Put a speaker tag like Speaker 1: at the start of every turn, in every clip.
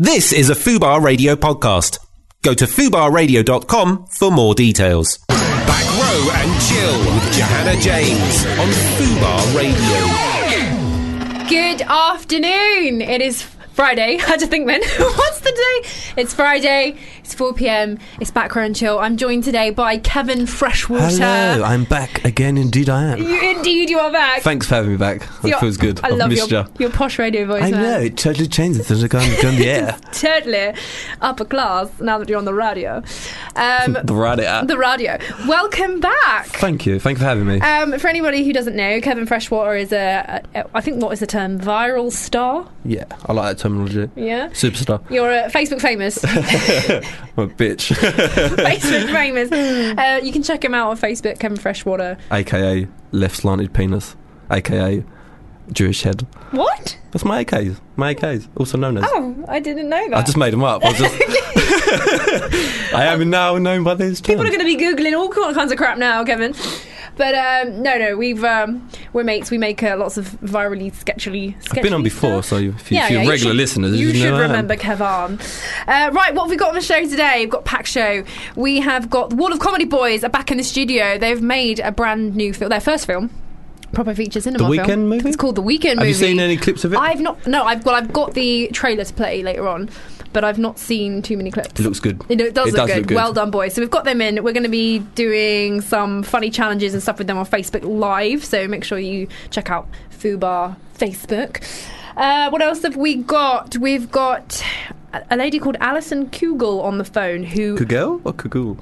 Speaker 1: This is a Fubar Radio podcast. Go to fubarradio.com for more details. Back row and chill with Johanna James on Fubar Radio.
Speaker 2: Good afternoon. It is Friday. I had to think then. What's the day? It's Friday. It's 4 p.m. It's back row and chill. I'm joined today by Kevin Freshwater.
Speaker 3: Hello, I'm back again. Indeed, I am.
Speaker 2: You, indeed, you are back.
Speaker 3: Thanks for having me back. That
Speaker 2: Your-
Speaker 3: feels good.
Speaker 2: I
Speaker 3: have
Speaker 2: love
Speaker 3: missed
Speaker 2: your,
Speaker 3: you.
Speaker 2: your posh radio voice.
Speaker 3: I
Speaker 2: man.
Speaker 3: know it totally changed since I got got on the air.
Speaker 2: Totally upper class now that you're on the radio. Um,
Speaker 3: The radio.
Speaker 2: the radio. Welcome back.
Speaker 3: Thank you. Thank you for having me.
Speaker 2: Um, for anybody who doesn't know, Kevin Freshwater is a, a, I think what is the term, viral star?
Speaker 3: Yeah, I like that terminology.
Speaker 2: Yeah.
Speaker 3: Superstar.
Speaker 2: You're a Facebook famous.
Speaker 3: I'm a bitch.
Speaker 2: Facebook famous. Uh, you can check him out on Facebook, Kevin Freshwater.
Speaker 3: AKA left slanted penis. AKA Jewish head.
Speaker 2: What?
Speaker 3: That's my AKs. My AKs, also known as.
Speaker 2: Oh, I didn't know that.
Speaker 3: I just made them up. I, was just I am now known by these terms.
Speaker 2: People are going to be googling all kinds of crap now, Kevin. But um, no, no, we've um, we're mates. We make uh, lots of virally sketchily. sketchy
Speaker 3: I've been on before,
Speaker 2: stuff.
Speaker 3: so if, you, if you're
Speaker 2: you
Speaker 3: regular
Speaker 2: should-
Speaker 3: listeners,
Speaker 2: you,
Speaker 3: know
Speaker 2: should
Speaker 3: I am.
Speaker 2: remember Kevin. Uh, right, what have we got on the show today? We've got Pack Show. We have got the Wall of Comedy Boys are back in the studio. They've made a brand new film, their first film, proper feature cinema. film.
Speaker 3: Weekend movie?
Speaker 2: It's called The Weekend Movie.
Speaker 3: Have you seen any clips of it?
Speaker 2: I've not. No, I've well, I've got the trailer to play later on, but I've not seen too many clips.
Speaker 3: It looks good.
Speaker 2: It, it does,
Speaker 3: It
Speaker 2: look,
Speaker 3: does
Speaker 2: good.
Speaker 3: look good.
Speaker 2: Well done, boys. So we've got them in. We're going to be doing some funny challenges and stuff with them on Facebook Live. So make sure you check out Fubar Facebook. Uh, what else have we got? We've got a- a lady called Alison Kugel on the phone who
Speaker 3: Kugel or Kugul?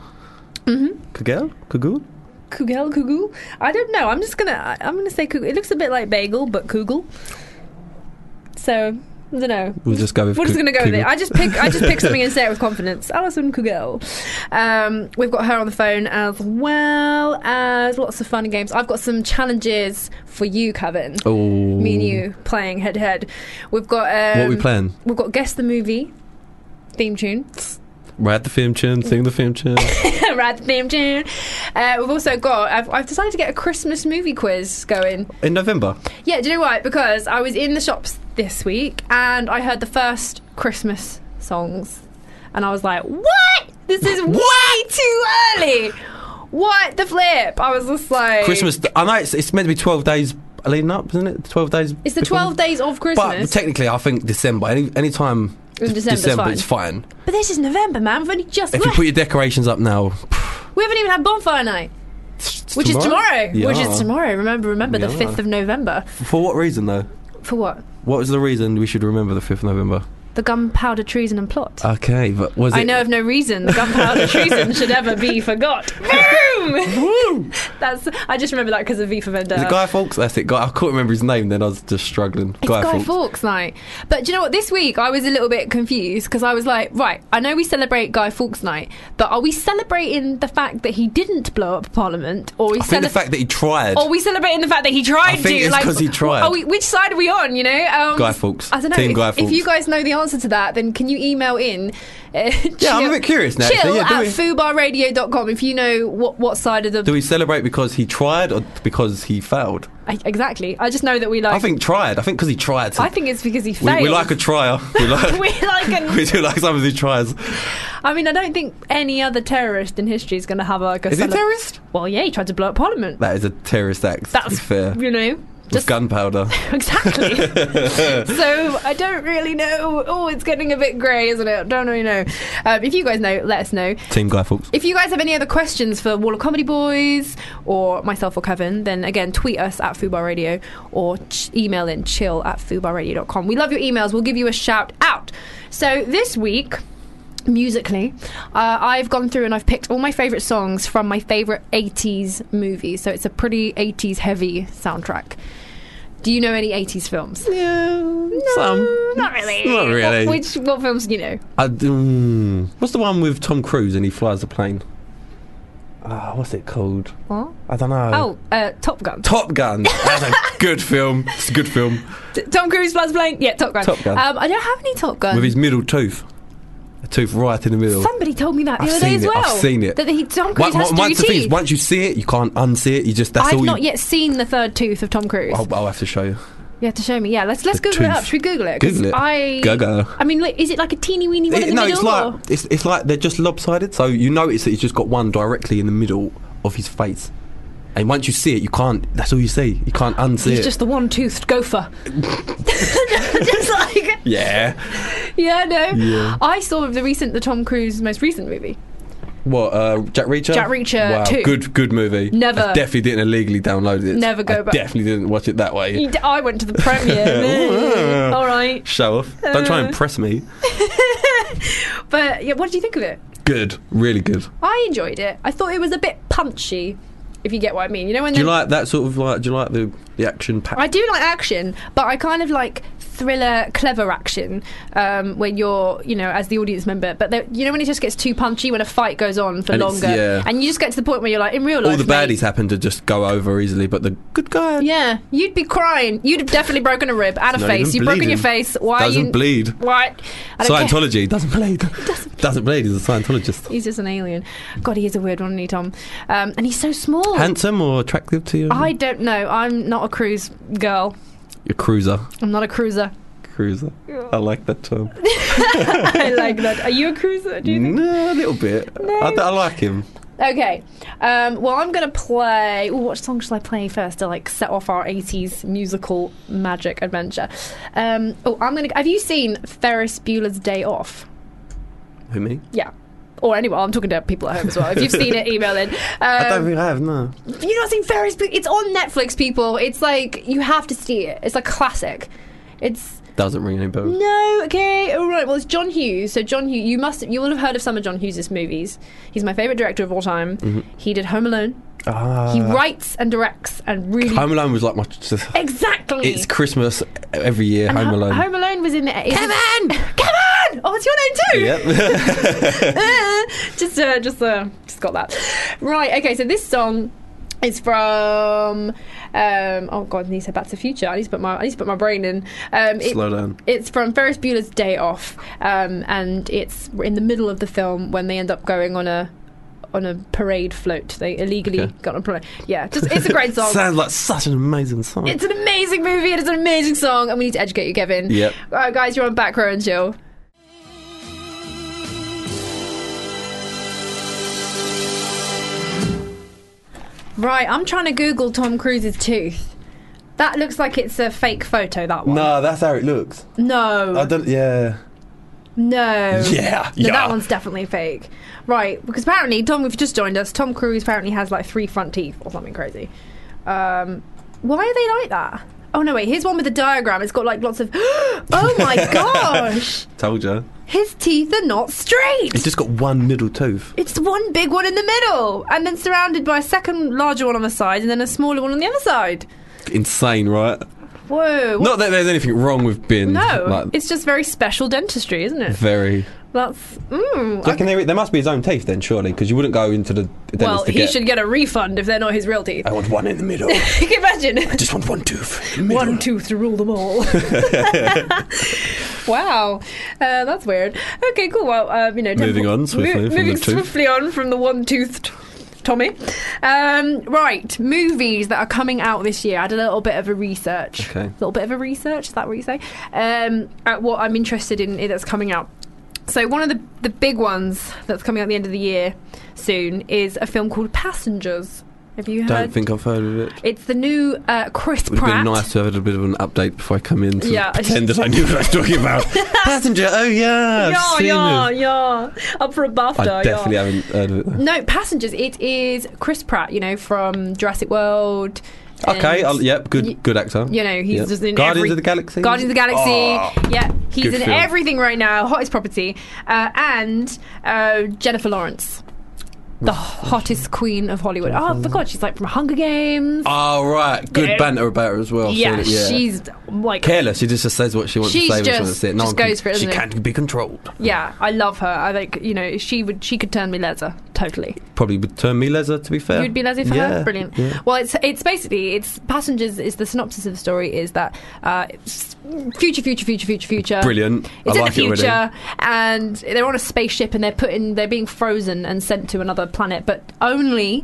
Speaker 3: Mm-hmm. Kugel? Kugul?
Speaker 2: Kugel Kugel. I don't know. I'm just gonna I- I'm gonna say Kugel. It looks a bit like bagel, but Kugel. So I don't know.
Speaker 3: We'll just go with
Speaker 2: We're just
Speaker 3: Kug-
Speaker 2: gonna go with it.
Speaker 3: Kugel.
Speaker 2: I just pick. I just pick something and say it with confidence. Alison Kugel. Um, we've got her on the phone as well as lots of fun games. I've got some challenges for you, Kevin.
Speaker 3: Oh.
Speaker 2: Me and you playing head to head. We've got. Um,
Speaker 3: What we playing?
Speaker 2: We've got guess the movie theme tune.
Speaker 3: Ride the film tune, sing the film tune.
Speaker 2: Rad the theme tune. Uh, we've also got. I've, I've decided to get a Christmas movie quiz going.
Speaker 3: In November.
Speaker 2: Yeah, do you know why? Because I was in the shops this week and I heard the first Christmas songs, and I was like, "What? This is way too early. What the flip?" I was just like,
Speaker 3: Christmas. I know it's, it's meant to be 12 days leading up, isn't it? 12 days.
Speaker 2: It's the
Speaker 3: before.
Speaker 2: twelve days of
Speaker 3: But
Speaker 2: Christmas, but,
Speaker 3: technically, I think December. Any, any time.
Speaker 2: In December's
Speaker 3: December
Speaker 2: fine.
Speaker 3: it's fine.
Speaker 2: this is November, man. We've only just
Speaker 3: If you
Speaker 2: left.
Speaker 3: put your decorations up now,
Speaker 2: we haven't even had bonfire night, which is tomorrow. Which
Speaker 3: Yeah.
Speaker 2: is tomorrow. Remember, remember the
Speaker 3: Yeah.
Speaker 2: fifth of November.
Speaker 3: For what reason, though?
Speaker 2: For what?
Speaker 3: What was the reason we should remember the 5th of November?
Speaker 2: The gunpowder treason and plot.
Speaker 3: Okay, but was it.
Speaker 2: I know of no reason the gunpowder treason should ever be forgot. Boom! That's. I just remember that because of V for
Speaker 3: Is
Speaker 2: Vendetta.
Speaker 3: it Guy Fawkes? That's it. Guy, I couldn't remember his name then. I was just struggling.
Speaker 2: it's Guy Fawkes. Night. But do you know what? This week I was a little bit confused because I was like, right, I know we celebrate Guy Fawkes Night, but are we celebrating the fact that he didn't blow up Parliament, or are we
Speaker 3: I think the
Speaker 2: cele- Oh.
Speaker 3: fact that he tried.
Speaker 2: or are we celebrating the fact that he tried
Speaker 3: I think
Speaker 2: to?
Speaker 3: it's 'cause he tried.
Speaker 2: Are we, which side are we on? You know, um,
Speaker 3: Guy Fawkes.
Speaker 2: I don't know.
Speaker 3: Team
Speaker 2: if,
Speaker 3: Guy
Speaker 2: if you
Speaker 3: Fawkes.
Speaker 2: guys know the answer to that, then can you email in? Uh,
Speaker 3: Yeah, I'm a bit curious now,
Speaker 2: Chill
Speaker 3: actually. Yeah, do
Speaker 2: at
Speaker 3: we-
Speaker 2: fubarradio.com if you know what what side of the
Speaker 3: Do we celebrate because he tried or because he failed?
Speaker 2: I, exactly. I just know that we like.
Speaker 3: I think tried. I think because he tried. To,
Speaker 2: I think it's because he
Speaker 3: we,
Speaker 2: failed.
Speaker 3: we like a trier. We like.
Speaker 2: we like
Speaker 3: we
Speaker 2: an,
Speaker 3: do like someone who tries.
Speaker 2: I mean, I don't think any other terrorist in history is going to have like a.
Speaker 3: Is he a
Speaker 2: cele-
Speaker 3: terrorist?
Speaker 2: Well, yeah, he tried to blow up Parliament.
Speaker 3: That is a terrorist act. to
Speaker 2: That's
Speaker 3: be fair.
Speaker 2: You know,
Speaker 3: With
Speaker 2: just
Speaker 3: gunpowder.
Speaker 2: exactly. so I don't really know. Oh, it's getting a bit grey, isn't it? Don't really know. Um, if you guys know, let us know.
Speaker 3: Team Guy Fawkes.
Speaker 2: If you guys have any other questions for Wall of Comedy Boys or myself or Kevin, then again, tweet us at Fubar Radio or ch- email in chill at fubarradio.com. We love your emails. We'll give you a shout out. So this week, musically, uh, I've gone through and I've picked all my favourite songs from my favourite 80s movies. So it's a pretty 80s heavy soundtrack. Do you know any 80s films?
Speaker 3: Yeah. Some.
Speaker 2: Not really.
Speaker 3: Not really.
Speaker 2: What, which, what films do you know?
Speaker 3: I, mm, what's the one with Tom Cruise and he flies the plane? Ah, what's it called?
Speaker 2: What?
Speaker 3: I don't know.
Speaker 2: Oh, uh, Top Gun.
Speaker 3: Top Gun. That's a good film. It's a good film.
Speaker 2: T- Tom Cruise plus blank. Yeah, Top Gun.
Speaker 3: Top Gun.
Speaker 2: Um, I don't have any Top Gun.
Speaker 3: With his middle tooth. A tooth right in the middle.
Speaker 2: Somebody told me that the
Speaker 3: I've
Speaker 2: other day
Speaker 3: seen
Speaker 2: as
Speaker 3: it,
Speaker 2: well.
Speaker 3: I've seen it.
Speaker 2: That he, Tom Cruise has
Speaker 3: Once-
Speaker 2: three
Speaker 3: once, the thing is,
Speaker 2: teeth.
Speaker 3: once you see it, you can't unsee it. You just that's
Speaker 2: I've
Speaker 3: all.
Speaker 2: not
Speaker 3: you,
Speaker 2: yet seen the third tooth of Tom Cruise.
Speaker 3: I'll, I'll have to show you.
Speaker 2: You have to show me. Yeah, let's let's
Speaker 3: The
Speaker 2: Google it up.
Speaker 3: tooth.
Speaker 2: Should we Google it? 'Cause
Speaker 3: Google it.
Speaker 2: I
Speaker 3: Gaga.
Speaker 2: I mean, like, is it like a teeny weeny one
Speaker 3: It-
Speaker 2: in the
Speaker 3: no,
Speaker 2: middle?
Speaker 3: it's
Speaker 2: or-
Speaker 3: like it's, it's like they're just lopsided. So you notice that he's just got one directly in the middle of his face, and once you see it, you can't. That's all you see. You can't unsee
Speaker 2: He's
Speaker 3: it.
Speaker 2: just the one-toothed gopher. just like
Speaker 3: yeah.
Speaker 2: yeah, no.
Speaker 3: Yeah.
Speaker 2: I saw the recent, the Tom Cruise most recent movie.
Speaker 3: What? Uh, Jack Reacher.
Speaker 2: Jack Reacher
Speaker 3: Wow.
Speaker 2: 2.
Speaker 3: Good. Good movie.
Speaker 2: Never-
Speaker 3: I definitely didn't illegally download it.
Speaker 2: Never go
Speaker 3: I
Speaker 2: back.
Speaker 3: Definitely didn't watch it that way.
Speaker 2: You d- I went to the premiere. All right,
Speaker 3: Show off. Don't
Speaker 2: Uh.
Speaker 3: try and impress me.
Speaker 2: but yeah, what did you think of it?
Speaker 3: Good. Really good.
Speaker 2: I enjoyed it. I thought it was a bit punchy, if you get what I mean. You know when
Speaker 3: Do you
Speaker 2: they-
Speaker 3: like that sort of like? Do you like the the action pack?
Speaker 2: I do like action, but I kind of like thriller, clever action um, when you're, you know, as the audience member. But there- you know when it just gets too punchy when a fight goes on for
Speaker 3: And it's-
Speaker 2: longer,
Speaker 3: yeah.
Speaker 2: and you just get to the point where you're like, in real life,
Speaker 3: All the
Speaker 2: mate,
Speaker 3: baddies happen to just go over easily, but the good guy
Speaker 2: Yeah, you'd be crying. You'd have definitely broken a rib and a
Speaker 3: Not
Speaker 2: face.
Speaker 3: even
Speaker 2: You've broken
Speaker 3: bleeding.
Speaker 2: your face. Why are
Speaker 3: doesn't
Speaker 2: you?
Speaker 3: bleed.
Speaker 2: Why? I don't care.
Speaker 3: Scientology doesn't bleed. doesn't, bleed. He's a Scientologist.
Speaker 2: He's just an alien. God, he is a weird one, isn't he, Tom? Um, and he's so small.
Speaker 3: Handsome or attractive to you?
Speaker 2: I don't know. I'm not a cruise girl.
Speaker 3: Your cruiser.
Speaker 2: I'm not a cruiser.
Speaker 3: Cruiser. I like that term.
Speaker 2: I like that. Are you a cruiser? Do you think?
Speaker 3: no, a little bit. I, I like him.
Speaker 2: Okay. Um, well, I'm going to play. Ooh, what song shall I play first to like set off our 80s musical magic adventure? Um, oh, I'm going to. Have you seen Ferris Bueller's Day Off?
Speaker 3: Who me?
Speaker 2: Yeah. Or anyone. I'm talking to people at home as well. If you've seen it, email in.
Speaker 3: I don't
Speaker 2: Um,
Speaker 3: think I have. No.
Speaker 2: you not seen Ferris Bueller? It's on Netflix, people. It's like you have to see it. It's a classic. It's
Speaker 3: Doesn't ring any bells.
Speaker 2: no, okay, all right. Well, it's John Hughes. So John Hughes, you must, you will have heard of some of John Hughes' movies. He's my favorite director of all time.
Speaker 3: Mm-hmm.
Speaker 2: He did Home Alone.
Speaker 3: Ah.
Speaker 2: He writes and directs and really
Speaker 3: Home Alone was like my.
Speaker 2: exactly.
Speaker 3: It's Christmas every year.
Speaker 2: And
Speaker 3: Home
Speaker 2: Ho-
Speaker 3: Alone.
Speaker 2: Home Alone was in the. Come on, come on! Oh, it's your name too.
Speaker 3: Yep.
Speaker 2: Uh, just, uh, just, uh, just got that. Right. Okay. So this song is from. Um, oh God, I need to say Back to the Future. I need to put my, I need to put my brain in. Um, it-
Speaker 3: Slow down.
Speaker 2: It's from Ferris Bueller's Day Off, um, and it's in the middle of the film when they end up going on a on a parade float. They illegally
Speaker 3: Okay.
Speaker 2: got on a parade. Yeah, just it's a great song.
Speaker 3: Sounds like such an amazing song.
Speaker 2: Oh. It's an amazing movie. It is an amazing song, and we need to educate you, Kevin.
Speaker 3: Yep.
Speaker 2: All right, guys, you're on back row and chill. Right, I'm trying to Google Tom Cruise's tooth. That looks like it's a fake photo. That one.
Speaker 3: no, that's how it looks.
Speaker 2: No.
Speaker 3: I don't. Yeah.
Speaker 2: no.
Speaker 3: Yeah.
Speaker 2: No,
Speaker 3: yeah.
Speaker 2: that one's definitely fake. Right, because apparently, Tom, if you just joined us, Tom Cruise apparently has like three front teeth or something crazy. Um, why are they like that? Oh, no, wait, here's one with a diagram. It's got like lots of. oh my gosh!
Speaker 3: Told you.
Speaker 2: His teeth are not
Speaker 3: It's
Speaker 2: straight!
Speaker 3: just got one middle tooth.
Speaker 2: It's one big one in the middle, and then surrounded by a second larger one on the side, and then a smaller one on the other side.
Speaker 3: Insane, right?
Speaker 2: Whoa. what-
Speaker 3: Not that there's anything wrong with being
Speaker 2: no,
Speaker 3: like
Speaker 2: it's just very special dentistry, isn't it?
Speaker 3: very.
Speaker 2: That's. Mm,
Speaker 3: Like, can there, there must be his own teeth then, surely, because you wouldn't go into the dentist
Speaker 2: well,
Speaker 3: to
Speaker 2: he
Speaker 3: get.
Speaker 2: should get a refund if they're not his real teeth.
Speaker 3: I want one in the middle. I
Speaker 2: Can you imagine?
Speaker 3: just want one tooth.
Speaker 2: One tooth to rule them all. wow, uh, that's weird. Okay, cool. Well, um, you know,
Speaker 3: Moving on swiftly from
Speaker 2: moving
Speaker 3: the tooth.
Speaker 2: swiftly on from the one-toothed Tommy. Um, right, movies that are coming out this year. I did a little bit of a research.
Speaker 3: Okay.
Speaker 2: little bit of a research. Is that what you say? Um, at what I'm interested in that's coming out. So one of the the big ones that's coming out at the end of the year soon is a film called Passengers. Have you heard?
Speaker 3: Don't think I've heard of it.
Speaker 2: It's the new uh, Chris
Speaker 3: Would have
Speaker 2: Pratt.
Speaker 3: been nice to have had a bit of an update before I come in to
Speaker 2: Yeah, I
Speaker 3: pretend that I knew what I was talking about. Passenger, oh yeah, I've
Speaker 2: yeah,
Speaker 3: seen
Speaker 2: yeah,
Speaker 3: it.
Speaker 2: yeah. Up for a BAFTA.
Speaker 3: I definitely
Speaker 2: yeah.
Speaker 3: haven't heard of it. though.
Speaker 2: No, Passengers. It is Chris Pratt, you know, from Jurassic World. and,
Speaker 3: Okay, I'll, yep, good,
Speaker 2: y-
Speaker 3: good actor.
Speaker 2: You know, he's
Speaker 3: Yep.
Speaker 2: just in
Speaker 3: Guardians
Speaker 2: every-
Speaker 3: of the Galaxy.
Speaker 2: Guardians of the Galaxy. yeah, he's
Speaker 3: Ah, good
Speaker 2: in
Speaker 3: film.
Speaker 2: everything right now. Hottest property, uh, and uh, Jennifer Lawrence, the hottest queen of Hollywood. Oh, for God, she's like from Hunger Games.
Speaker 3: Oh right, good
Speaker 2: Yeah.
Speaker 3: banter about her as well. Oh, I've
Speaker 2: yeah,
Speaker 3: seen it, yeah,
Speaker 2: she's like
Speaker 3: careless. She just says what she wants
Speaker 2: She's
Speaker 3: to say. when she wants
Speaker 2: just-
Speaker 3: to say it. No
Speaker 2: just
Speaker 3: one can-
Speaker 2: goes for it,
Speaker 3: She
Speaker 2: isn't it?
Speaker 3: can't be controlled.
Speaker 2: Yeah, I love her. I think you know she would she could turn me laser totally.
Speaker 3: Probably would turn me laser. To be fair,
Speaker 2: You'd be laissez faire.
Speaker 3: Yeah,
Speaker 2: Brilliant.
Speaker 3: yeah.
Speaker 2: Well, it's it's basically it's passengers. Is the synopsis of the story is that uh, it's future, future, future, future, future.
Speaker 3: Brilliant.
Speaker 2: It's
Speaker 3: I
Speaker 2: in
Speaker 3: like
Speaker 2: the
Speaker 3: it already.
Speaker 2: future, and they're on a spaceship, and they're put in. They're being frozen and sent to another planet, but only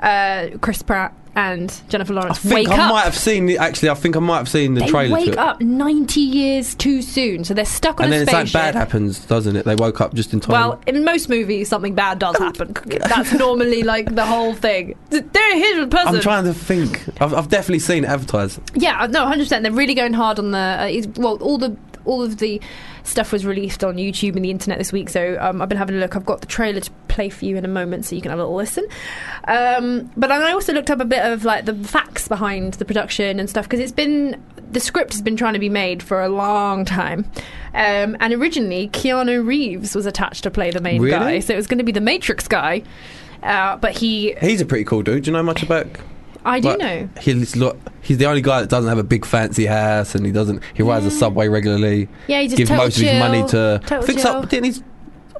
Speaker 2: uh, Chris Pratt and Jennifer
Speaker 3: I
Speaker 2: Lawrence
Speaker 3: think
Speaker 2: wake
Speaker 3: I
Speaker 2: up.
Speaker 3: might have seen. The, actually, I think I might have seen the
Speaker 2: they
Speaker 3: trailer. to
Speaker 2: wake
Speaker 3: it.
Speaker 2: up 90 years too soon, so they're stuck on
Speaker 3: and
Speaker 2: a
Speaker 3: then it's like
Speaker 2: spaceship.
Speaker 3: bad happens, doesn't it? They woke up just in time.
Speaker 2: well, in most movies, something bad does happen. That's normally like the whole thing. They're a hidden person.
Speaker 3: I'm trying to think. I've, I've definitely seen it advertised.
Speaker 2: Yeah, uh, no, hundred percent. They're really going hard on the uh, is- well, all the all of the stuff was released on YouTube and the internet this week. So um, I've been having a look. I've got the trailer to play for you in a moment, so you can have a little listen. Um, but then I also looked up a bit of like the facts behind the production and stuff because it's been the script has been trying to be made for a long time. Um, and originally, Keanu Reeves was attached to play the main
Speaker 3: Really?
Speaker 2: guy, so it was going to be the Matrix guy. Uh, but he,
Speaker 3: He's a pretty cool dude. Do you know much about?
Speaker 2: I do
Speaker 3: like,
Speaker 2: know.
Speaker 3: He's lo- he's the only guy that doesn't have a big fancy house, and he doesn't. He rides the subway regularly.
Speaker 2: Yeah, he just
Speaker 3: gives
Speaker 2: total
Speaker 3: most of his
Speaker 2: chill,
Speaker 3: money to.
Speaker 2: total
Speaker 3: fix
Speaker 2: chill.
Speaker 3: up. Didn't he's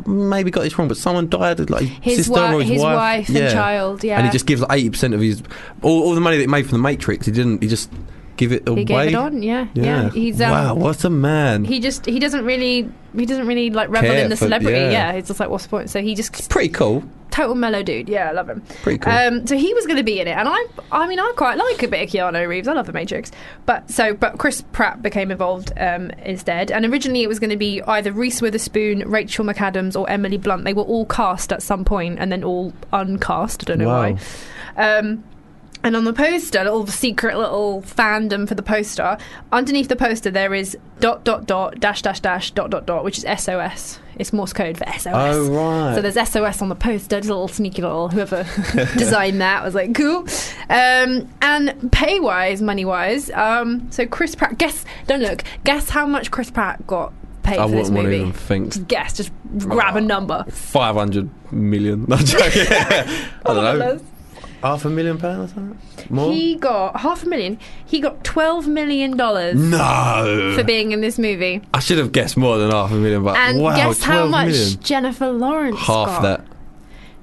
Speaker 3: maybe got this wrong, but someone died. Like his
Speaker 2: his,
Speaker 3: sister
Speaker 2: wi-
Speaker 3: or his,
Speaker 2: his
Speaker 3: wife,
Speaker 2: wife,
Speaker 3: Yeah.
Speaker 2: and child. Yeah,
Speaker 3: And he just gives like eighty percent of his all, all the money that he made from the Matrix. He didn't. He just give it away.
Speaker 2: he gave it on. Yeah, yeah. He's um,
Speaker 3: wow, what a man!
Speaker 2: He just he doesn't really he doesn't really like revel
Speaker 3: Care
Speaker 2: in the
Speaker 3: for-
Speaker 2: celebrity.
Speaker 3: yeah.
Speaker 2: Yeah. he's just like what's the point? So he just
Speaker 3: pretty cool.
Speaker 2: total mellow dude. Yeah, I love him.
Speaker 3: Pretty cool.
Speaker 2: Um, so he was going to be in it, and I I mean I quite like a bit of Keanu Reeves. I love the Matrix, but so but Chris Pratt became involved um, instead. And originally it was going to be either Reese Witherspoon, Rachel McAdams, or Emily Blunt. They were all cast at some point, and then all uncast. I don't know
Speaker 3: Wow.
Speaker 2: why. Um, and on the poster, a little secret little fandom for the poster, underneath the poster there is dot dot dot dash dash dash dot dot dot, which is SOS. It's Morse code for SOS.
Speaker 3: Oh, right.
Speaker 2: So there's SOS on the poster. Just a little sneaky little whoever designed that was like cool. Um, and pay wise, money wise, um, so Chris Pratt. Guess don't look. Guess how much Chris Pratt got paid
Speaker 3: I
Speaker 2: for this
Speaker 3: wouldn't want to
Speaker 2: movie.
Speaker 3: even Oh. think.
Speaker 2: Just guess. Just grab a number.
Speaker 3: Five hundred million. No, I'm joking. I don't know.
Speaker 2: Dollars.
Speaker 3: Half a million pounds or something. More.
Speaker 2: He got half a million. He got twelve million dollars.
Speaker 3: no.
Speaker 2: for being in this movie.
Speaker 3: I should have guessed more than half a million, but
Speaker 2: And
Speaker 3: wow,
Speaker 2: guess how
Speaker 3: 12
Speaker 2: much
Speaker 3: million.
Speaker 2: Jennifer Lawrence
Speaker 3: Half
Speaker 2: got?
Speaker 3: that.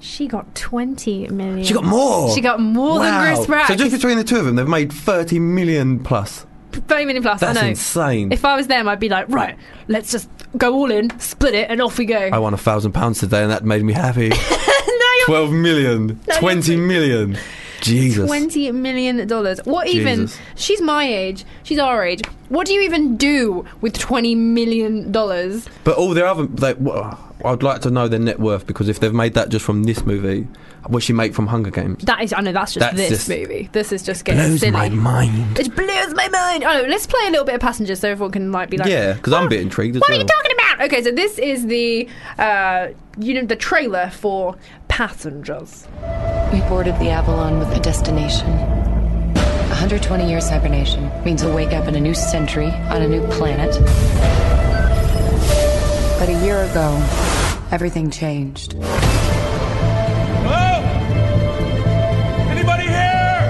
Speaker 2: She got 20 million.
Speaker 3: She got more.
Speaker 2: She got more
Speaker 3: wow.
Speaker 2: than Chris Pratt.
Speaker 3: So just between the two of them, they've made thirty million plus.
Speaker 2: 20 million plus,
Speaker 3: That's
Speaker 2: I know.
Speaker 3: insane.
Speaker 2: If I was them, I'd be like, right, let's just go all in, split it, and off we go.
Speaker 3: I won a thousand pounds today, and that made me happy.
Speaker 2: no,
Speaker 3: Twelve million.
Speaker 2: you're-
Speaker 3: Twenty million. Jesus.
Speaker 2: Twenty million dollars. What even?
Speaker 3: Jesus.
Speaker 2: She's my age. She's our age. What do you even do with twenty million dollars?
Speaker 3: But all their other, they, wha- I'd like to know their net worth because if they've made that just from this movie, what she make from Hunger Games?
Speaker 2: That is, I know that's just
Speaker 3: That's
Speaker 2: this
Speaker 3: just-
Speaker 2: movie. This is just getting
Speaker 3: Blows
Speaker 2: silly.
Speaker 3: my mind.
Speaker 2: It blows my mind. Oh, let's play a little bit of Passenger so everyone can like be like,
Speaker 3: Yeah, because I'm a bit intrigued. As
Speaker 2: What are
Speaker 3: well.
Speaker 2: you talking about? Okay, so this is the uh, you know the trailer for Passengers.
Speaker 4: We boarded the Avalon with a destination. 120 years hibernation means we'll wake up in a new century on a new planet. But a year ago, everything changed.
Speaker 5: Hello? Anybody here?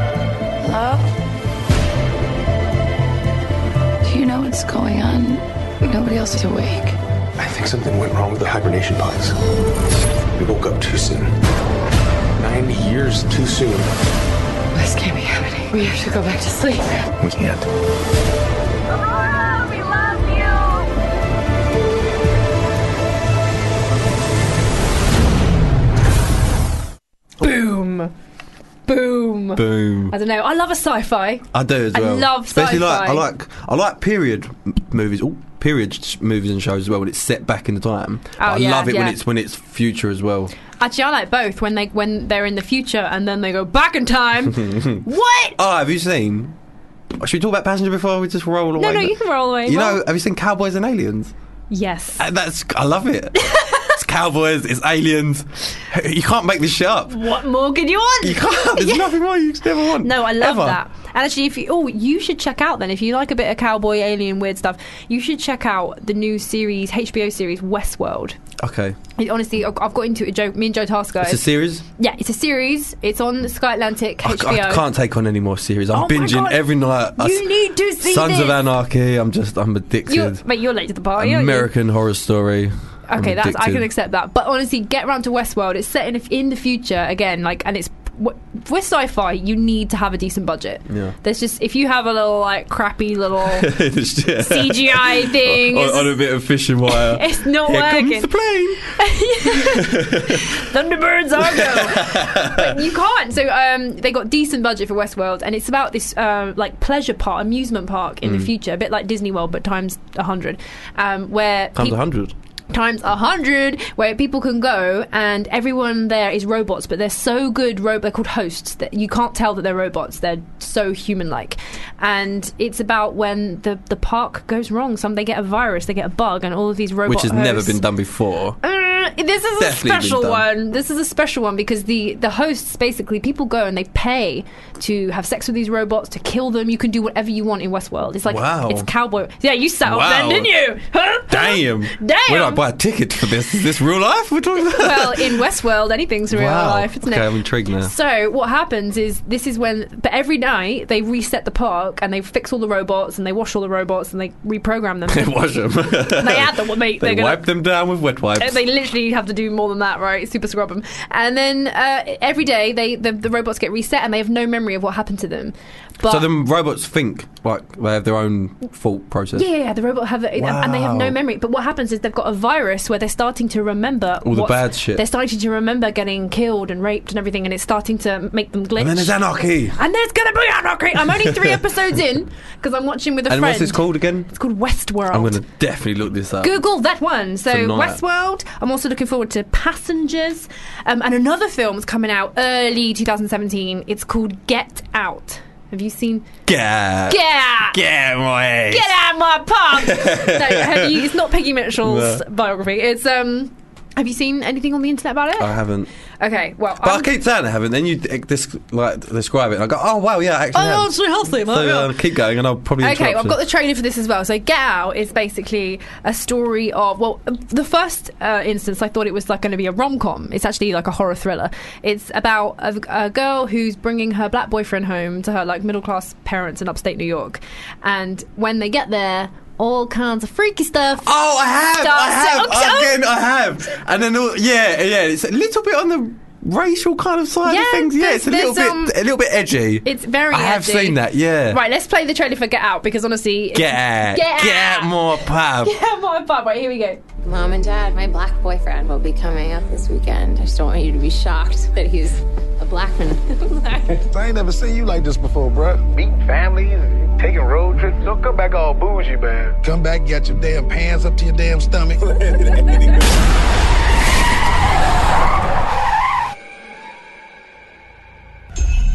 Speaker 6: Do you know what's going on? Nobody else is awake.
Speaker 7: I think something went wrong with the hibernation pods. We woke up too soon. 90 years too soon.
Speaker 6: This can't be happening. We have to go back to sleep.
Speaker 7: We can't.
Speaker 8: Aurora, we love you.
Speaker 2: Boom, boom.
Speaker 3: Boom.
Speaker 2: I don't know. I love a sci-fi.
Speaker 3: I do as
Speaker 2: I
Speaker 3: well.
Speaker 2: love
Speaker 3: Especially like I
Speaker 2: sci-fi.
Speaker 3: like I like period m- movies. All period sh- movies and shows as well when it's set back in the time. But I
Speaker 2: Oh, yeah,
Speaker 3: love it when
Speaker 2: yeah.
Speaker 3: it's when it's future as well.
Speaker 2: Actually, I like both when they when they're in the future and then they go back in time. what?
Speaker 3: Oh, have you seen? Should we talk about Passenger before we just roll away?
Speaker 2: no, you can roll away.
Speaker 3: You
Speaker 2: Well-
Speaker 3: know, have you seen Cowboys and Aliens?
Speaker 2: Yes.
Speaker 3: Uh, That's I love it. it's cowboys, it's aliens. You can't make this shit up.
Speaker 2: What more could you want?
Speaker 3: You can't. There's
Speaker 2: Yeah.
Speaker 3: nothing more you could ever want.
Speaker 2: No, I love
Speaker 3: Ever.
Speaker 2: that. And actually, if you oh, you should check out then if you like a bit of cowboy, alien, weird stuff. You should check out the new series, HBO series Westworld.
Speaker 3: Okay,
Speaker 2: It- honestly, I've I've got into it. Joe, me and Joe Tasker.
Speaker 3: it's a series.
Speaker 2: yeah, it's a series. It's on Sky Atlantic
Speaker 3: I,
Speaker 2: HBO.
Speaker 3: I can't take on any more series. I'm
Speaker 2: Oh my
Speaker 3: binging
Speaker 2: God.
Speaker 3: every night. I
Speaker 2: You
Speaker 3: s-
Speaker 2: need to see
Speaker 3: Sons of
Speaker 2: this.
Speaker 3: Anarchy. I'm just I'm addicted.
Speaker 2: You're, but you're late to the party. aren't you?
Speaker 3: American Horror Story. I'm
Speaker 2: Okay, that's I
Speaker 3: addicted.
Speaker 2: can accept that. But honestly, get round to Westworld. It's set in in the future again, like, and it's w- with sci-fi, you need to have a decent budget.
Speaker 3: Yeah.
Speaker 2: There's just if you have a little like crappy little
Speaker 8: CGI
Speaker 2: CGI thing,
Speaker 8: on,
Speaker 2: it's,
Speaker 8: on a bit of fishing wire.
Speaker 2: it's not
Speaker 8: Here
Speaker 2: working.
Speaker 8: comes the plane.
Speaker 2: Thunderbirds Argo. but you can't. So um, they got decent budget for Westworld, and it's about this um, like pleasure park, amusement park in
Speaker 3: Mm.
Speaker 2: the future, a bit like Disney World, but times a hundred, um, where
Speaker 3: Times
Speaker 2: peop-
Speaker 3: 100.
Speaker 2: times a hundred, where people can go, and everyone there is robots, but they're so good. Ro- they're called hosts that you can't tell that they're robots. They're so human-like, and it's about when the the park goes wrong. Some they get a virus, they get a bug, and all of these robots,
Speaker 3: Which has never
Speaker 2: Oh,
Speaker 3: been done before.
Speaker 2: uh, this is
Speaker 3: Definitely
Speaker 2: a special
Speaker 3: been done.
Speaker 2: one. This is a special one because the the hosts basically people go and they pay to have sex with these robots to kill them. You can do whatever you want in Westworld. It's like
Speaker 3: Wow.
Speaker 2: it's cowboy. Yeah, you sat up
Speaker 8: Wow.
Speaker 2: then, didn't you? Huh?
Speaker 8: Damn.
Speaker 2: Damn.
Speaker 3: Where do I buy a ticket for this? Is this real life we're talking about?
Speaker 2: well, in Westworld, anything's real
Speaker 3: Wow.
Speaker 2: life, isn't
Speaker 3: okay,
Speaker 2: it?
Speaker 3: I'm intrigued now.
Speaker 2: So what happens is this is when, but every night they reset the park and they fix all the robots and they wash all the robots and they reprogram them.
Speaker 3: They wash them.
Speaker 2: they add them. They,
Speaker 3: They
Speaker 2: they're gonna-
Speaker 3: wipe them down with wet wipes.
Speaker 2: Uh, they literally have to do more than that, right? Super scrub 'em. And then uh, every day, they the, the robots get reset, and they have no memory of what happened to them. But
Speaker 3: so the robots think, like, they have their own thought process.
Speaker 2: yeah, yeah, yeah, the robot have it, and they have no
Speaker 3: Wow.
Speaker 2: memory. But what happens is they've got a virus where they're starting to remember
Speaker 3: All the
Speaker 2: what's-
Speaker 3: bad shit.
Speaker 2: They're starting to remember getting killed and raped and everything, and it's starting to make them glitch.
Speaker 3: And then there's anarchy.
Speaker 2: And there's gonna be anarchy. I'm only three episodes in because I'm watching with a
Speaker 3: And
Speaker 2: friend.
Speaker 3: what's this called again?
Speaker 2: It's called Westworld.
Speaker 3: I'm going to definitely look this up.
Speaker 2: Google that one. So
Speaker 3: Tonight.
Speaker 2: Westworld. I'm also looking forward to Passengers, um, and another film's coming out early 2017. It's called Get Out. Have you seen
Speaker 3: Gah.
Speaker 2: Get Out? Get,
Speaker 8: Get away.
Speaker 2: out my pub. no, have you, it's not Peggy Mitchell's biography. It's um. Have you seen anything on the internet about it?
Speaker 3: I haven't.
Speaker 2: okay, well,
Speaker 3: But
Speaker 2: I'm-
Speaker 3: i keep saying I haven't. Then you eh, dis- like describe it. And I go, oh wow, yeah, I actually.
Speaker 2: Oh,
Speaker 3: have.
Speaker 2: it's really healthy, man.
Speaker 3: So um, keep going, and I'll probably.
Speaker 2: Okay, well,
Speaker 3: interrupt
Speaker 2: I've got
Speaker 3: you.
Speaker 2: the trailer for this as well. So Get Out is basically a story of well, the first uh, instance I thought it was like going to be a rom com. It's actually like a horror thriller. It's about a, a girl who's bringing her black boyfriend home to her like middle class parents in upstate New York, and when they get there, all kinds of freaky stuff.
Speaker 3: Oh, I have, I
Speaker 2: Starts-
Speaker 3: have,
Speaker 2: Okay, oh.
Speaker 3: again, I have, and then all, yeah, yeah, it's a little bit on the racial kind of side
Speaker 2: Yeah,
Speaker 3: of things. Yeah, it's a
Speaker 2: there's-
Speaker 3: little
Speaker 2: there's,
Speaker 3: bit,
Speaker 2: um,
Speaker 3: a little bit edgy.
Speaker 2: It's very.
Speaker 3: I have
Speaker 2: edgy.
Speaker 3: seen that. Yeah.
Speaker 2: Right, let's play the trailer for Get Out because honestly, it's-
Speaker 3: Get out.
Speaker 2: Get
Speaker 3: Get
Speaker 2: out.
Speaker 3: more pub.
Speaker 2: Yeah, my vibe. Right, here we go.
Speaker 4: Mom and Dad, my black boyfriend will be coming up this weekend. I just don't want you to be shocked that he's a black man.
Speaker 9: I ain't never seen you like this before, bruh.
Speaker 5: Meeting families, taking road trips. Don't come back all bougie, man.
Speaker 9: Come back, get your damn pants up to your damn stomach.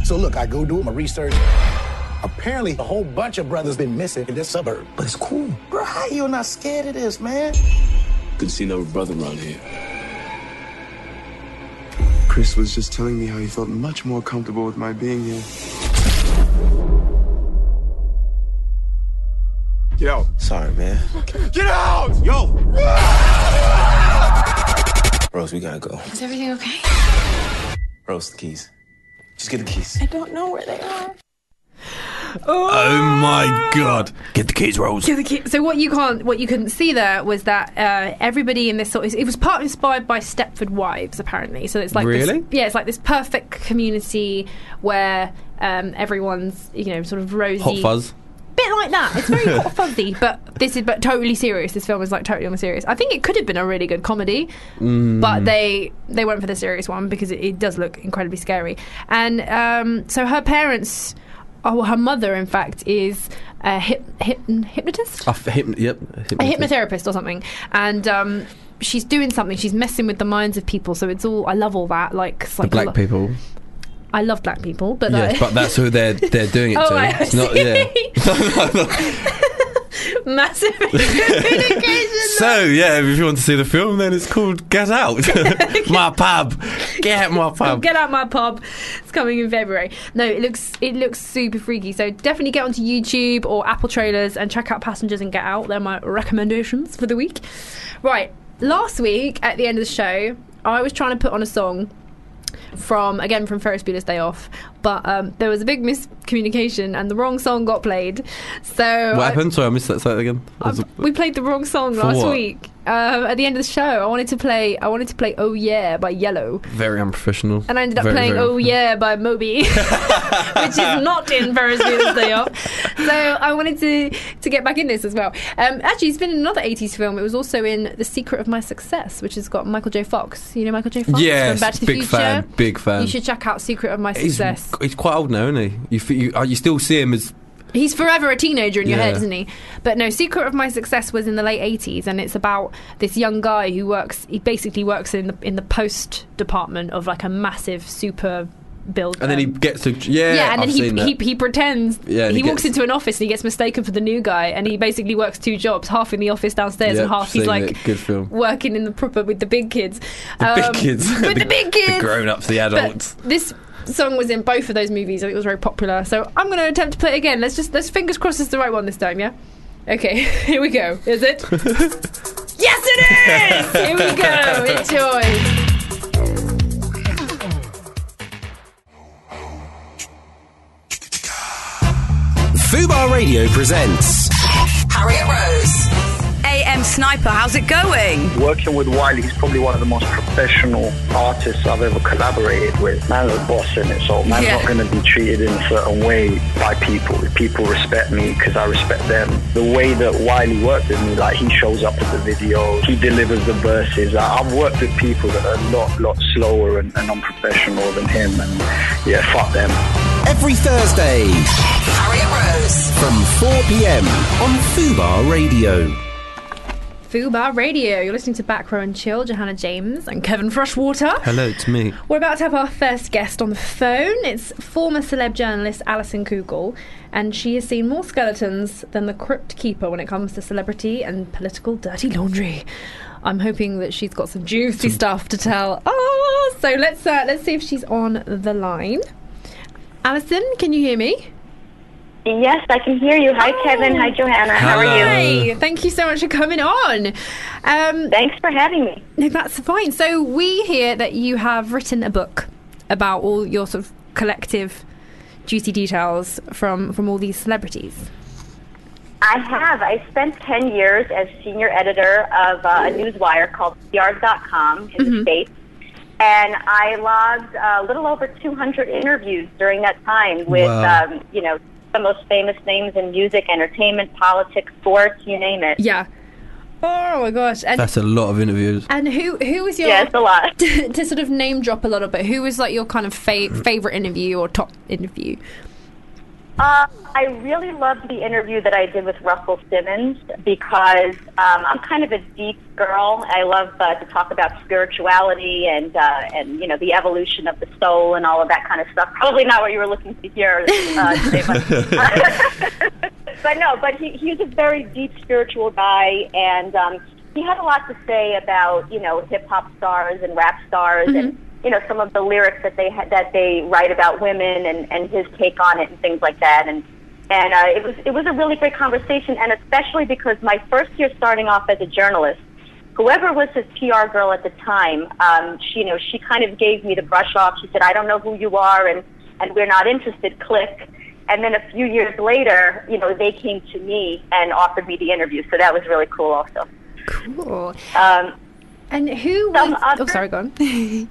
Speaker 9: so look, I go do my research. Apparently, a whole bunch of brothers been missing in this suburb. But it's cool. Bro, how you not scared of this, man?
Speaker 10: Couldn't see no brother around here.
Speaker 7: Chris was just telling me how he felt much more comfortable with my being here. Get out.
Speaker 10: Sorry, man.
Speaker 7: Get out! Yo!
Speaker 10: Rose, we gotta go.
Speaker 4: Is everything okay?
Speaker 10: Rose, the keys. Just get the keys.
Speaker 3: Oh my god! Get the keys, Rose.
Speaker 2: So, the ki- so what you can't, what you couldn't see there was that uh, everybody in this sort of, it was part inspired by Stepford Wives, apparently. So it's like
Speaker 3: Really?
Speaker 2: this, yeah, it's like this perfect community where um, everyone's you know sort of rosy,
Speaker 3: Hot fuzz.
Speaker 2: bit like that. It's very hot fuzzy, but this is but totally serious. This film is like totally on the serious. I think it could have been a really good comedy,
Speaker 3: Mm.
Speaker 2: but they they went for the serious one because it, it does look incredibly scary. And um, so her parents. Oh, her mother, in fact, is a hyp, hyp, hypnotist
Speaker 3: A f- hypno- yep.
Speaker 2: a hypnotherapist or something, and um, she's doing something. She's messing with the minds of people. So it's all I love all that. Like
Speaker 3: The
Speaker 2: psycholo-
Speaker 3: black people.
Speaker 2: I love black people, but
Speaker 3: Yes,
Speaker 2: I-
Speaker 3: but that's who they're they're doing it
Speaker 2: Oh,
Speaker 3: to.
Speaker 2: I
Speaker 3: it's not.
Speaker 2: see.
Speaker 3: Yeah.
Speaker 2: massive communication.
Speaker 3: So yeah, if you want to see the film, then it's called Get Out. my pub. Get my pub.
Speaker 2: Get out my pub. It's coming in February. No, it looks it looks super freaky. So definitely get onto YouTube or Apple trailers and check out Passengers and Get Out. They're my recommendations for the week. Right, last week at the end of the show, I was trying to put on a song from again from Ferris Bueller's Day Off, but um, there was a big miscommunication and the wrong song got played. So
Speaker 3: what
Speaker 2: I-
Speaker 3: happened? Sorry, I missed that. Say that again.
Speaker 2: I- we played the wrong song
Speaker 3: For
Speaker 2: last
Speaker 3: what?
Speaker 2: week. um, at the end of the show, I wanted to play. I wanted to play "Oh Yeah" by Yellow,
Speaker 3: Very unprofessional.
Speaker 2: and I ended up
Speaker 3: Very,
Speaker 2: playing
Speaker 3: very-
Speaker 2: "Oh Yeah" by Moby, which is not in Ferris Bueller's Day Off. So I wanted to to get back in this as well. Um, actually, it's been in another '80s film. It was also in "The Secret of My Success," which has got Michael J. Fox. You know Michael J. Fox
Speaker 3: Yes,
Speaker 2: from Back to the
Speaker 3: big
Speaker 2: Future.
Speaker 3: fan, big fan.
Speaker 2: You should check out "Secret of My
Speaker 3: He's,
Speaker 2: Success."
Speaker 3: he's quite old now, isn't he? You, f- you, uh, you still see him as
Speaker 2: He's forever a teenager in your
Speaker 3: Yeah.
Speaker 2: head, isn't he? But no, Secret of My Success was in the late eighties, and it's about this young guy who works. He basically works in the in the post department of like a massive super build.
Speaker 3: and then he
Speaker 2: um,
Speaker 3: gets to yeah.
Speaker 2: yeah, and
Speaker 3: I've
Speaker 2: then
Speaker 3: seen
Speaker 2: he,
Speaker 3: that.
Speaker 2: he he pretends.
Speaker 3: Yeah, and
Speaker 2: he,
Speaker 3: he
Speaker 2: walks
Speaker 3: gets-
Speaker 2: into an office and he gets mistaken for the new guy, and he basically works two jobs: half in the office downstairs
Speaker 3: Yep,
Speaker 2: and half he's
Speaker 3: seen
Speaker 2: like
Speaker 3: it. Good film.
Speaker 2: working in the proper with the big kids.
Speaker 3: The
Speaker 2: Um,
Speaker 3: big kids,
Speaker 2: With the, big kids.
Speaker 3: the grown-ups, the
Speaker 2: But
Speaker 3: adults.
Speaker 2: this song was in both of those movies. I think it was very popular. So I'm going to attempt to play it again. Let's just let's fingers crossed it's the right one this time. Yeah. Okay. Here we go. Is it? yes, it is. Here we go. Enjoy.
Speaker 1: Fubar Radio presents
Speaker 11: Harriet Rose. AM Sniper, how's it going?
Speaker 12: Working with Wiley, he's probably one of the most professional artists I've ever collaborated with. Man's a boss in it, so man's
Speaker 11: Yeah.
Speaker 12: not going to be treated in a certain way by people. If people respect me because I respect them. The way that Wiley worked with me, like he shows up at the video, he delivers the verses. I, I've worked with people that are a lot, lot slower and, and unprofessional than him, and yeah, fuck them.
Speaker 1: every Thursday
Speaker 11: Harriet Rose.
Speaker 1: from 4 p.m. on Fubar Radio.
Speaker 3: Oh
Speaker 2: Fubar Radio. You're listening to Back Row and Chill. Johanna James and Kevin Freshwater.
Speaker 3: Hello, it's me.
Speaker 2: We're about to have our first guest on the phone. It's former celeb journalist Alison Kugel, and she has seen more skeletons than the crypt keeper when it comes to celebrity and political dirty laundry. I'm hoping that she's got some juicy stuff to tell. Oh, so let's uh, let's see if she's on the line. Alison, can you hear me?
Speaker 13: Yes, I can hear you. Hi, Kevin. Hi, Johanna. How are
Speaker 3: Uh.
Speaker 13: you?
Speaker 2: Hi. Thank you so much for coming on. Um,
Speaker 13: Thanks for having me.
Speaker 2: No, that's fine. So we hear that you have written a book about all your sort of collective juicy details from from all these celebrities.
Speaker 13: I have. I spent 10 years as senior editor of uh, a newswire called PR.com in the States. And I logged uh, a little over 200 interviews during that time with,
Speaker 2: Wow.
Speaker 13: um, you know, the most famous names in music, entertainment, politics, sports, you name it.
Speaker 2: Yeah. Oh my gosh. And
Speaker 3: That's a lot of interviews.
Speaker 2: and who who was your
Speaker 13: Yes, a lot.
Speaker 2: to, to sort of name drop a little bit. Who was like your kind of fa- favorite interview or top interview?
Speaker 13: Uh, I really loved the interview that I did with Russell Simmons because um, I'm kind of a deep girl. I love uh, to talk about spirituality and uh, and you know the evolution of the soul and all of that kind of stuff. Probably not what you were looking to hear uh, today, but no, but he, he was a very deep spiritual guy, and um, he had a lot to say about you know hip hop stars and rap stars and you know some of the lyrics that they ha- that they write about women and and his take on it and things like that and. And uh, it was it was a really great conversation, and especially because my first year starting off as a journalist, whoever was his PR girl at the time, um, she, you know, she kind of gave me the brush off. She said, "I don't know who you are, and and we're not interested." Click. And then a few years later, you know, they came to me and offered me the interview. So that was really cool, also.
Speaker 2: Cool.
Speaker 13: Um,
Speaker 2: And who was? Oh, sorry, go on.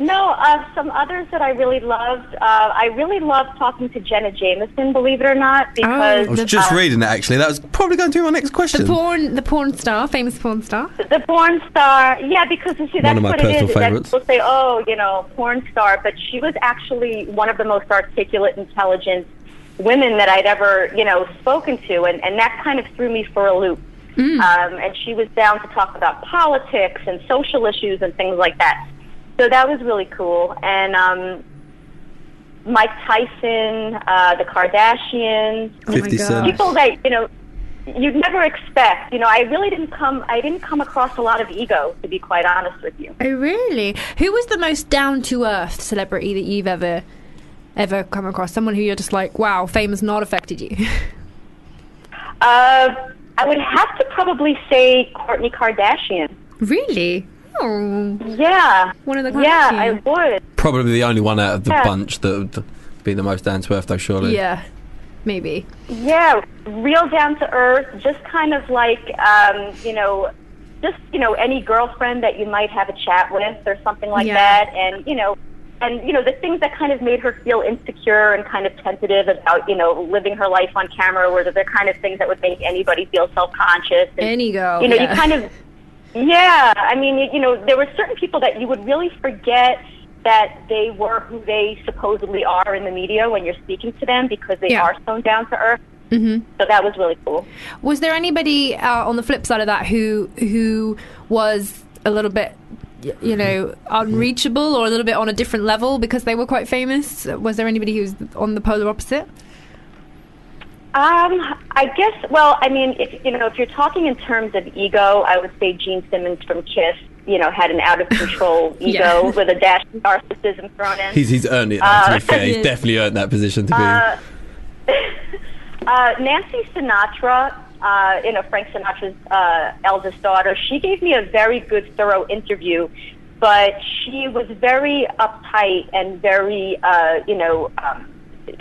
Speaker 13: No, uh, some others that I really loved. Uh, I really loved talking to Jenna Jameson, believe it or not,
Speaker 3: I
Speaker 13: because
Speaker 3: was just
Speaker 13: uh,
Speaker 3: reading that actually. That was probably going to be my next question.
Speaker 2: Um, the porn, the porn star, famous porn star.
Speaker 13: The porn star, yeah, because you see,
Speaker 3: One
Speaker 13: that's
Speaker 3: of my
Speaker 13: what it
Speaker 3: personal
Speaker 13: is. is that
Speaker 3: favorites.
Speaker 13: People say, oh, you know, porn star, but she was actually one of the most articulate, intelligent women that I'd ever, you know, spoken to, and, and that kind of threw me for a loop. Um, and she was down to talk about politics and social issues and things like that. So that was really cool. And um, Mike Tyson, uh, the Kardashians,
Speaker 3: 50 Cent.
Speaker 13: people that you know you'd never expect. You know, I really didn't come. I didn't come across a lot of ego, to be quite honest with you.
Speaker 2: Oh, really? Who was the most down to earth celebrity that you've ever ever come across? Someone who you're just like, wow, fame has not affected you.
Speaker 13: Uh, I would have to probably say Courtney Kardashian.
Speaker 2: really?
Speaker 13: Hmm.
Speaker 2: Oh.
Speaker 13: Yeah.
Speaker 2: One of the
Speaker 13: Yeah, I
Speaker 2: Kardashians.
Speaker 13: would.
Speaker 3: Probably the only one out of the
Speaker 13: Yeah.
Speaker 3: bunch that would be the most down to earth, though. Surely.
Speaker 2: Yeah. Maybe.
Speaker 13: Yeah, real down to earth, just kind of like um, you know, just you know any girlfriend that you might have a chat with or something like
Speaker 14: Yeah.
Speaker 13: that, and you know, and you know the things that kind of made her feel insecure and kind of tentative about you know living her life on camera were the kind of things that would make anybody feel self conscious.
Speaker 2: Any girl,
Speaker 13: you know,
Speaker 2: Oh, yeah.
Speaker 13: you kind of yeah, I mean, you, you know, there were certain people that you would really forget that they were who they supposedly are in the media when you're speaking to them because they
Speaker 2: Yeah.
Speaker 13: are so down to earth.
Speaker 2: Mm-hmm.
Speaker 13: So that was really cool.
Speaker 2: Was there anybody uh, on the flip side of that who who was a little bit, y- you know, unreachable or a little bit on a different level because they were quite famous? Was there anybody who was on the polar opposite?
Speaker 13: Um, I guess. Well, I mean, if you know, if you're talking in terms of ego, I would say Gene Simmons from Kiss, you know, had an out of control ego
Speaker 3: Yeah.
Speaker 13: with a dash of narcissism thrown in.
Speaker 3: He's he's earned it. though, to
Speaker 13: Uh,
Speaker 3: be fair, he's
Speaker 13: yeah.
Speaker 3: definitely earned that position to be.
Speaker 13: Uh, uh, Nancy Sinatra, uh, you know, Frank Sinatra's uh, eldest daughter, she gave me a very good, thorough interview, but she was very uptight and very, uh, you know, um,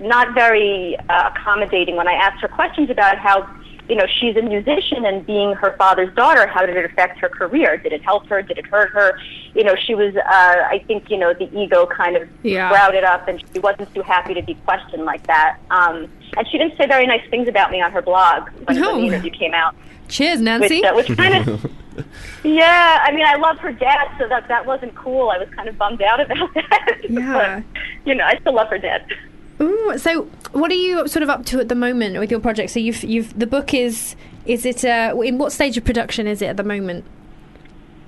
Speaker 13: not very uh, accommodating when I asked her questions about how. You know, she's a musician and being her father's daughter, how did it affect her career? Did it help her? Did it hurt her? You know, she was, uh, I think, you know, the ego kind of
Speaker 14: Yeah.
Speaker 13: crowded up and she wasn't too happy to be questioned like that. Um, and she didn't say very nice things about me on her blog when, when the interview came out.
Speaker 2: Cheers, Nancy.
Speaker 13: Which, uh, which kind of, yeah, I mean, I love her dad, so that that wasn't cool. I was kind of bummed out about that.
Speaker 2: Yeah.
Speaker 13: but, you know, I still love her dad.
Speaker 2: Ooh, Mm, so what are you sort of up to at the moment with your project? So you've you've the book is is it uh, in what stage of production is it at the moment?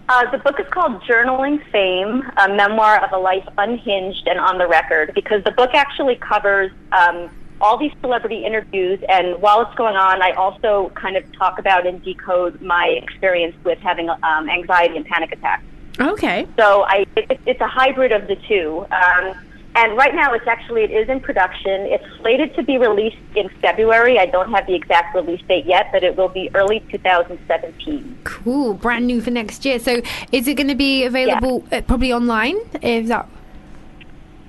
Speaker 13: Uh, the book is called Journaling Fame, a memoir of a life unhinged and on the record, because the book actually covers um, all these celebrity interviews. And while it's going on, I also kind of talk about and decode my experience with having um, anxiety and panic attacks.
Speaker 2: Okay.
Speaker 13: So I, it, it's a hybrid of the two. Um, and right now, it's actually it is in production. It's slated to be released in February. I don't have the exact release date yet, but it will be early 2017.
Speaker 2: Cool, brand new for next year. So is it going to be available uh, probably online? Is that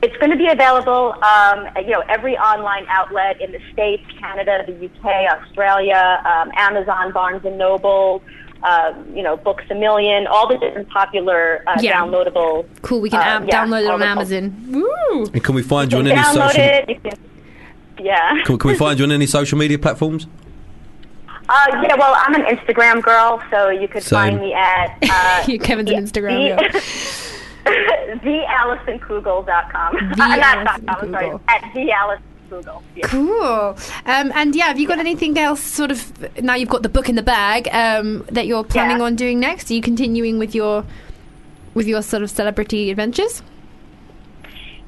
Speaker 13: It's going to be available, um, at, you know, every online outlet in the states, Canada, the UK, Australia, um, Amazon, Barnes and Noble, um, you know, Books a Million, all the different popular uh,
Speaker 2: Yeah.
Speaker 13: downloadable.
Speaker 2: cool? We can
Speaker 13: uh,
Speaker 2: app,
Speaker 13: yeah,
Speaker 2: download it
Speaker 13: all
Speaker 2: on
Speaker 13: the-
Speaker 2: Amazon. Woo!
Speaker 3: And can we find you
Speaker 13: You
Speaker 3: on
Speaker 13: can
Speaker 3: any
Speaker 13: download
Speaker 3: social?
Speaker 13: it. You can, yeah.
Speaker 3: Can, can we find you on any social media platforms?
Speaker 13: Uh, yeah, well, I'm an Instagram girl, so you could
Speaker 3: Same.
Speaker 13: find me at uh,
Speaker 2: Kevin's an Instagram.
Speaker 13: the,
Speaker 2: yeah.
Speaker 13: thealisonkugel.com.
Speaker 2: The
Speaker 13: uh, not dot
Speaker 2: Alison
Speaker 13: com, I'm sorry.
Speaker 2: Kugel.
Speaker 13: At thealisonkugel. Yeah.
Speaker 2: Cool. Um, and yeah, have you got anything else? Sort of now you've got the book in the bag um, that you're planning on doing next. Are you continuing with your with your sort of celebrity adventures?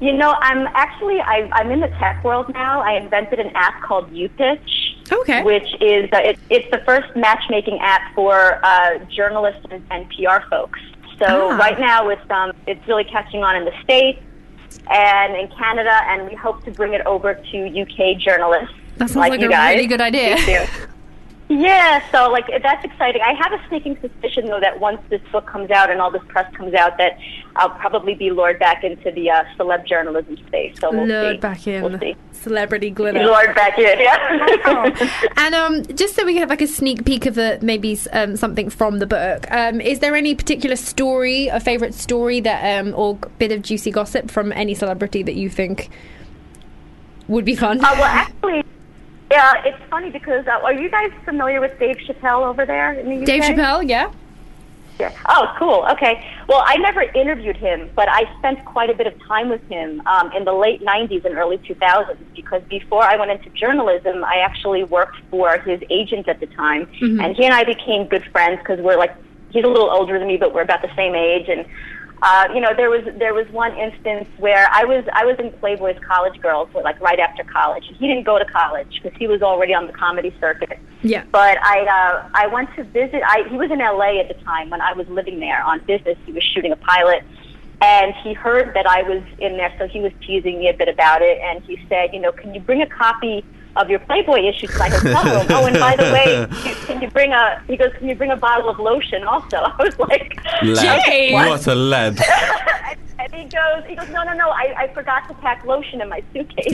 Speaker 13: You know, I'm actually I, I'm in the tech world now. I invented an app called UPitch,
Speaker 2: okay,
Speaker 13: which is uh, it, it's the first matchmaking app for uh, journalists and, and PR folks. So
Speaker 14: Ah.
Speaker 13: right now, it's um, it's really catching on in the states and in Canada, and we hope to bring it over to UK journalists.
Speaker 2: That sounds like
Speaker 13: you
Speaker 2: a
Speaker 13: guys.
Speaker 2: really good idea.
Speaker 13: Thank you. Yeah, so like that's exciting. I have a sneaking suspicion though that once this book comes out and all this press comes out, that I'll probably be lured back into the uh, celeb journalism space. So we'll
Speaker 2: Lured
Speaker 13: see.
Speaker 2: back in.
Speaker 13: We'll see.
Speaker 2: Celebrity glitter.
Speaker 13: Lured back in. Yeah.
Speaker 2: and um, just so we can have like a sneak peek of a, maybe um, something from the book, um, is there any particular story, a favourite story that, um, or bit of juicy gossip from any celebrity that you think would be fun?
Speaker 13: Uh, well, actually, yeah, it's funny because uh, are you guys familiar with Dave Chappelle over there in the UK?
Speaker 2: Dave Chappelle, yeah.
Speaker 13: Yeah. Oh, cool. Okay. Well, I never interviewed him, but I spent quite a bit of time with him um, in the late 90s and early 2000s because before I went into journalism, I actually worked for his agent at the time.
Speaker 14: Mhm.
Speaker 13: And he and I became good friends because we're like, he's a little older than me, but we're about the same age. And, uh, you know, there was there was one instance where I was I was in Playboy's College Girls, like right after college. He didn't go to college because he was already on the comedy circuit.
Speaker 2: Yeah.
Speaker 13: But I uh, I went to visit. I, he was in LA at the time when I was living there on business. He was shooting a pilot, and he heard that I was in there, so he was teasing me a bit about it. And he said, you know, can you bring a copy of your Playboy issue to my hotel room? oh, and by the way, can- can you bring a? He goes, can you bring a bottle of lotion also? I was like,
Speaker 8: Lad.
Speaker 13: okay,
Speaker 8: What a lad.
Speaker 13: and he goes, goes, he goes, no, no, no, I, I forgot to pack lotion in my suitcase.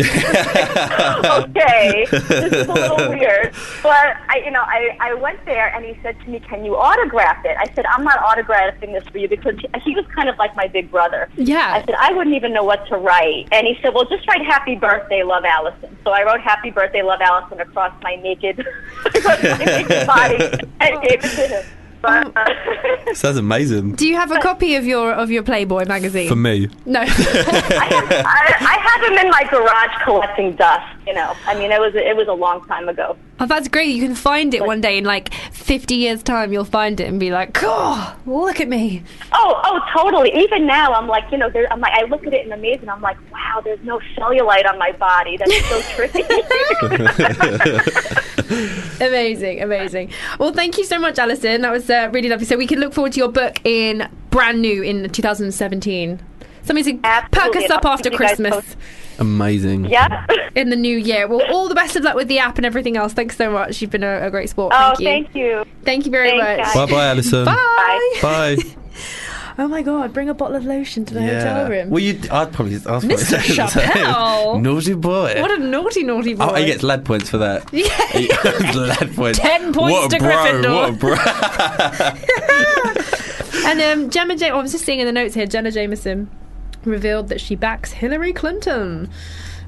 Speaker 13: okay, this is a little weird. But I, you know, I, I went there and he said to me, "Can you autograph it?" I said, "I'm not autographing this for you because he- he was kind of like my big brother."
Speaker 2: Yeah.
Speaker 13: I said I wouldn't even know what to write, and he said, "Well, just write Happy Birthday, Love Allison." So I wrote Happy Birthday, Love Allison across my naked, across my naked body and gave it to him. But, uh,
Speaker 3: Sounds amazing.
Speaker 2: Do you have a copy of your of your Playboy magazine?
Speaker 3: For me.
Speaker 2: No.
Speaker 13: I, I have him in my garage collecting dust. You know, I mean, it was it was a long time ago.
Speaker 2: Oh, that's great. You can find it one day in like 50 years' time. You'll find it and be like, oh, look at me.
Speaker 13: Oh, oh, totally. Even now, I'm like, you know, there, I'm like, I look at it in amazement. I'm like, wow, there's no cellulite on my body. That's so trippy.
Speaker 2: Amazing, amazing. Well, thank you so much, Alison. That was uh, really lovely. So we can look forward to your book in brand new in 2017. Something to perk us
Speaker 13: and
Speaker 2: up
Speaker 13: I'll
Speaker 2: after
Speaker 13: keep you guys
Speaker 2: Christmas.
Speaker 3: Amazing.
Speaker 13: Yeah.
Speaker 2: In the new year. Well, all the best of luck with the app and everything else. Thanks so much. You've been a, a great sport.
Speaker 13: oh,
Speaker 2: Thank you.
Speaker 13: thank you.
Speaker 2: Thank you very much.
Speaker 3: Bye bye, Alison.
Speaker 2: Bye.
Speaker 3: Bye.
Speaker 2: Oh my god, bring a bottle of lotion to the hotel room.
Speaker 3: Well, you. I'd probably. I'd probably
Speaker 2: Mr.
Speaker 3: say the same.
Speaker 2: Chappelle.
Speaker 3: Naughty boy.
Speaker 2: What a naughty, naughty boy.
Speaker 3: Oh, he gets lad points for that. He- lad points.
Speaker 2: Ten points
Speaker 3: what a
Speaker 2: to
Speaker 3: bro,
Speaker 2: Gryffindor.
Speaker 3: What a bro.
Speaker 2: And um, Gemma J. Oh, I was just seeing in the notes here. Jenna Jameson revealed that she backs Hillary Clinton.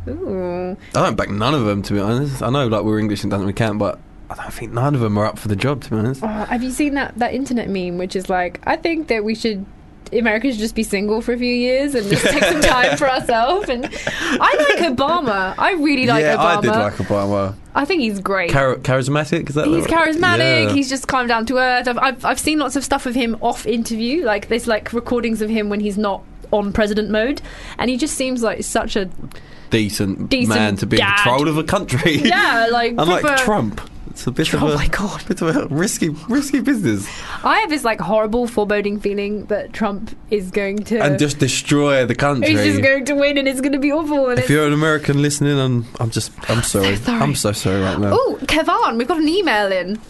Speaker 2: Ooh.
Speaker 3: I don't back none of them to be honest. I know like we're English and doesn't really count, but I don't think none of them are up for the job to be honest.
Speaker 2: Oh, have you seen that that internet meme, which is like, I think that we should. America should just be single for a few years and just take some time for ourselves. And I like Obama. I really like
Speaker 3: yeah,
Speaker 2: Obama.
Speaker 3: I did like Obama.
Speaker 2: I think he's great.
Speaker 3: Char- charismatic is that? the
Speaker 2: He's
Speaker 3: word?
Speaker 2: charismatic.
Speaker 3: Yeah.
Speaker 2: He's just calm down to earth. I've, I've I've seen lots of stuff of him off interview. Like there's like recordings of him when he's not on president mode, and he just seems like such a
Speaker 3: decent,
Speaker 2: decent
Speaker 3: man to be in
Speaker 2: dad.
Speaker 3: control of a country.
Speaker 2: Yeah, like,
Speaker 3: unlike
Speaker 2: proper-
Speaker 3: Trump, it's a bit of a
Speaker 2: Oh my God.
Speaker 3: bit of a risky risky business.
Speaker 2: I have this like horrible foreboding feeling that Trump is going to
Speaker 3: and just destroy the country.
Speaker 2: he's just going to win and it's going to be awful. And
Speaker 3: if
Speaker 2: it's
Speaker 3: you're an American listening, I'm, I'm just I'm sorry. I'm so sorry right now.
Speaker 2: oh, Kevon, we've got an email in.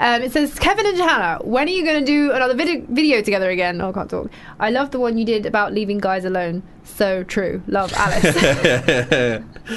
Speaker 2: Um, it says Kevin and Johanna, when are you going to do another video video together again? Oh, I can't talk. I love the one you did about leaving guys alone. So true. Love Alice.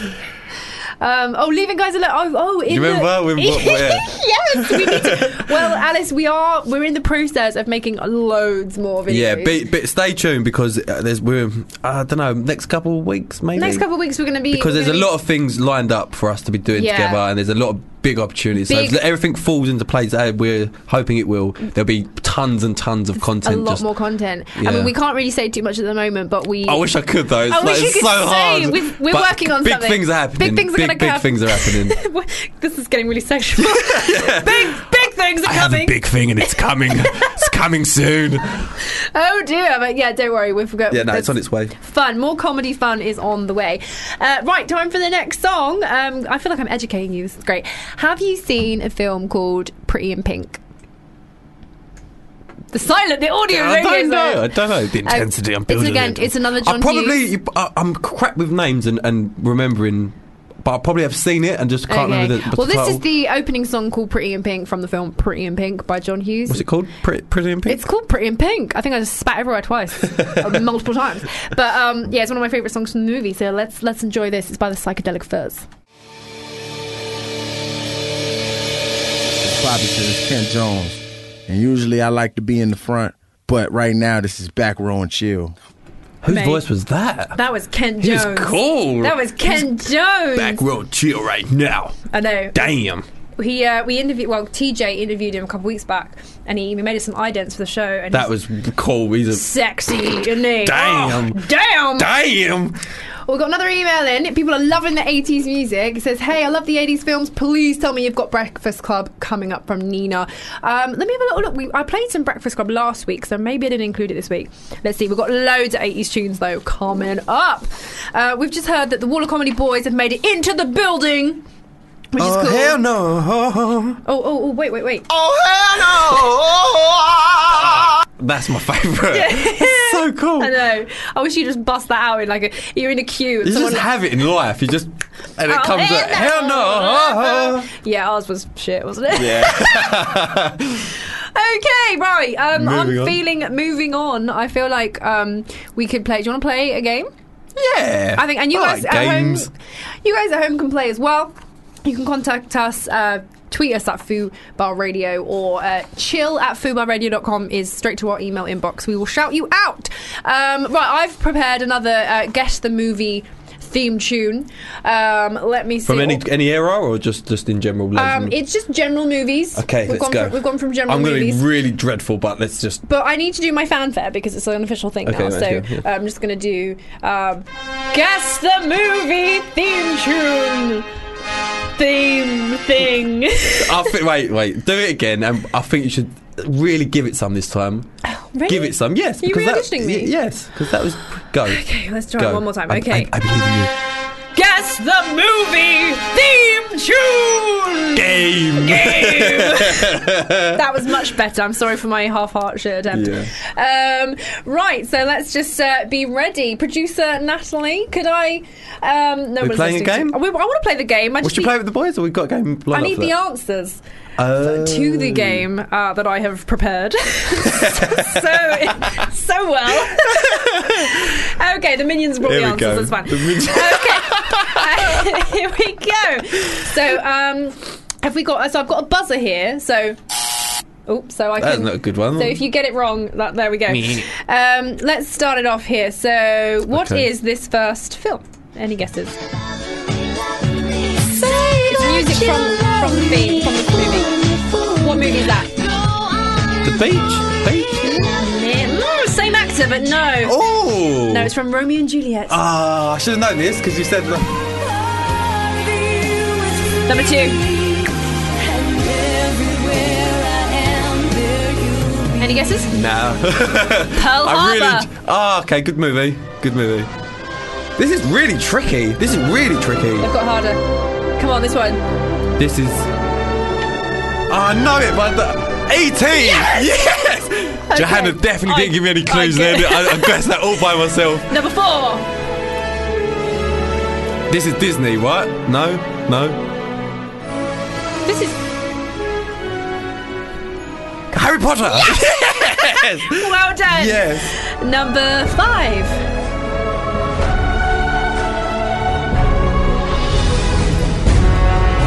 Speaker 2: Um, oh, leaving guys alone. Oh, oh in
Speaker 3: You remember?
Speaker 2: The...
Speaker 3: We've got- yeah.
Speaker 2: yes, we need to. Well, Alice, we are. We're in the process of making loads more videos.
Speaker 3: Yeah, but, but stay tuned because uh, there's we're I don't know next couple of weeks maybe.
Speaker 2: Next couple of weeks, we're going to be
Speaker 3: because
Speaker 2: we're
Speaker 3: there's a
Speaker 2: gonna
Speaker 3: lot of things lined up for us to be doing
Speaker 2: Yeah.
Speaker 3: together, and there's a lot of big opportunities.
Speaker 2: Big-
Speaker 3: So if everything falls into place, as we're hoping it will. There'll be tons and tons of
Speaker 2: be
Speaker 3: content.
Speaker 2: a lot
Speaker 3: just,
Speaker 2: more content. I
Speaker 3: Yeah. Oh,
Speaker 2: mean, we can't really say too much at the moment, but we.
Speaker 3: I wish I could though. It's,
Speaker 2: I
Speaker 3: like,
Speaker 2: wish you
Speaker 3: it's
Speaker 2: could
Speaker 3: so
Speaker 2: say,
Speaker 3: hard.
Speaker 2: we've- we're
Speaker 3: But
Speaker 2: working on
Speaker 3: big
Speaker 2: something.
Speaker 3: Things are
Speaker 2: Big
Speaker 3: happening.
Speaker 2: things are gonna
Speaker 3: Big, big
Speaker 2: come.
Speaker 3: things are happening.
Speaker 2: this is getting really sexual. Big, big things are coming.
Speaker 3: thing, and it's coming. it's coming soon.
Speaker 2: Oh dear, but yeah, don't worry, we've got.
Speaker 3: Yeah, no, it's on its way.
Speaker 2: Fun, more comedy fun is on the way. Uh, right, time for the next song. Um, I feel like I'm educating you. This is great. Have you seen a film called Pretty in Pink? The silent, the audio.
Speaker 3: I
Speaker 2: radio
Speaker 3: don't know. I
Speaker 2: silent.
Speaker 3: don't know the
Speaker 2: Uh,
Speaker 3: intensity. I'm
Speaker 2: it's
Speaker 3: building.
Speaker 2: again-
Speaker 3: it.
Speaker 2: it's another
Speaker 3: I
Speaker 2: John
Speaker 3: probably.
Speaker 2: Hughes.
Speaker 3: I, I'm crap with names and, and remembering, but I probably have seen it and just can't remember the. the
Speaker 2: well, this
Speaker 3: title.
Speaker 2: is the opening song called "Pretty in Pink" from the film "Pretty in Pink" by John Hughes.
Speaker 3: What's it called? Pretty, pretty in pink.
Speaker 2: It's called Pretty in Pink. I think I just spat everywhere twice, uh, multiple times. But um, yeah, it's one of my favorite songs from the movie. So let's let's enjoy this. It's by the Psychedelic Furs.
Speaker 14: Bobby said it's Kent Jones. And usually I like to be in the front, but right now this is back row and chill.
Speaker 3: Whose
Speaker 2: Mate. voice
Speaker 3: was that?
Speaker 2: That was Ken
Speaker 3: He's
Speaker 2: Jones.
Speaker 3: cool.
Speaker 2: That was Ken Jones.
Speaker 3: Back row chill right now.
Speaker 2: I know.
Speaker 3: Damn.
Speaker 2: He uh, we interviewed. Well, TJ interviewed him a couple weeks back, and he, we made us some idents for the show. And
Speaker 3: That was cool. He's a
Speaker 2: he's sexy, isn't he?
Speaker 3: Damn.
Speaker 2: Oh, damn.
Speaker 3: Damn.
Speaker 2: Well, we've got another email in. People are loving the 80s music. It says, Hey, I love the 80s films. Please tell me you've got Breakfast Club coming up from Nina. Um, let me have a little look. We, I played some Breakfast Club last week, so maybe I didn't include it this week. Let's see. We've got loads of 80s tunes, though, coming up. Uh, we've just heard that the Wall of Comedy Boys have made it into the building. Which
Speaker 3: oh,
Speaker 2: is cool.
Speaker 3: hell no.
Speaker 2: Oh, oh, oh, wait, wait, wait.
Speaker 3: Oh, hell no. That's my favourite. so cool.
Speaker 2: I know. I wish you just bust that out in like a. You're in a queue. And
Speaker 3: You
Speaker 2: someone
Speaker 3: just have it in life. You just. And it
Speaker 2: Oh,
Speaker 3: comes out. Hell no.
Speaker 2: Yeah, ours was shit, wasn't it?
Speaker 3: Yeah.
Speaker 2: Okay, right. Um,
Speaker 14: Moving
Speaker 2: I'm
Speaker 14: on.
Speaker 2: feeling moving on. I feel like um, we could play. Do you want to play a game?
Speaker 3: Yeah.
Speaker 2: I think, and you
Speaker 3: I
Speaker 2: guys
Speaker 3: like
Speaker 2: at
Speaker 3: games.
Speaker 2: home, you guys at home can play as well. You can contact us, uh, tweet us at Foo Bar Radio or uh, chill at foobarradio.com is straight to our email inbox. We will shout you out. Um, right, I've prepared another uh, guess the movie theme tune. Um, let me see.
Speaker 3: From any any era or just just in general?
Speaker 2: um,
Speaker 3: legend?
Speaker 2: it's just general movies.
Speaker 3: Mm. okay,
Speaker 2: we've
Speaker 3: let's
Speaker 2: gone
Speaker 3: go.
Speaker 2: From, we've gone from general
Speaker 3: I'm gonna
Speaker 2: movies.
Speaker 3: be really dreadful, but let's just.
Speaker 2: But I need to do my fanfare because it's an official thing
Speaker 3: Okay,
Speaker 2: now.
Speaker 3: right,
Speaker 2: so
Speaker 3: yeah, yeah.
Speaker 2: uh, I'm just going to do um, Guess the Movie Theme Tune Theme Thing.
Speaker 3: I think, wait, wait, do it again, and I think you should really give it some this time.
Speaker 2: Really?
Speaker 3: Give it some, yes.
Speaker 2: You
Speaker 3: because that-
Speaker 2: re-auditioning me?
Speaker 3: y- Yes, because that was go.
Speaker 2: Okay, let's try it
Speaker 3: Go.
Speaker 2: one more time.
Speaker 3: I- I-
Speaker 2: Okay.
Speaker 3: I believe in you.
Speaker 2: Guess the Movie Theme Tune
Speaker 3: Game.
Speaker 2: that was much better. I'm sorry for my half heart shit attempt.
Speaker 3: Yeah.
Speaker 2: Um, right, so let's just uh, be ready. Producer Natalie, could I? Um, no
Speaker 3: We're
Speaker 2: one's
Speaker 3: playing
Speaker 2: listening
Speaker 3: a
Speaker 2: to-
Speaker 3: game?
Speaker 2: I, want to play the game. I
Speaker 3: Well,
Speaker 2: just
Speaker 3: should you
Speaker 2: need-
Speaker 3: play with the boys, or we've got a game
Speaker 2: I
Speaker 3: lined
Speaker 2: need
Speaker 3: up for
Speaker 2: the
Speaker 3: that?
Speaker 2: answers.
Speaker 3: Oh.
Speaker 2: to the game uh, that I have prepared so so well. okay, the minions brought
Speaker 3: Here
Speaker 2: the
Speaker 3: we
Speaker 2: answers.
Speaker 3: go.
Speaker 2: That's fine.
Speaker 3: The minions-
Speaker 2: okay, Uh, here we go. So, um, have we got? So I've got a buzzer here. So. Oh, so I
Speaker 3: That's
Speaker 2: can.
Speaker 3: not a good one.
Speaker 2: So if you get it wrong, that, there we go.
Speaker 3: Meh.
Speaker 2: Um, let's start it off here. So, what is
Speaker 3: Okay.
Speaker 2: this first film? Any guesses? It's music from, from the theme, from the movie. What movie is that?
Speaker 3: The beach. Beach.
Speaker 2: Mm, Same actor, but no.
Speaker 3: Oh.
Speaker 2: No, it's from Romeo and Juliet.
Speaker 3: Ah, I should have known this because you said. The-
Speaker 2: Number two. Any guesses?
Speaker 3: No.
Speaker 2: Pearl
Speaker 3: I
Speaker 2: Harbor.
Speaker 3: really. Ah, okay. Good movie. Good movie. This is really tricky. This is really tricky.
Speaker 2: They've got harder. Come on, this one.
Speaker 3: This is. I know it, but the ET. Yes. Johanna definitely didn't give me any clues
Speaker 2: get-
Speaker 3: then. I, I guessed that all by myself.
Speaker 2: Number four.
Speaker 3: This is Disney, right? No, no.
Speaker 2: This is.
Speaker 3: Harry Potter.
Speaker 2: well done.
Speaker 3: Yes.
Speaker 2: Number five.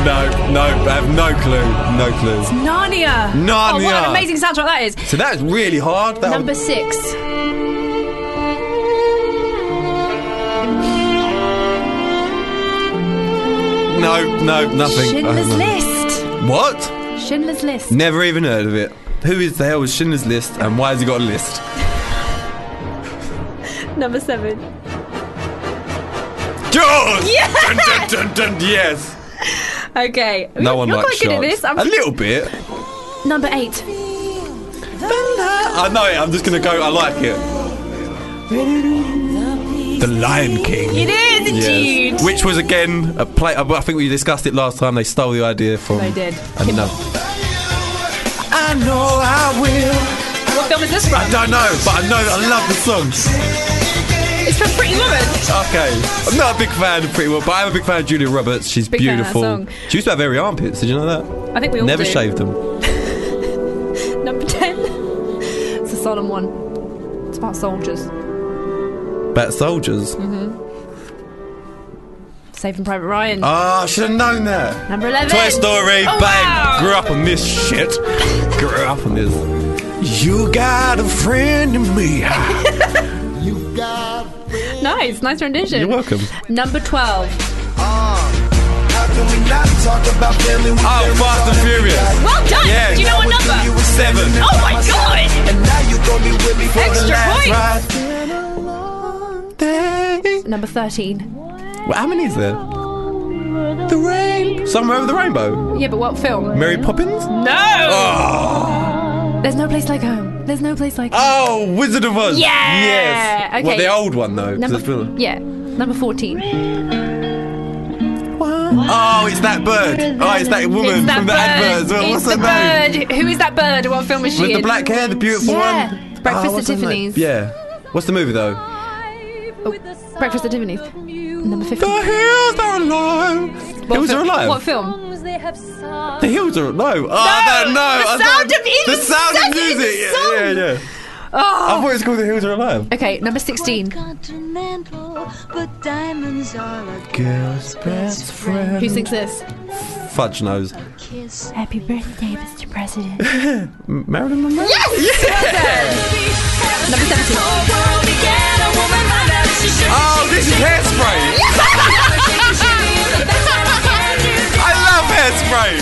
Speaker 3: No, no. I have no clue. No clue.
Speaker 2: Narnia. Oh, what
Speaker 3: Narnia.
Speaker 2: an amazing soundtrack that is.
Speaker 3: So that's really hard. That
Speaker 2: Number six.
Speaker 3: No, no, nothing.
Speaker 2: Schindler's
Speaker 3: I don't
Speaker 2: List.
Speaker 3: know. What?
Speaker 2: Schindler's List.
Speaker 3: Never even heard of it. Who is the hell is Schindler's List and why has he got a list?
Speaker 2: Number seven.
Speaker 3: Jaws!
Speaker 2: Yeah!
Speaker 3: Dun, dun, dun, dun, yes!
Speaker 2: Okay.
Speaker 3: No one
Speaker 2: You're
Speaker 3: likes
Speaker 2: quite good at
Speaker 3: sharks.
Speaker 2: this. I'm-
Speaker 3: A little bit.
Speaker 2: Number eight.
Speaker 3: I know it. I'm just gonna go. I like it. The Lion King.
Speaker 2: It is indeed.
Speaker 3: Which was again a play. uh, I think we discussed it last time. They stole the idea from.
Speaker 2: They did.
Speaker 3: Another.
Speaker 2: I know I will. What film is this from?
Speaker 3: I don't know, but I know I love the song.
Speaker 2: It's from Pretty Woman.
Speaker 3: Okay, I'm not a big fan of Pretty Woman, but I'm a big fan of Julia Roberts. She's
Speaker 2: Big fan of that
Speaker 3: beautiful.
Speaker 2: song.
Speaker 3: She used to have hairy armpits. Did you know that?
Speaker 2: I think we all
Speaker 3: never
Speaker 2: do.
Speaker 3: shaved them.
Speaker 2: Number ten. It's a solemn one. It's about soldiers.
Speaker 3: Bat soldiers.
Speaker 2: Mm-hmm. Saving Private Ryan.
Speaker 3: Ah, I should have known that.
Speaker 2: Number eleven.
Speaker 3: Toy Story,
Speaker 2: Oh,
Speaker 3: bang!
Speaker 2: wow.
Speaker 3: Grew up on this shit. Grew up on this. You got a friend in me.
Speaker 2: Nice, nice rendition.
Speaker 3: You're welcome.
Speaker 2: Number twelve.
Speaker 3: Oh, Fast and Furious.
Speaker 2: Well done.
Speaker 3: Yes.
Speaker 2: Do you know what number?
Speaker 3: Seven.
Speaker 2: Oh my god.
Speaker 9: And now you gonna be with me for the
Speaker 2: Extra
Speaker 9: last
Speaker 2: point.
Speaker 9: ride.
Speaker 2: Number thirteen.
Speaker 3: Well, how many is there? The rain. Somewhere over the rainbow.
Speaker 2: Yeah, but what film?
Speaker 3: Mary Poppins.
Speaker 2: No.
Speaker 3: Oh,
Speaker 2: There's no place like home. There's no place like.
Speaker 3: oh Wizard of Oz.
Speaker 2: Yeah.
Speaker 3: Yes.
Speaker 2: Okay.
Speaker 3: Well, the old one though. 'cause it's
Speaker 2: Number,
Speaker 3: been-
Speaker 2: yeah, number 14.
Speaker 3: Oh, it's that bird. Oh, it's that woman
Speaker 2: It's that
Speaker 3: from the
Speaker 2: bird.
Speaker 3: advert as well.
Speaker 2: It's
Speaker 3: What's
Speaker 2: the
Speaker 3: her name?
Speaker 2: bird. Who is that bird? What film is she
Speaker 3: With the
Speaker 2: in?
Speaker 3: black hair, the beautiful
Speaker 2: yeah.
Speaker 3: one.
Speaker 2: Breakfast
Speaker 3: Oh,
Speaker 2: at
Speaker 3: what's her name?
Speaker 2: Tiffany's.
Speaker 3: Yeah. What's the movie though?
Speaker 2: Oh, Breakfast at Tiffany's. Number 15.
Speaker 3: The hills are alive.
Speaker 2: What
Speaker 3: hills
Speaker 2: film?
Speaker 3: are alive.
Speaker 2: What film?
Speaker 15: hills they have sung.
Speaker 3: The hills are no. Oh, no,
Speaker 15: No,
Speaker 3: no. I
Speaker 15: the
Speaker 3: thought-
Speaker 15: sound of it
Speaker 3: the
Speaker 15: was-
Speaker 3: sound
Speaker 15: that
Speaker 3: of
Speaker 15: it was
Speaker 3: music. Yeah,
Speaker 15: sung.
Speaker 3: yeah, yeah. I thought
Speaker 2: Oh.
Speaker 3: it's called The Hills Are Alive.
Speaker 2: Okay, number 16.
Speaker 15: But diamonds are a
Speaker 3: Girl's best friend.
Speaker 2: Who sings this?
Speaker 3: Fudge knows.
Speaker 15: kiss. Happy birthday, Mr. President.
Speaker 3: M- Marilyn Monroe.
Speaker 15: Yes! Number 17.
Speaker 3: Oh, this is hairspray. I love hairspray.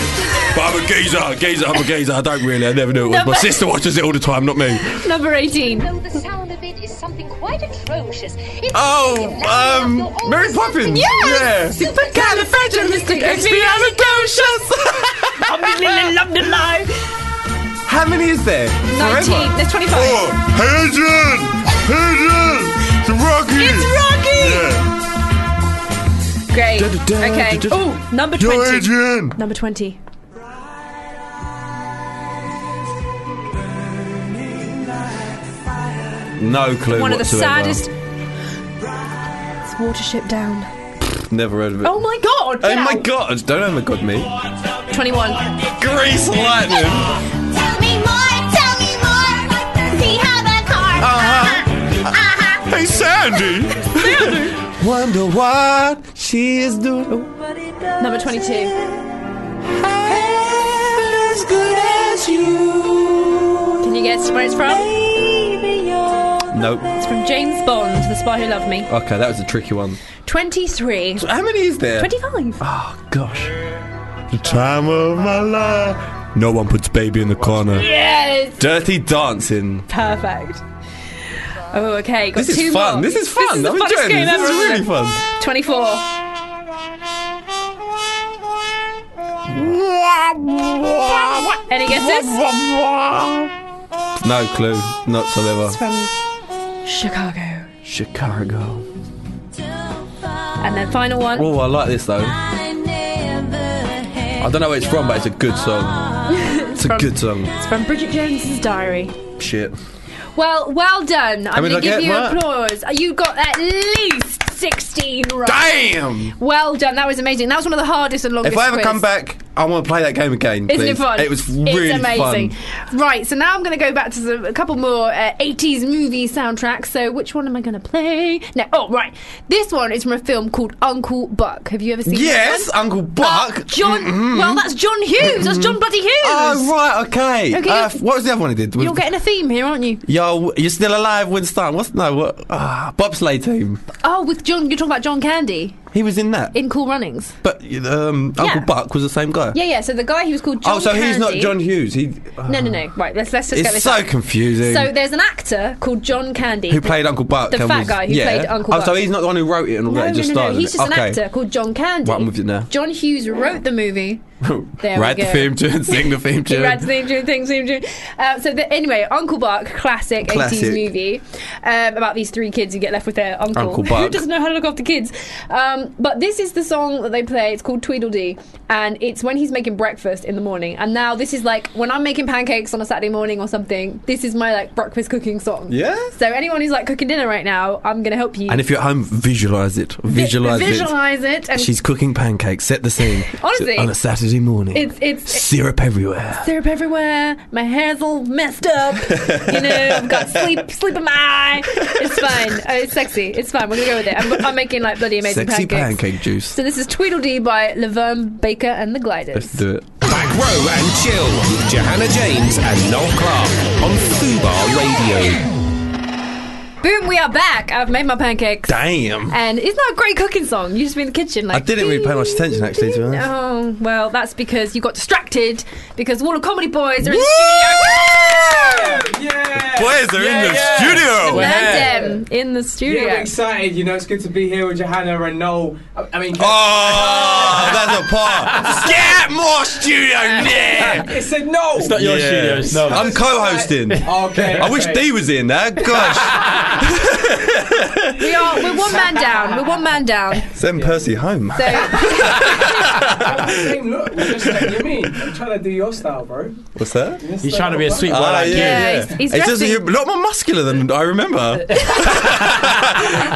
Speaker 3: But I'm a geezer, geezer, I'm a geezer. I don't really, I never knew it was.
Speaker 2: No,
Speaker 3: My
Speaker 2: but-
Speaker 3: sister watches it all the time, not me.
Speaker 2: Number 18.
Speaker 15: The sound of it is something quite atrocious. It's
Speaker 3: Oh, um, Mary Poppins.
Speaker 15: Yes!
Speaker 3: Yeah. Supercalifragilisticexpialidocious.
Speaker 15: I'm really loved alive.
Speaker 3: How many is there?
Speaker 15: 19. There's 25.
Speaker 3: Oh, Hadrian! Hadrian! It's Rocky!
Speaker 15: It's Rocky!
Speaker 2: Great.
Speaker 15: Da-da-da,
Speaker 2: Okay.
Speaker 15: da-da-da.
Speaker 2: Oh, number
Speaker 15: Yo,
Speaker 2: 20.
Speaker 15: Adrian.
Speaker 2: Number 20.
Speaker 3: No clue.
Speaker 2: One of the
Speaker 3: whatsoever.
Speaker 2: saddest. It's Watership Down.
Speaker 3: Never heard of it.
Speaker 2: Oh my god!
Speaker 3: Oh
Speaker 2: get
Speaker 3: my
Speaker 2: out.
Speaker 3: god! Don't ever god me.
Speaker 2: 21.
Speaker 3: Grease lightning. Uh-huh. Hey Sandy. Wonder what she is doing.
Speaker 2: Number 22.
Speaker 15: As good as you.
Speaker 2: Can you guess where it's from?
Speaker 3: Nope.
Speaker 2: It's from James Bond, The Spy Who Loved Me.
Speaker 3: Okay, that was a tricky one.
Speaker 2: 23.
Speaker 3: So how many is there?
Speaker 2: 25.
Speaker 3: Oh gosh. The time of my life. No one puts baby in the corner.
Speaker 2: Yes!
Speaker 3: Dirty dancing.
Speaker 2: Perfect. Oh, okay. Got
Speaker 3: This
Speaker 2: two
Speaker 3: is fun.
Speaker 2: more.
Speaker 3: This is fun.
Speaker 2: the
Speaker 3: I'm
Speaker 2: funnest
Speaker 3: enjoying
Speaker 2: game
Speaker 3: this. This
Speaker 2: ever,
Speaker 3: is
Speaker 2: isn't
Speaker 3: really
Speaker 2: it?
Speaker 3: fun.
Speaker 2: 24. Any guesses?
Speaker 3: No clue. Not so
Speaker 2: It's
Speaker 3: ever.
Speaker 2: from Chicago.
Speaker 3: Chicago.
Speaker 2: And then final one.
Speaker 3: Oh, I like this though. I don't know where it's from, but it's a good song. It's a
Speaker 2: from,
Speaker 3: good song.
Speaker 2: It's from Bridget Jones's Diary.
Speaker 3: Shit.
Speaker 2: Well, well done. I'm
Speaker 3: How many
Speaker 2: going to
Speaker 3: did I
Speaker 2: give you
Speaker 3: get? What?
Speaker 2: applause. You got at least 16 right.
Speaker 3: Damn!
Speaker 2: Well done. That was amazing. That was one of the hardest and longest
Speaker 3: If I ever
Speaker 2: quiz.
Speaker 3: come back, I want to play that game again.
Speaker 2: Isn't
Speaker 3: please.
Speaker 2: it fun?
Speaker 3: It was really
Speaker 2: it's amazing.
Speaker 3: fun.
Speaker 2: Right, so now I'm going to go back to some, a couple more uh, 80s movie soundtracks. So which one am I going to play? No, oh right, this one is from a film called Uncle Buck. Have you ever seen? this
Speaker 3: Yes,
Speaker 2: one?
Speaker 3: Uncle Buck.
Speaker 2: Uh, John.
Speaker 3: Mhm.
Speaker 2: Well, that's John Hughes. That's John Bloody Hughes.
Speaker 3: Oh right, okay.
Speaker 2: Okay,
Speaker 3: Uh,
Speaker 2: you're-
Speaker 3: f- what was the other one he did? Was-
Speaker 2: You're getting a theme here, aren't you?
Speaker 3: Yo, you're still alive, Winston. What's no? What? Ah, bobsleigh team.
Speaker 2: Oh, with John, you're talking about John Candy
Speaker 3: He was in that.
Speaker 2: in Cool Runnings.
Speaker 3: But um, Uncle
Speaker 2: Yeah.
Speaker 3: Buck was the same guy.
Speaker 2: Yeah, yeah. So the guy who was called John.
Speaker 3: oh, so he's not
Speaker 2: Candy-
Speaker 3: John Hughes. He.
Speaker 2: No, no, no. Right, let's let's just get
Speaker 3: it's
Speaker 2: this.
Speaker 3: so
Speaker 2: out.
Speaker 3: confusing.
Speaker 2: So there's an actor called John Candy
Speaker 3: who played Uncle Buck?
Speaker 2: the
Speaker 3: and
Speaker 2: fat
Speaker 3: was-
Speaker 2: guy who
Speaker 3: yeah.
Speaker 2: played Uncle
Speaker 3: oh,
Speaker 2: Buck.
Speaker 3: so he's not the one who wrote it and all
Speaker 2: No,
Speaker 3: that.
Speaker 2: no,
Speaker 3: he just
Speaker 2: no,
Speaker 3: started.
Speaker 2: no. He's just
Speaker 3: okay.
Speaker 2: an actor called John Candy.
Speaker 3: Right, I'm with you now.
Speaker 2: John Hughes wrote the movie. There we
Speaker 3: Write the
Speaker 2: go.
Speaker 3: theme tune, sing the theme
Speaker 2: He
Speaker 3: tune.
Speaker 2: writes the theme tune, thing, theme tune. Uh, so the, anyway, Uncle Buck, classic,
Speaker 3: Classic.
Speaker 2: 80s movie um, about these three kids who get left with their uncle,
Speaker 3: Uncle
Speaker 2: who
Speaker 3: Buck.
Speaker 2: doesn't know how to look after kids. Um, but this is the song that they play. It's called Tweedledee, and it's when he's making breakfast in the morning. And now this is like when I'm making pancakes on a Saturday morning or something. This is my like breakfast cooking song.
Speaker 3: Yeah.
Speaker 2: So anyone who's like cooking dinner right now, I'm gonna help you.
Speaker 3: And if you're at home, visualize it. Visualize,
Speaker 2: visualize Oh, it, and
Speaker 3: it. She's cooking pancakes. Set the scene.
Speaker 2: Honestly.
Speaker 3: on a Saturday morning.
Speaker 2: It's- it's-
Speaker 3: syrup everywhere.
Speaker 2: syrup everywhere. My hair's all messed up. You know, I've got sleep sleep in my eye. It's fine. Uh, it's sexy. It's fine. We're gonna go with it. I'm, I'm making like bloody amazing
Speaker 3: Sexy
Speaker 2: pancakes.
Speaker 3: pancake juice.
Speaker 2: So this is Tweedledee by Laverne Baker and the Gliders.
Speaker 1: Let's do it. Back row and chill with Johanna James and Noel Clark on Fubar Radio.
Speaker 2: Boom, we are back. I've made my pancakes.
Speaker 3: Damn.
Speaker 2: And it's not a great cooking song. You just be in the kitchen
Speaker 3: I
Speaker 2: like.
Speaker 3: didn't really pay much attention actually to it.
Speaker 2: Oh well, that's because you got distracted because all the comedy boys are in the studio.
Speaker 3: Boys are
Speaker 16: in the studio.
Speaker 2: We
Speaker 16: We're
Speaker 2: learned
Speaker 16: here.
Speaker 2: them in the studio.
Speaker 16: Yeah, I'm excited. You know, it's good to be here with Johanna and Noel. I, I mean,
Speaker 3: oh, that's a part. Get more studio, yeah.
Speaker 16: It said no.
Speaker 3: It's not your studio, it's no. I'm co-hosting.
Speaker 16: Okay.
Speaker 3: I wish
Speaker 16: okay.
Speaker 3: Dee was in there. Gosh.
Speaker 2: we are. We're one man down. We're one man down.
Speaker 8: Send Percy home.
Speaker 16: Same look. We're just like, you mean? I'm trying to do your style, bro.
Speaker 8: What's that?
Speaker 16: He's trying to be a sweet
Speaker 8: Ah,
Speaker 16: boy like
Speaker 8: yeah,
Speaker 16: you.
Speaker 8: yeah.
Speaker 16: Yeah, he's- he's
Speaker 8: it's just
Speaker 16: dressing-
Speaker 8: you're a lot more muscular than I remember.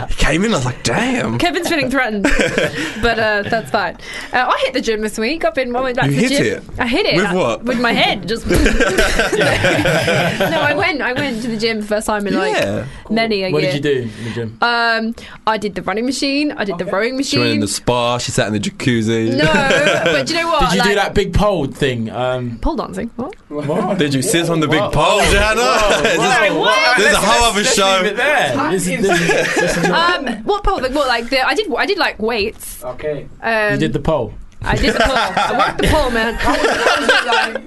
Speaker 8: He Came in, I was like, damn.
Speaker 2: Kevin's feeling threatened, but uh, that's fine. Uh, I hit the gym this week. I've been. I went back
Speaker 8: You
Speaker 2: to the
Speaker 8: hit
Speaker 2: gym.
Speaker 8: it?
Speaker 2: I hit it
Speaker 8: With
Speaker 2: I-
Speaker 8: what?
Speaker 2: With my head. Just no. I went. I went to the gym for the first time in like
Speaker 8: Yeah.
Speaker 2: many a
Speaker 8: What
Speaker 2: year.
Speaker 8: did you
Speaker 16: do in the gym?
Speaker 2: Um, I did the running machine. I did the rowing
Speaker 8: She went in
Speaker 2: machine.
Speaker 8: the spa. She sat in the jacuzzi.
Speaker 2: No, but do you know what?
Speaker 17: Did you do
Speaker 2: Like-
Speaker 17: that big pole thing? Um,
Speaker 2: Pole dancing. What?
Speaker 8: Did you sit on the big
Speaker 17: Whoa.
Speaker 8: pole,
Speaker 17: Whoa.
Speaker 8: Johanna?
Speaker 17: Whoa.
Speaker 8: This is-
Speaker 17: Whoa. What?
Speaker 8: This is a
Speaker 17: Let's-
Speaker 8: whole
Speaker 17: let's-
Speaker 8: other
Speaker 17: let's
Speaker 8: show.
Speaker 17: leave it there. This is- this is- this is-
Speaker 2: Um, what pole? What like the? I did. I did like weights.
Speaker 16: Okay.
Speaker 2: Um,
Speaker 17: you did the pole.
Speaker 2: I did the pole. I worked the pole, man.
Speaker 16: Like,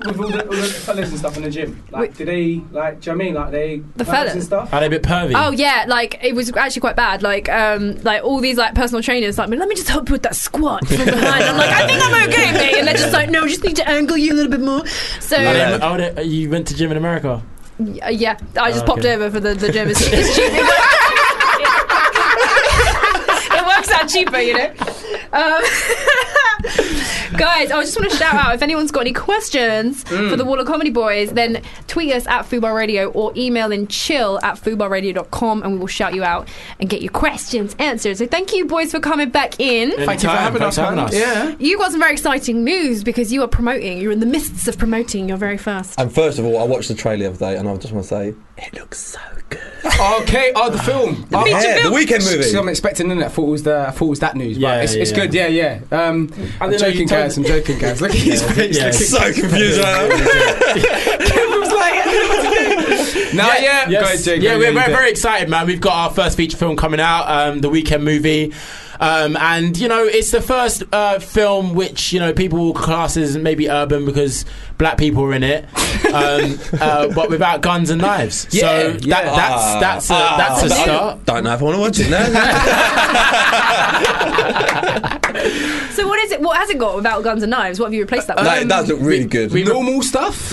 Speaker 16: with all the, all the fellas and stuff in the gym. Like, do they, like, do you know what I mean? Like, they.
Speaker 2: The
Speaker 16: fellas
Speaker 2: fellas?
Speaker 16: and stuff?
Speaker 17: Are they a bit pervy?
Speaker 2: Oh yeah, like it was actually quite bad. Like um, like all these like personal trainers like, let me just help you with that squat from behind. I'm like, I think I'm okay, mate. And they're just like, no, just need to angle you a little bit more. So
Speaker 17: Are they- are oh, they- you went to gym in America.
Speaker 2: y- yeah, I just
Speaker 17: Oh,
Speaker 2: popped
Speaker 17: okay.
Speaker 2: over for the the gym. It's, it's cheap. It works- it works out cheaper, you know. Um, guys, I just want to shout out if anyone's got any questions
Speaker 11: Mm.
Speaker 2: for the Wall of Comedy Boys, then tweet us at Fubar Radio or email in chill at fubarradio.com and we will shout you out and get your questions answered. So thank you, boys, for coming back in.
Speaker 17: Thank you for Anytime. having Thanks us, for having man. us. Yeah.
Speaker 2: You got some very exciting news because you are promoting, you're in the midst of promoting your very first.
Speaker 3: And first of all, I watched the trailer the other day, and I just want to say it looks so good.
Speaker 16: okay, oh, the film.
Speaker 3: The
Speaker 16: Oh,
Speaker 3: feature Yeah, the film. weekend movie.
Speaker 16: So I'm expecting in it. I thought it was the, I thought it was that news.
Speaker 17: Yeah,
Speaker 16: but it's, it's
Speaker 17: yeah.
Speaker 16: good. Yeah, yeah. Um,
Speaker 17: I
Speaker 16: I'm
Speaker 17: didn't know you
Speaker 16: joking,
Speaker 17: told-
Speaker 16: guys. I'm joking, guys. Look at his face.
Speaker 17: Yeah.
Speaker 16: Look at-
Speaker 17: So confused, I
Speaker 16: Kevin was like, no, yeah. Go ahead, Jake.
Speaker 17: yeah,
Speaker 16: Go
Speaker 17: we're,
Speaker 16: ahead,
Speaker 17: we're
Speaker 16: you do
Speaker 17: very
Speaker 16: it.
Speaker 17: excited, man. We've got our first feature film coming out, um, the weekend movie. Um, and you know, it's the first uh, film which you know people will class as maybe urban because black people are in it, um, uh, but without guns and knives. so that,
Speaker 3: Ah,
Speaker 17: that's that's a,
Speaker 3: ah,
Speaker 17: that's a
Speaker 3: I
Speaker 17: start.
Speaker 3: Don't know if I want to watch it. No,
Speaker 2: So what is it? What has it got without guns and knives? What have you replaced that with?
Speaker 3: that does look really good.
Speaker 16: normal stuff.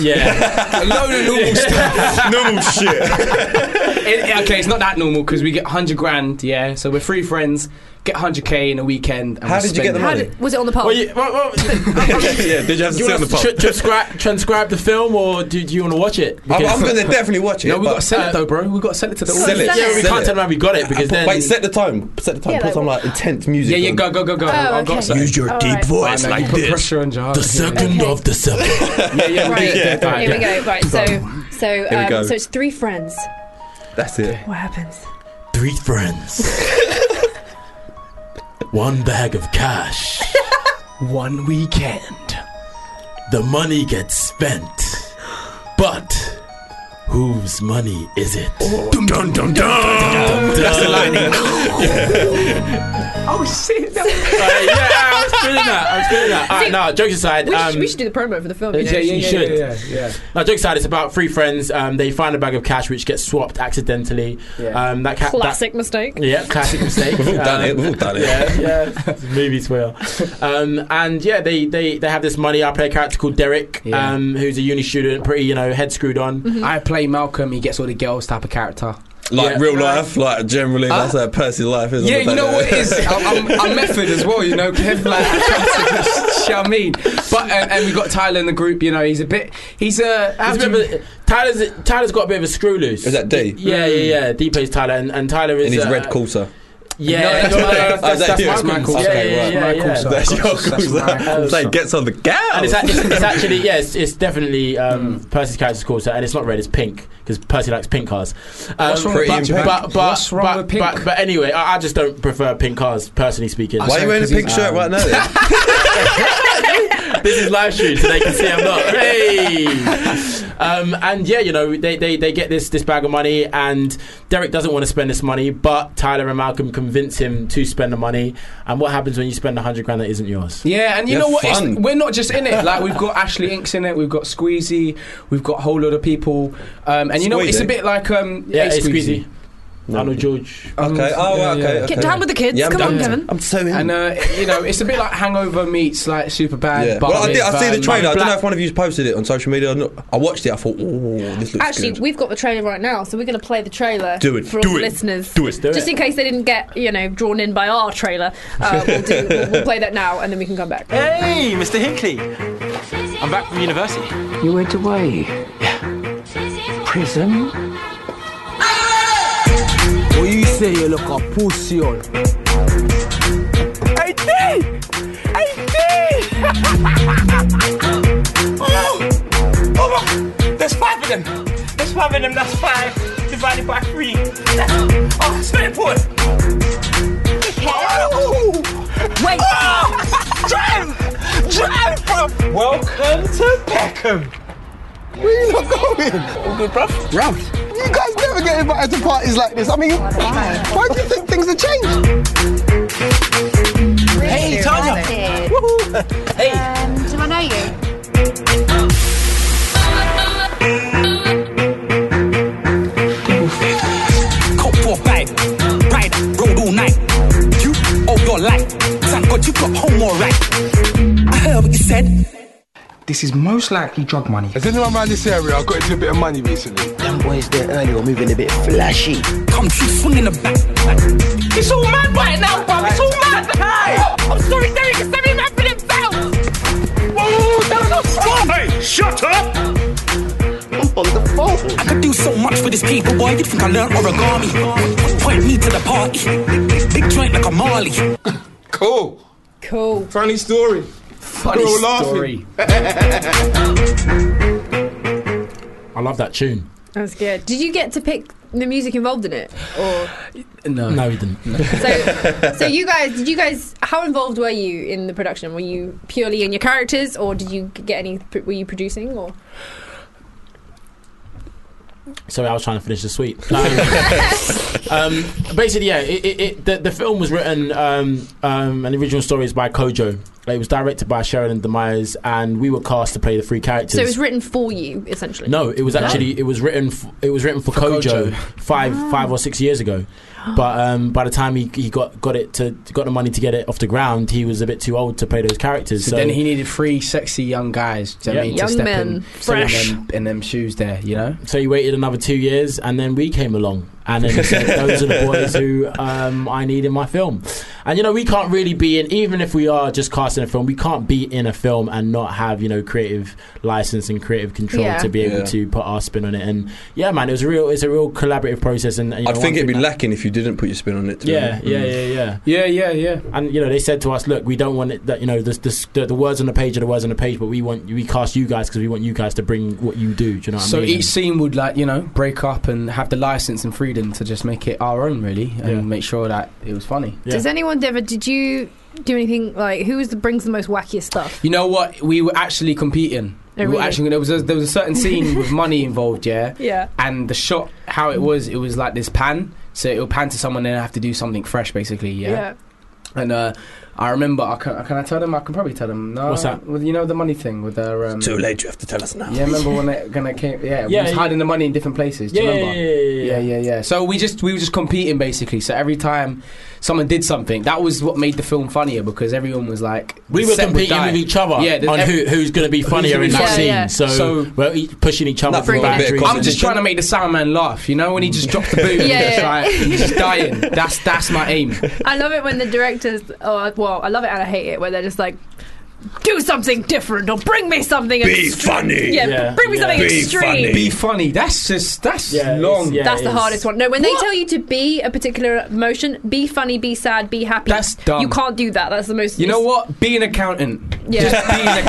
Speaker 17: Yeah,
Speaker 16: a load of normal stuff.
Speaker 8: normal shit.
Speaker 16: It, okay, it's not that normal because we get 100 grand, yeah. So we're three friends, get 100k in a weekend. And
Speaker 3: How
Speaker 16: we
Speaker 3: did you get
Speaker 16: spend
Speaker 3: the
Speaker 16: it.
Speaker 3: money? How
Speaker 2: Was it on the pole?
Speaker 17: Well, you, well, well,
Speaker 3: yeah, did you have to
Speaker 17: do you
Speaker 3: sit on
Speaker 17: want
Speaker 3: the
Speaker 17: to
Speaker 3: pole?
Speaker 17: tra- transcribe, transcribe the film, or do, do you want to watch it?
Speaker 3: I'm- I'm gonna definitely watch it,
Speaker 17: No,
Speaker 3: No,
Speaker 17: we
Speaker 3: we've
Speaker 17: got
Speaker 3: gotta
Speaker 17: to
Speaker 3: but- sell
Speaker 17: sell
Speaker 3: it,
Speaker 17: it
Speaker 3: though,
Speaker 17: though,
Speaker 16: bro. We got to uh, sell it to the
Speaker 17: audience. Yeah, we can't tell them how we Uh, got it because then
Speaker 3: wait, set the tone. Set the tone.
Speaker 17: Yeah,
Speaker 3: put some like intense music.
Speaker 16: Uh, Yeah, yeah,
Speaker 3: on.
Speaker 16: go, go, go, go.
Speaker 17: Oh,
Speaker 16: I've got
Speaker 17: okay.
Speaker 16: something.
Speaker 17: Use your All deep right. voice
Speaker 16: I know, you
Speaker 17: like
Speaker 16: put
Speaker 17: this.
Speaker 16: pressure on Jar.
Speaker 17: The second
Speaker 2: Okay.
Speaker 17: of the second.
Speaker 16: yeah, yeah, we
Speaker 2: Right.
Speaker 16: did.
Speaker 17: Yeah.
Speaker 16: Yeah,
Speaker 2: Here we
Speaker 17: yeah.
Speaker 2: go. Right. So so
Speaker 17: Here we go.
Speaker 2: um, so it's three friends.
Speaker 3: That's it.
Speaker 2: What happens?
Speaker 17: Three friends. One bag of cash. One weekend. The money gets spent. But whose money is it? Dum, dum, dum, dum, dum,
Speaker 15: That's the lightning.
Speaker 16: Oh shit! That
Speaker 17: Uh, yeah, I was feeling that. I was feeling that. All right, no, jokes aside.
Speaker 2: we,
Speaker 17: um,
Speaker 2: should, we should do the promo for the film.
Speaker 17: Yeah,
Speaker 2: you know?
Speaker 17: yeah, yeah, You yeah, should. yeah,
Speaker 16: yeah.
Speaker 17: Now, joke aside, it's about three friends. Um, they find a bag of cash which gets swapped accidentally.
Speaker 2: Yeah.
Speaker 17: Um, that ca- that-
Speaker 2: Classic mistake.
Speaker 17: yeah, classic mistake.
Speaker 3: We've all done it, we've all done it.
Speaker 17: Yeah, yeah. It's movies will. Um, and yeah, they, they, they have this money. I play a character called Derek,
Speaker 16: Yeah.
Speaker 17: um, who's a uni student, pretty you know head screwed on.
Speaker 16: I play Malcolm. He gets all the girls type of character.
Speaker 3: Like real life, like generally, that's how Percy's life is.
Speaker 16: Yeah, you know what it is? I'm, I'm, I'm method as well, you know. Kev, like, shall I mean? But and, and we got Tyler in the group. You know, he's a bit. He's a. how
Speaker 17: He's a
Speaker 16: do
Speaker 17: bit of a- Tyler's Tyler's got a bit of a screw loose.
Speaker 3: Is that D?
Speaker 17: Yeah, yeah, yeah. D plays Tyler, and, and Tyler is
Speaker 3: In his
Speaker 17: uh,
Speaker 3: red Oh, coulter.
Speaker 16: No,
Speaker 17: Yeah,
Speaker 16: that's-
Speaker 17: no, no,
Speaker 16: that's-
Speaker 17: that's,
Speaker 16: that's
Speaker 17: that's,
Speaker 16: you.
Speaker 17: my
Speaker 16: Michael's.
Speaker 17: Yeah,
Speaker 16: Okay,
Speaker 17: yeah,
Speaker 16: right.
Speaker 17: yeah, yeah.
Speaker 3: Michael's. That's your coulter. Say, gets on the gal.
Speaker 17: And it's, act- it's, it's actually yeah, it's, it's definitely um, Percy's character's course, and it's not red, it's pink because Percy likes pink cars. Um,
Speaker 16: What's wrong with Pretty black, in pink?
Speaker 17: But, but,
Speaker 16: What's wrong
Speaker 17: but,
Speaker 16: with pink?
Speaker 17: But, but anyway, I, I just don't prefer pink cars, personally speaking.
Speaker 3: Why are you wearing a pink
Speaker 16: um,
Speaker 3: shirt right now? Then?
Speaker 17: this is live stream, so they can see I'm not. Hey, um, and yeah, you know they, they, they get this this bag of money, and Derek doesn't want to spend this money, but Tyler and Malcolm convince him to spend the money. And what happens when you spend a hundred grand that isn't yours?
Speaker 16: Yeah, and you
Speaker 17: Yeah,
Speaker 16: know what? It's,
Speaker 17: fun.
Speaker 16: we're not just in it. Like we've got Ashley Inks in it. We've got Squeezy. We've got a whole lot of people. Um, and you know, what? it's a
Speaker 17: Squeezy?
Speaker 16: bit like um,
Speaker 17: Yeah,
Speaker 16: hey,
Speaker 17: hey, Squeezy. Arnold George.
Speaker 18: Okay. Oh,
Speaker 19: Yeah,
Speaker 18: okay.
Speaker 19: yeah.
Speaker 18: okay.
Speaker 19: Get down with the kids.
Speaker 18: I'm
Speaker 19: Come
Speaker 18: down
Speaker 19: on,
Speaker 18: with it.
Speaker 19: Kevin.
Speaker 18: I'm so in.
Speaker 19: And uh, you know, it's a bit like Hangover meets like Super Bad.
Speaker 18: Yeah.
Speaker 19: But
Speaker 18: Well, I, did, I
Speaker 19: with,
Speaker 18: see the
Speaker 19: um,
Speaker 18: trailer. I don't know
Speaker 19: Black-
Speaker 18: if one of you posted it on social media. Or not. I watched it. I thought, oh, this looks
Speaker 2: Actually,
Speaker 18: good.
Speaker 2: we've got the trailer right now, so we're going to play the trailer
Speaker 18: Do it.
Speaker 2: for
Speaker 18: Do
Speaker 2: all
Speaker 18: it.
Speaker 2: the listeners.
Speaker 18: Do it. Do
Speaker 2: Just
Speaker 18: it.
Speaker 2: in case they didn't get, you know, drawn in by our trailer, uh, we'll, do, we'll, we'll play that now, and then we can come back.
Speaker 20: Hey, Mr. Hickley. I'm back from university.
Speaker 1: You went away. Prison?
Speaker 21: Oh, you say you look a pussy on.
Speaker 3: I did! I did! oh! Oh, my. There's five of them. There's five of them. That's five divided by three. Oh, spin it, boy. Oh! Wait. Oh! Drive! Drive, bro! Welcome to Peckham.
Speaker 22: Where you not going? All good, bro. Ralph. You guys never get invited to parties like this. I mean, why do you think things have changed?
Speaker 3: Hey, Tanya. Hey. Um, do I know you?
Speaker 14: Coke for a bag, ride, road all night. You owe your life. Thank God you got home alright. I heard what you said.
Speaker 21: This is most likely drug money.
Speaker 14: Has anyone around this area got into a bit of money recently?
Speaker 21: Them boys there earlier moving a bit flashy.
Speaker 14: Come true, swinging the back.
Speaker 3: It's all mad right now, bro. It's all mad. Hey. I'm sorry, Derek. It's every man for themselves. Whoa, no, no, stop. Hey, shut up.
Speaker 14: I'm on the phone. I could do so much for this paper, boy. You think I learned origami? Point me to the party. Big joint like a Marley.
Speaker 18: Cool.
Speaker 2: Cool.
Speaker 18: Funny story.
Speaker 17: Funny
Speaker 18: We're all
Speaker 17: story. I love that tune.
Speaker 2: That was good. Did you get to pick the music involved in it, or
Speaker 17: No, no, he didn't.
Speaker 2: so you guys? Did you guys? How involved were you in the production? Were you purely in your characters, or did you get any? Were you producing, or
Speaker 17: Sorry, I was trying to finish the sweet. um, basically, yeah, it, it, it, the, the film was written um, um, and the original story is by Kojo. It was directed by Sheridan DeMyers, and we were cast to play the three characters.
Speaker 2: so it was written for you essentially?
Speaker 17: no, it was actually it was written f- it was written for, Kojo,
Speaker 2: Kojo.
Speaker 17: five five or six years ago, but um, by the time he, he got got it to got the money to get it off the ground, he was a bit too old to play those characters.
Speaker 16: So,
Speaker 17: So,
Speaker 16: then he needed three sexy young guys do you know what I
Speaker 17: Yeah.
Speaker 16: mean,
Speaker 17: Young
Speaker 16: to step
Speaker 17: men,
Speaker 16: in,
Speaker 17: fresh.
Speaker 16: So in, them, in them shoes there, you know?
Speaker 17: So he waited another two years, and then we came along, and then he said, "Those are the boys who um, I need in my film." And you know, we can't really be in, even if we are just casting a film, we can't be in a film and not have you know creative license and creative control
Speaker 18: Yeah.
Speaker 17: to be able
Speaker 18: Yeah.
Speaker 17: to put our spin on it. And yeah, man, it was a real, it's a real collaborative process. And, and, you
Speaker 18: I
Speaker 17: know,
Speaker 18: think
Speaker 17: one
Speaker 18: it'd be
Speaker 17: thing that-
Speaker 18: lacking if you didn't put your spin on it. to be
Speaker 17: yeah,
Speaker 18: honest.
Speaker 17: yeah,
Speaker 18: Mm.
Speaker 17: yeah, yeah, yeah, yeah, yeah. And you know, they said to us, "Look, we don't want it that you know this, this, the, the words on the page are the words on the page, but we want we cast you guys because we want you guys to bring what you do." Do you know what
Speaker 16: so
Speaker 17: I mean?
Speaker 16: each scene would, like, you know, break up and have the license and freedom to just make it our own, really, and make sure that it was funny.
Speaker 2: Does anyone ever? Did you do anything like who is the brings the most wackiest stuff?
Speaker 16: You know what? We were actually competing.
Speaker 2: Oh,
Speaker 16: we were
Speaker 2: really?
Speaker 16: actually there was a, there was a certain scene with money involved, yeah.
Speaker 2: Yeah.
Speaker 16: And the shot, how it was, it was like this pan. So it'll pan to someone and have to do something fresh, basically, yeah. And uh, I remember, I can, can I tell them? I can probably tell them. No,
Speaker 17: What's that?
Speaker 16: With, you know the money thing with their. Um,
Speaker 18: Too late. You have to tell us now.
Speaker 16: Yeah, remember when it, when it came? Yeah,
Speaker 17: Yeah,
Speaker 16: we was
Speaker 17: yeah.
Speaker 16: hiding the money in different places. Do you
Speaker 17: Yeah,
Speaker 16: remember?
Speaker 17: yeah, yeah, yeah,
Speaker 16: yeah, yeah. So we just we were just competing basically. So every time someone did something, that was what made the film funnier because everyone was like,
Speaker 17: We
Speaker 16: the
Speaker 17: were
Speaker 16: set would
Speaker 17: competing
Speaker 16: die.
Speaker 17: with each other
Speaker 16: Yeah, there's
Speaker 17: on
Speaker 16: every-
Speaker 17: who, who's going to be
Speaker 16: who's
Speaker 17: funnier
Speaker 16: gonna
Speaker 17: in
Speaker 16: be
Speaker 17: that scene.
Speaker 16: funnier.
Speaker 17: So,
Speaker 16: So-
Speaker 17: we're each pushing each other for boundaries.
Speaker 16: I'm just trying to make the soundman laugh. You know when he just drops the boot,
Speaker 2: Yeah,
Speaker 16: and he's, just
Speaker 2: yeah.
Speaker 16: like, he's just dying. That's that's my aim.
Speaker 2: I love it when the directors. Oh, well, I love it and I hate it when they're just like, do something different or bring me something.
Speaker 16: Be
Speaker 2: ext-
Speaker 16: funny.
Speaker 2: Yeah,
Speaker 16: Yeah,
Speaker 2: bring me
Speaker 16: yeah.
Speaker 2: something
Speaker 16: Be
Speaker 2: extreme.
Speaker 16: funny. Be funny. That's just that's long.
Speaker 2: that's the hardest one. No, when they tell you to be a particular emotion, be funny, be sad, be happy. That's
Speaker 16: dumb.
Speaker 2: You can't do that. That's the most.
Speaker 16: You know what? Be an accountant.
Speaker 2: Yeah.
Speaker 16: Just be an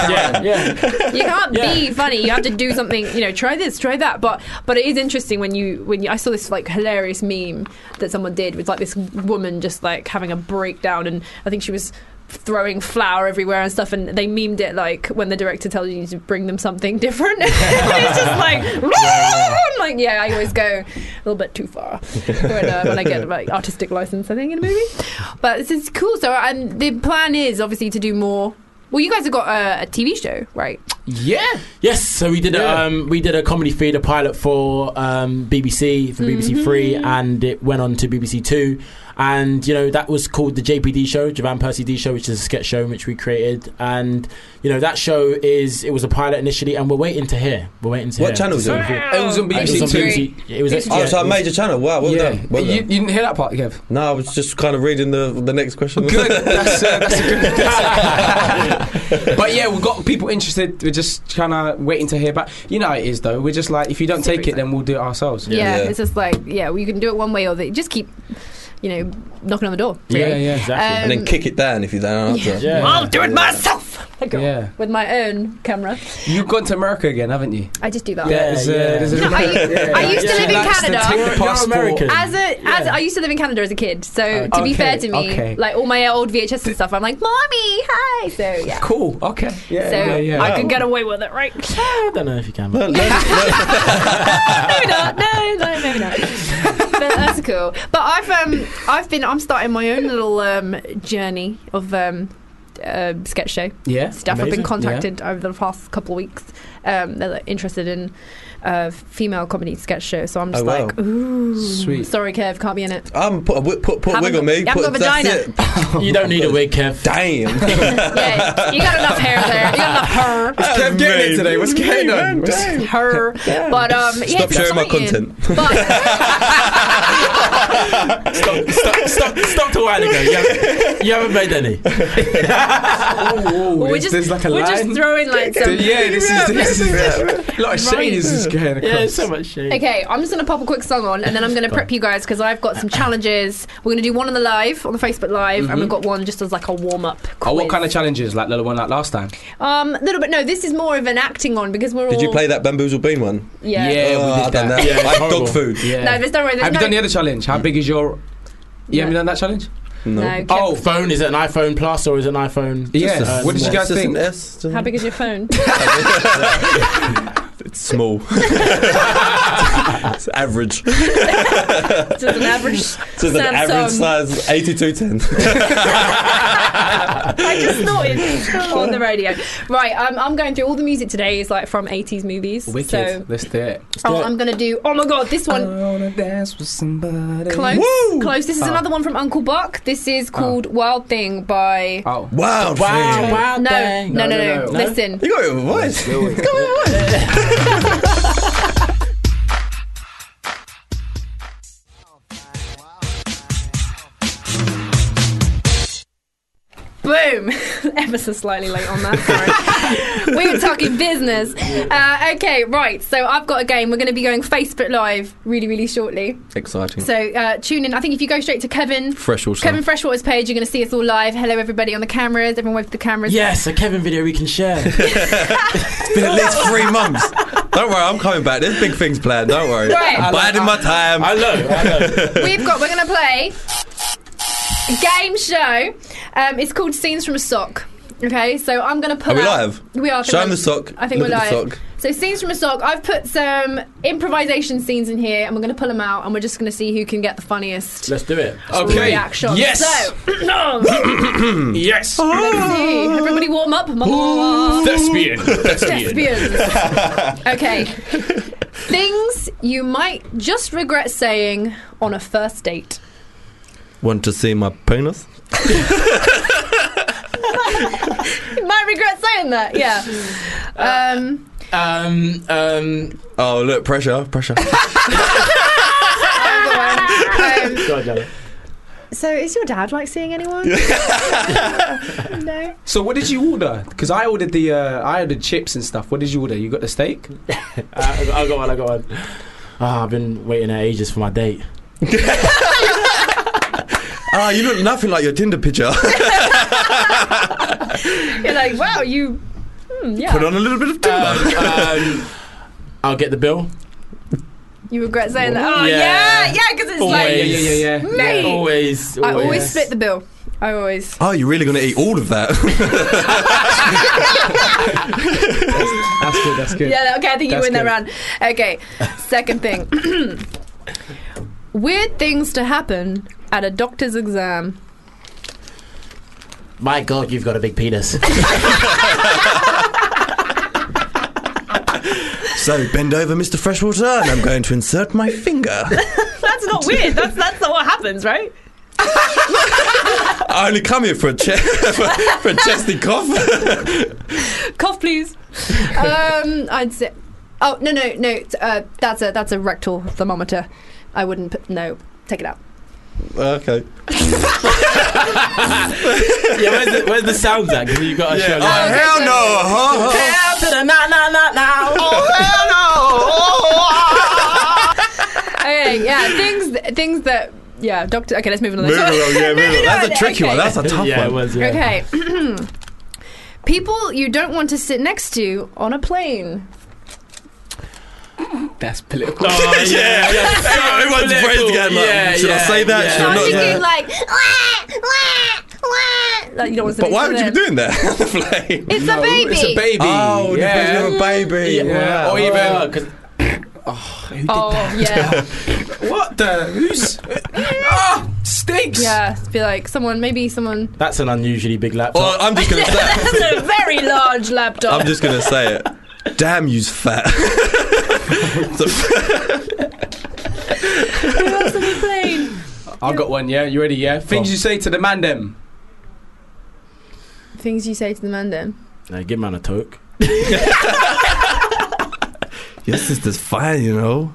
Speaker 16: accountant.
Speaker 2: You can't
Speaker 16: Yeah.
Speaker 2: be funny. You have to do something. You know, try this, try that. But but it is interesting when you when you, I saw this like hilarious meme that someone did with like this woman just like having a breakdown, and I think she was throwing flour everywhere and stuff and they memed it like when the director tells you to bring them something different it's just like I'm like yeah I always go a little bit too far when, uh, when I get like artistic license I think in a movie but this is cool so and the plan is obviously to do more well you guys have got a, a TV show right
Speaker 17: Yeah. Yes. So we did
Speaker 23: Yeah.
Speaker 17: a um, we did a comedy theatre pilot for um, BBC for
Speaker 2: Mm-hmm.
Speaker 17: BBC Three, and it went on to BBC Two, and you know that was called the JPD show, Javan Percy D show, which is a sketch show which we created, and you know that show is it was a pilot initially, and we're waiting to hear. We're waiting to
Speaker 3: What
Speaker 17: hear.
Speaker 3: channel was it? It was on BBC Two.
Speaker 17: It was.
Speaker 3: Oh, it's
Speaker 17: yeah,
Speaker 3: our
Speaker 17: it was-
Speaker 3: major channel. Wow, well
Speaker 17: Yeah.
Speaker 3: done. Well
Speaker 17: You-
Speaker 3: done.
Speaker 16: didn't hear that part, Kev?
Speaker 3: No, I was just kind of reading the the next question.
Speaker 16: Good. That's, uh, that's a good. but yeah, we've got people interested. We're just kind of waiting to hear back. You know how it is though. We're just like, if you don't take it, then we'll do it ourselves.
Speaker 2: Yeah, it's just like yeah, well, you can do it one way or the just keep, you know, knocking on the door. really. Um,
Speaker 3: and then kick it down if you don't answer.
Speaker 2: Yeah. I'll do it myself.
Speaker 16: Yeah.
Speaker 2: with my own camera.
Speaker 16: You've gone to America again, haven't you?
Speaker 17: Uh,
Speaker 2: I just do that.
Speaker 16: There's a- there's a-
Speaker 2: No, I, I
Speaker 16: yeah.
Speaker 2: used to
Speaker 16: She
Speaker 2: live in
Speaker 16: likes to
Speaker 2: Canada.
Speaker 16: take the passport.
Speaker 2: As a, as I used to live in Canada as a kid, so to be
Speaker 16: Okay,
Speaker 2: fair to me,
Speaker 16: okay.
Speaker 2: like all my old VHS and stuff, I'm like, "Mommy, hi!" So yeah,
Speaker 16: Cool. Okay. Yeah.
Speaker 2: so
Speaker 16: yeah, yeah.
Speaker 2: I could get away with it, right?
Speaker 17: I don't know if you can. but-
Speaker 2: maybe not. No, no, maybe not. But that's cool. But I've um, I've been I'm starting my own little um journey of um. Uh, sketch show
Speaker 16: Yeah,
Speaker 2: stuff. I've
Speaker 16: amazing.
Speaker 2: been contacted over the past couple of weeks. Um, they're like, interested in uh, female comedy sketch show, so I'm just
Speaker 3: Oh, wow.
Speaker 2: like, ooh,
Speaker 3: Sweet.
Speaker 2: sorry, Kev, can't be in it.
Speaker 3: Um, put a wi- put put a
Speaker 2: Haven't
Speaker 3: wig on
Speaker 2: got-
Speaker 3: me.
Speaker 2: you haven't
Speaker 3: put,
Speaker 2: got a
Speaker 3: that's
Speaker 17: it. you don't need a wig, Kev.
Speaker 3: Damn.
Speaker 2: You got enough hair there. You got enough hair.
Speaker 3: Is Kev getting it today? What's going on?
Speaker 2: Her, but um, yeah,
Speaker 3: Stop
Speaker 2: it's
Speaker 3: sharing my
Speaker 2: exciting.
Speaker 3: content.
Speaker 17: stop, stop, stop, stopped a while ago. You haven't, you haven't made any.
Speaker 2: we're just, we're just throwing like some.
Speaker 16: yeah, this is this is a lot of shade is just going across.
Speaker 17: Yeah, so much shade.
Speaker 2: Okay, I'm just gonna pop a quick song on, and then I'm gonna prep you guys because I've got some challenges. We're gonna do one on the live on the Facebook Live, and
Speaker 16: Mhm.
Speaker 2: we've got one just as like a warm up.
Speaker 16: Oh, what kind of challenges? Like the one like last time.
Speaker 2: Um, little bit. No, this is more of an acting on because we're all.
Speaker 3: Did you play that bamboozle bean one?
Speaker 2: Yeah. Yeah,
Speaker 3: oh,
Speaker 16: we did
Speaker 3: I done
Speaker 16: that.
Speaker 3: that.
Speaker 16: Yeah,
Speaker 3: I had
Speaker 16: horrible.
Speaker 3: dog food.
Speaker 16: Yeah.
Speaker 2: No, there's no way. There's
Speaker 16: Have
Speaker 2: no,
Speaker 16: you done the other challenge? How big is your? You haven't done that challenge?
Speaker 2: No. No, Kev-
Speaker 17: Oh, phone is it an iPhone Plus or is it an iPhone?
Speaker 16: Yeah.
Speaker 17: Uh,
Speaker 16: what did you
Speaker 17: small?
Speaker 16: guys think?
Speaker 2: How big is your phone?
Speaker 3: It's small. it's average.
Speaker 2: It's an average.
Speaker 3: It's an average
Speaker 2: Samsung.
Speaker 3: size 8210.
Speaker 2: I just snorted on the radio. Right, I'm, I'm going through all the music today is like from 80s movies.
Speaker 16: Wicked.
Speaker 2: So
Speaker 16: Let's do it. Uh,
Speaker 2: oh, I'm going to do. Oh my god, this one. Close.
Speaker 16: Woo! Ah.
Speaker 2: Close. This is
Speaker 16: Oh.
Speaker 2: another one from Uncle Buck. This is called Wild Thing by.
Speaker 16: Oh.
Speaker 3: Wild
Speaker 2: Wow,
Speaker 3: Thing.
Speaker 2: Wild No, Thing. no, no, no. Listen. You
Speaker 3: got your voice.
Speaker 2: Boom! Ever so slightly late on that. Sorry. we were talking business. Uh, okay, right. So I've got a game. We're going to be going Facebook Live really, really shortly.
Speaker 3: Exciting.
Speaker 2: So uh, tune in. I think if you go straight to Kevin
Speaker 3: Freshwater.
Speaker 2: Kevin Freshwater's page, you're going to see us all live. Hello, everybody on the cameras. Everyone wave to the cameras.
Speaker 17: Yes, a Kevin video we can share.
Speaker 3: it's been at least three months. Don't worry, I'm coming back. There's big things planned. Don't worry.
Speaker 2: Right.
Speaker 3: I'm biding my time. I
Speaker 17: know. I know.
Speaker 2: We've got. We're going to play a game show. Um, it's called Scenes from a Sock. Okay, so I'm going to pull.
Speaker 3: Are we
Speaker 2: out-
Speaker 3: live?
Speaker 2: We are. I think
Speaker 3: Show 'em
Speaker 2: we're-
Speaker 3: the sock.
Speaker 2: I think
Speaker 3: Look
Speaker 2: we're
Speaker 3: at
Speaker 2: live.
Speaker 3: the sock.
Speaker 2: So scenes from a sock. I've put some improvisation scenes in here, and we're going to pull them out, and we're just going to see who can get the funniest
Speaker 17: Let's do it.
Speaker 2: reaction.
Speaker 17: Yes.
Speaker 2: So,
Speaker 17: yes.
Speaker 3: Oh.
Speaker 2: let's see. Everybody warm up.
Speaker 17: Thespian. Thespian.
Speaker 2: Thespians. okay. Things you might just regret saying on a first date.
Speaker 3: Want to see my penis?
Speaker 2: You might regret saying that, yeah.
Speaker 17: Uh,
Speaker 2: Um,
Speaker 17: Um. Um.
Speaker 3: Oh, look, pressure, pressure.
Speaker 2: um,
Speaker 17: Go on, Janet.
Speaker 2: so, is your dad like seeing anyone? no.
Speaker 16: So what did you order? Because I ordered the uh, I ordered chips and stuff. What did you order? You got the steak?
Speaker 17: I, I got one. I got one. Ah, I've been waiting ages for my date.
Speaker 3: Ah, you look nothing like your Tinder picture.
Speaker 2: You're like, wow, you. Hmm, yeah.
Speaker 3: Put on a little bit of timber.
Speaker 17: Um, I'll get the bill.
Speaker 2: You regret saying that? Oh,
Speaker 17: Yeah.
Speaker 2: yeah, yeah, because it's like.
Speaker 17: Always. Yeah, yeah, yeah,
Speaker 2: Me.
Speaker 17: Always.
Speaker 2: I always split the bill. I always.
Speaker 3: Oh, you're really going to eat all of that?
Speaker 16: That's good. That's good.
Speaker 2: Yeah, okay, I think you
Speaker 16: That's
Speaker 2: win that
Speaker 16: good.
Speaker 2: round. Okay, second thing. Weird things to happen at a doctor's exam.
Speaker 17: My God, you've got a big penis.
Speaker 3: So bend over, Mr. Freshwater, and I'm going to insert my finger.
Speaker 24: that's not weird. That's that's not what happens, right?
Speaker 17: Uh,
Speaker 3: I only come here for a, che- for, for a chesty cough.
Speaker 2: Cough, please. um, I'd say. Oh no no no! it's, Uh, that's a that's a rectal thermometer. I wouldn't put no. Take it out.
Speaker 3: okay.
Speaker 17: yeah, where's the, where's the sounds at? Because you got to show.
Speaker 15: Oh, hell no.
Speaker 17: Oh,
Speaker 15: Huh, huh.
Speaker 24: Hell to the nah, nah, nah, nah.
Speaker 15: Oh, hell no.
Speaker 2: Okay, yeah, things things that yeah. Doctor. Okay, let's move on. to the
Speaker 3: Move
Speaker 2: next
Speaker 3: along, yeah, move
Speaker 2: Moving
Speaker 3: along. That's a
Speaker 2: on,
Speaker 3: tricky one.
Speaker 2: okay.
Speaker 3: That's a tough
Speaker 17: Yeah, it
Speaker 3: one.
Speaker 17: was, yeah.
Speaker 2: Okay. People you don't want to sit next to on a plane.
Speaker 16: That's political.
Speaker 17: Oh, yeah, yeah.
Speaker 3: Everyone's
Speaker 17: Political,
Speaker 3: raised again. Like,
Speaker 17: yeah,
Speaker 3: should I
Speaker 17: yeah,
Speaker 3: say that?
Speaker 17: yeah.
Speaker 3: Should I
Speaker 17: No,
Speaker 3: not?
Speaker 17: you
Speaker 3: Yeah.
Speaker 2: Thinking like, wah, wah, wah. Like, you don't want to
Speaker 3: But
Speaker 2: sit
Speaker 3: why
Speaker 2: next
Speaker 3: would
Speaker 2: to
Speaker 3: you be
Speaker 2: them.
Speaker 3: doing that?
Speaker 2: It's a baby.
Speaker 16: It's a baby.
Speaker 3: Oh, yeah. you have a baby.
Speaker 16: Yeah.
Speaker 3: Wow.
Speaker 16: Or even.
Speaker 3: Oh.
Speaker 2: Oh yeah,
Speaker 16: What the? Who's? Ah, stinks.
Speaker 2: yeah. Be like someone, maybe someone.
Speaker 17: That's an unusually big laptop.
Speaker 3: Well, I'm just gonna say.
Speaker 2: That's a very large laptop.
Speaker 3: I'm just gonna say it. Damn, you's fat.
Speaker 2: Who else on the plane?
Speaker 16: I've got one. Yeah, you ready? Yeah. Things you say to the man them.
Speaker 2: Things you say to the man then.
Speaker 17: Nah, give man a toke.
Speaker 3: Your sister's fine, you know.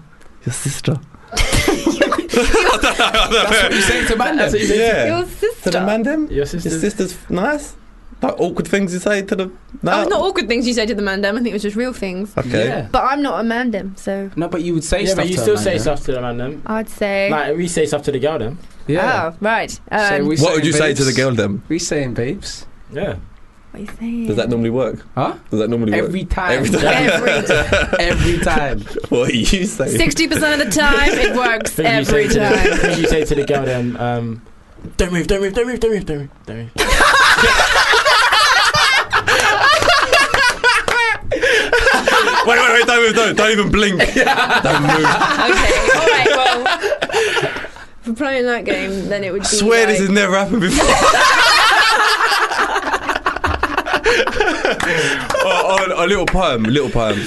Speaker 3: Your sister.
Speaker 16: That's what you say to man them.
Speaker 3: Yeah.
Speaker 2: Your sister.
Speaker 3: To the man them?
Speaker 17: Your
Speaker 3: Your
Speaker 17: sister's
Speaker 3: sister's nice. Like awkward things you say to the.
Speaker 2: Oh,
Speaker 3: No.
Speaker 2: not awkward things you say to the man dem. I think it was just real things.
Speaker 3: okay.
Speaker 16: Yeah.
Speaker 2: But I'm not a man dem, so
Speaker 16: No, but you would say
Speaker 17: yeah,
Speaker 16: stuff.
Speaker 17: but you
Speaker 16: to a
Speaker 17: still
Speaker 16: man
Speaker 17: say
Speaker 16: them.
Speaker 17: stuff to the man them.
Speaker 2: I'd say.
Speaker 17: Like we say stuff to the girl them.
Speaker 16: Yeah.
Speaker 2: Oh, right. Um,
Speaker 16: So we
Speaker 3: What would
Speaker 16: saying,
Speaker 3: you say to the
Speaker 16: babes?
Speaker 3: girl then?
Speaker 16: We saying babes.
Speaker 17: Yeah.
Speaker 2: what are you saying?
Speaker 3: Does that normally work?
Speaker 16: Huh?
Speaker 3: Does that normally
Speaker 16: Every
Speaker 3: work?
Speaker 16: time.
Speaker 3: Every time.
Speaker 2: every time.
Speaker 16: Every time.
Speaker 3: What are you saying?
Speaker 2: 60% of the time, it works
Speaker 17: Things you
Speaker 2: every
Speaker 17: say to the-
Speaker 2: time.
Speaker 17: things you say to the girl them. Um, don't move, don't move, don't move, don't move, don't move, don't move.
Speaker 3: Wait, wait, wait! Don't move! Don't, don't even blink! Don't move!
Speaker 2: Okay, alright, well. If we're playing that game, then it would be.
Speaker 3: Swear
Speaker 2: like,
Speaker 3: this has never happened before. oh, oh, a little poem, a little poem.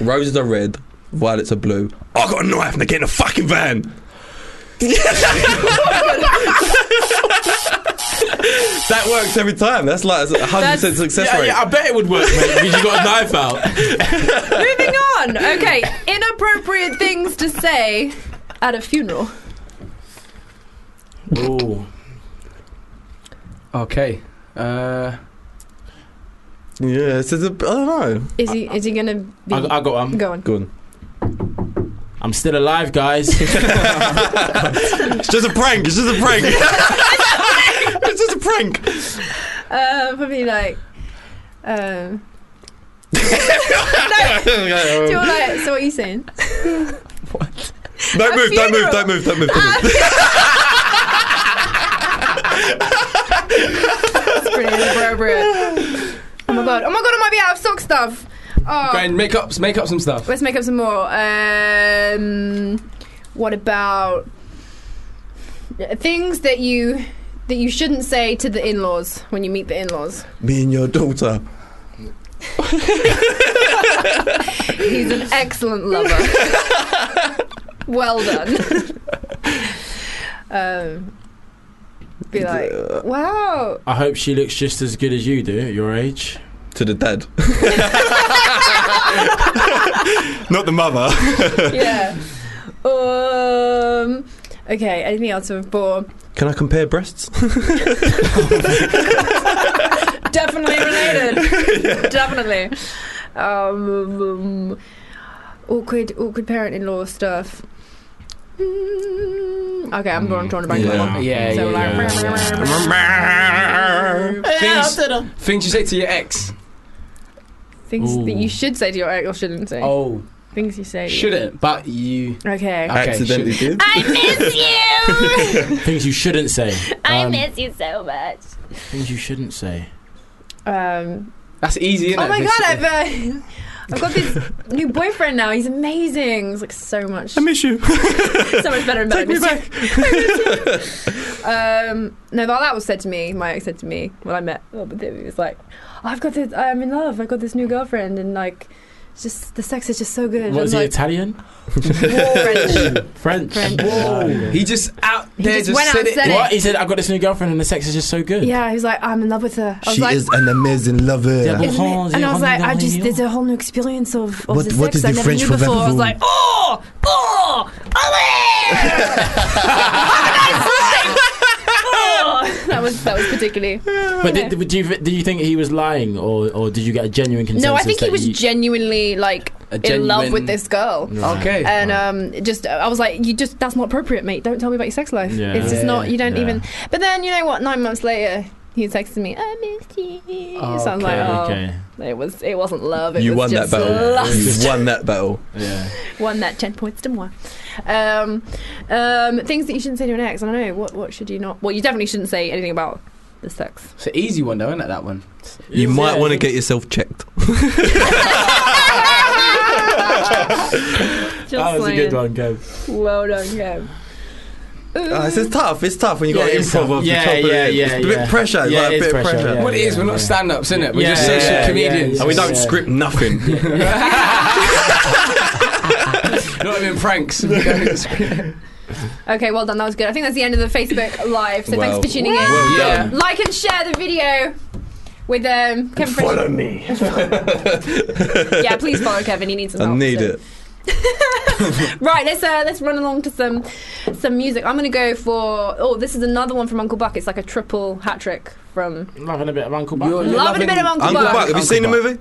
Speaker 3: Roses are red, violets are blue. I got a knife and I get in a fucking van. that works every time. That's like a hundred percent success
Speaker 17: Yeah,
Speaker 3: rate.
Speaker 17: yeah, I bet it would work, mate, because you got a knife out.
Speaker 2: Moving on! Okay, inappropriate things to say at a funeral.
Speaker 17: Ooh.
Speaker 16: Okay. Uh,
Speaker 3: Yeah, it's just a, I don't know.
Speaker 2: Is he Is he gonna be.
Speaker 17: I, I got one.
Speaker 2: Go on.
Speaker 3: Go on.
Speaker 17: I'm still alive, guys.
Speaker 3: It's just a prank. It's just a prank. it's just a prank.
Speaker 2: Uh, probably like. Um, do you want, like, so what are you saying?
Speaker 3: Don't
Speaker 2: A
Speaker 3: move, don't move,
Speaker 2: funeral.
Speaker 3: don't move, don't move, don't move.
Speaker 2: It's pretty inappropriate. Oh my god! Oh my god! I might be out of sock stuff. Oh,
Speaker 16: Go and make up, make up some stuff.
Speaker 2: Let's make up some more. Um, what about things that you that you shouldn't say to the in-laws when you meet the in-laws?
Speaker 3: Me and your daughter.
Speaker 2: He's an excellent lover. well done. um, be like, wow.
Speaker 17: I hope she looks just as good as you do at your age.
Speaker 3: To the dad. Not the mother.
Speaker 2: Yeah. Um. Okay. Anything else before?
Speaker 3: Can I compare breasts?
Speaker 2: Definitely related. Definitely. Um, um, awkward, awkward parent-in-law stuff. Mm, Okay, I'm going to on a bank.
Speaker 3: Yeah.
Speaker 16: Yeah,
Speaker 2: So
Speaker 16: yeah,
Speaker 2: like-
Speaker 16: Things, things you say to your ex.
Speaker 2: Things that
Speaker 16: Ooh.
Speaker 2: you should say to your ex or shouldn't say.
Speaker 16: Oh,
Speaker 2: Things you say. to your-
Speaker 16: shouldn't, but you.
Speaker 2: Okay.
Speaker 16: Okay,
Speaker 3: Accidentally
Speaker 16: should-
Speaker 3: did.
Speaker 4: Ah!
Speaker 2: I miss you.
Speaker 17: Things you shouldn't say.
Speaker 2: I
Speaker 17: Um,
Speaker 2: miss you so much.
Speaker 17: Things you shouldn't say.
Speaker 2: Um,
Speaker 16: That's easy, isn't
Speaker 2: oh
Speaker 16: it?
Speaker 2: my
Speaker 16: This-
Speaker 2: god, I've uh, I've got this new boyfriend now. He's amazing. He's like so much.
Speaker 3: I miss you.
Speaker 2: so much better and better.
Speaker 3: Take me back.
Speaker 2: Um, no, that, that was said to me. My ex said to me when I met. Oh, but then he was like, "I've got this. I'm in love. I've got this new girlfriend, and like, It's just the sex is just so good.
Speaker 17: What
Speaker 2: And
Speaker 17: is he
Speaker 2: like-
Speaker 17: Italian? French. French.
Speaker 16: He just out
Speaker 2: He there just just went out said and it. said it.
Speaker 17: What? He said, I got this new girlfriend and the sex is just so good.
Speaker 2: Yeah, he was like, I'm in love with her. I was
Speaker 3: She
Speaker 2: like,
Speaker 3: is an amazing lover.
Speaker 17: Yeah, but
Speaker 2: Isn't it? And I was like, I just there's a whole new experience of, of
Speaker 3: What-
Speaker 2: the
Speaker 3: what
Speaker 2: sex
Speaker 3: is
Speaker 2: I
Speaker 3: the
Speaker 2: never
Speaker 3: French
Speaker 2: knew
Speaker 3: for
Speaker 2: before. I was
Speaker 3: vampire?
Speaker 2: like, oh, oh, oh. that was that was particularly.
Speaker 17: But did, did, do you do you think he was lying, or, or did you get a genuine consensus?
Speaker 2: no, I think he
Speaker 17: that
Speaker 2: was
Speaker 17: you-
Speaker 2: genuinely like
Speaker 17: A
Speaker 2: in love
Speaker 17: genuine-
Speaker 2: with this girl.
Speaker 17: Right. Okay.
Speaker 2: and um, just I was like, you just that's not appropriate, mate. Don't tell me about your sex life.
Speaker 17: Yeah.
Speaker 2: It's just
Speaker 17: Yeah.
Speaker 2: not. You don't
Speaker 17: Yeah.
Speaker 2: even. But then you know what? Nine months later, he texted me, I missed you. so I was like,
Speaker 3: Okay,
Speaker 2: oh,
Speaker 3: okay.
Speaker 2: it was it wasn't love. It
Speaker 3: you
Speaker 2: was
Speaker 3: won that
Speaker 2: just
Speaker 3: battle.
Speaker 2: lust.
Speaker 3: You won that battle.
Speaker 17: Yeah.
Speaker 2: Won that ten points to moi. Um, um, things that you shouldn't say to an ex. I don't know. What what should you not? Well, you definitely shouldn't say anything about the sex.
Speaker 25: It's an easy one though, isn't it? That one.
Speaker 3: You might want to get yourself checked.
Speaker 2: Just
Speaker 17: that was a good
Speaker 2: saying.
Speaker 17: one, Kev.
Speaker 2: Well done, Kev.
Speaker 3: Uh,
Speaker 2: Mm.
Speaker 3: it's just tough. It's tough when you
Speaker 16: Yeah,
Speaker 3: got
Speaker 16: it
Speaker 3: to
Speaker 16: is
Speaker 3: improv
Speaker 16: tough.
Speaker 3: off
Speaker 16: Yeah,
Speaker 3: the top of
Speaker 16: yeah,
Speaker 3: it.
Speaker 16: yeah,
Speaker 3: it's a bit
Speaker 16: yeah.
Speaker 3: of pressure. it's
Speaker 16: Yeah,
Speaker 3: like
Speaker 16: it
Speaker 3: a
Speaker 16: is
Speaker 3: bit of
Speaker 16: pressure,
Speaker 3: pressure.
Speaker 16: yeah, What it is, yeah, we're not yeah. stand-ups, innit? We're just social comedians.
Speaker 3: and we don't
Speaker 16: Yeah.
Speaker 3: script nothing.
Speaker 16: Not even pranks.
Speaker 2: Okay, well done. That was good. I think that's the end of the Facebook live. So
Speaker 16: Wow.
Speaker 2: thanks for tuning in.
Speaker 16: Well done. Yeah.
Speaker 2: Like and share the video with um, Kevin. Follow
Speaker 3: me.
Speaker 2: yeah, please follow Kevin. He needs some
Speaker 3: I
Speaker 2: help.
Speaker 3: need it.
Speaker 2: Right, let's uh, let's run along to some some music. I'm gonna go for oh, this is another one from Uncle Buck. It's like a triple hat trick from
Speaker 17: loving a bit of Uncle Buck.
Speaker 2: Loving, a bit of Uncle,
Speaker 3: Uncle Buck. Have you seen the movie?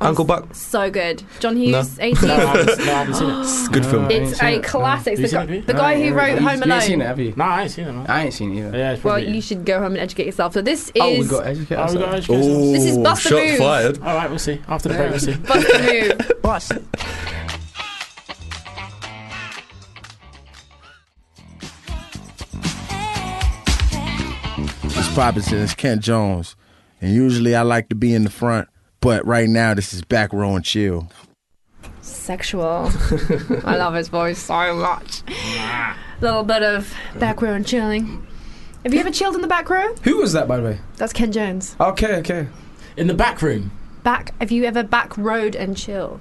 Speaker 3: Uncle Buck.
Speaker 2: So good, John Hughes.
Speaker 3: No.
Speaker 2: 18.
Speaker 3: No, I haven't- no, I haven't seen it. It's a good film.
Speaker 2: It's a classic. The, guy- the guy who wrote Home Alone.
Speaker 25: You ain't seen it, have you?
Speaker 17: No, I ain't seen it. Man.
Speaker 25: I ain't seen it either.
Speaker 17: Yeah, it's
Speaker 2: Well, you should go home and educate yourself. So this is
Speaker 25: Oh, we got educate
Speaker 17: Oh, we got
Speaker 25: ourselves.
Speaker 17: education.
Speaker 25: Ooh,
Speaker 2: This is Buster shot Move. fired.
Speaker 17: All right, we'll see. After the break, we'll see.
Speaker 2: Bust the move.
Speaker 14: It's Robinson. It's Kent Jones. And usually I like to be in the front, but right now this is back row and chill.
Speaker 2: Sexual. I love his voice so much. Little bit of back row and chilling. Have you ever chilled in the back row?
Speaker 25: Who was that, by the way?
Speaker 2: That's Ken Jones.
Speaker 25: Okay, okay.
Speaker 17: In the back room.
Speaker 2: Back. Have you ever back rowed and chill?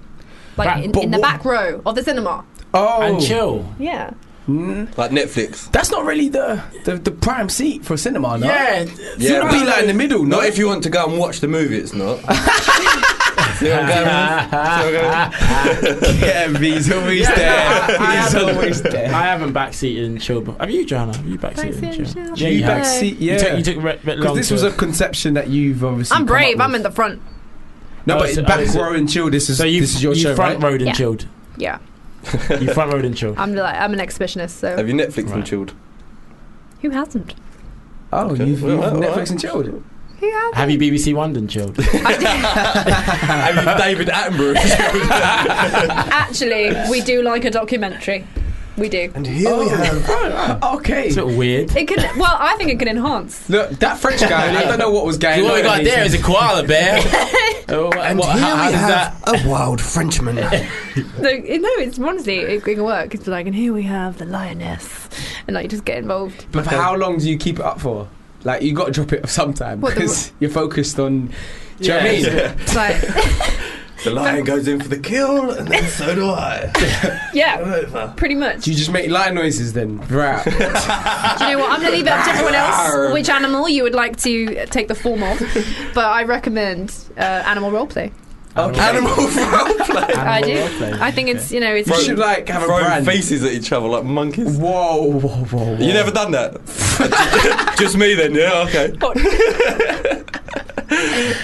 Speaker 2: Like
Speaker 25: Back-
Speaker 2: in,
Speaker 25: but
Speaker 2: in the
Speaker 25: what-
Speaker 2: back row of the cinema.
Speaker 25: Oh,
Speaker 17: And chill.
Speaker 2: Yeah.
Speaker 3: Like Netflix.
Speaker 25: That's not really the the, the prime seat for cinema, no.
Speaker 17: Yeah.
Speaker 25: yeah. Should be like in the middle, no?
Speaker 3: Not if you want to go and watch the movie, it's not. See what I'm going with? See what I'm going with?
Speaker 25: he's always
Speaker 17: there. I,
Speaker 25: He's
Speaker 17: haven't-
Speaker 25: always there.
Speaker 17: I haven't backseated and chilled. Have you, Johanna? Have you backseated and chilled?
Speaker 25: Yeah, you backseat, yeah.
Speaker 17: You took, you took re- re-
Speaker 25: Because
Speaker 17: long
Speaker 25: this
Speaker 17: to-
Speaker 25: was a conception that you've obviously.
Speaker 2: I'm
Speaker 25: come
Speaker 2: brave.
Speaker 25: up
Speaker 2: I'm
Speaker 25: with.
Speaker 2: in the front.
Speaker 25: No,
Speaker 17: Oh,
Speaker 25: but
Speaker 17: so- oh,
Speaker 25: back
Speaker 17: is it-
Speaker 25: row and chill. This is
Speaker 17: So you,
Speaker 25: this is your
Speaker 17: you
Speaker 25: show,
Speaker 17: front
Speaker 25: right?
Speaker 17: rowed and
Speaker 2: Yeah.
Speaker 17: chilled.
Speaker 2: Yeah.
Speaker 17: You front rowed and chilled.
Speaker 2: I'm like I'm an exhibitionist, so
Speaker 3: Have you Netflix and chilled?
Speaker 2: who hasn't?
Speaker 25: Oh, you've,
Speaker 17: Well,
Speaker 25: you've
Speaker 17: well,
Speaker 25: Netflix
Speaker 17: well.
Speaker 25: and chilled.
Speaker 2: Who has?
Speaker 17: Have you BBC One and chilled?
Speaker 3: Have you David Attenborough?
Speaker 2: Actually, we do like a documentary. We do.
Speaker 3: and here
Speaker 25: Oh,
Speaker 3: we have.
Speaker 25: okay.
Speaker 17: It's a bit weird.
Speaker 2: It could. Well, I think it could enhance.
Speaker 25: Look, that French guy. I don't know what was going on.
Speaker 17: what we got there is a koala bear. oh,
Speaker 3: And
Speaker 17: what-
Speaker 3: here
Speaker 17: how- how
Speaker 3: we
Speaker 17: does
Speaker 3: have a wild Frenchman.
Speaker 2: No, it- no, it's honestly it, it can work. It's like, and here we have the lioness, and like you just get involved.
Speaker 25: But for how long do you keep it up for? Like you got to drop it off sometime
Speaker 2: What the-
Speaker 25: because you're focused on. Do
Speaker 3: Yeah.
Speaker 25: you know what I mean?
Speaker 2: It's like,
Speaker 3: The lion goes in for the kill, and then so do I.
Speaker 2: yeah, pretty much.
Speaker 25: Do you just make lion noises then throughout?
Speaker 2: Do you know what? I'm going to leave it up to everyone else which animal you would like to take the form of, but I recommend uh, animal roleplay.
Speaker 3: Animal roleplay.
Speaker 2: I do. I think it's you know it's
Speaker 25: You should like have a
Speaker 3: Throwing
Speaker 25: brand.
Speaker 3: faces at each other like monkeys.
Speaker 25: Whoa, whoa, whoa, whoa.
Speaker 3: You never done that? Just me then, yeah, okay.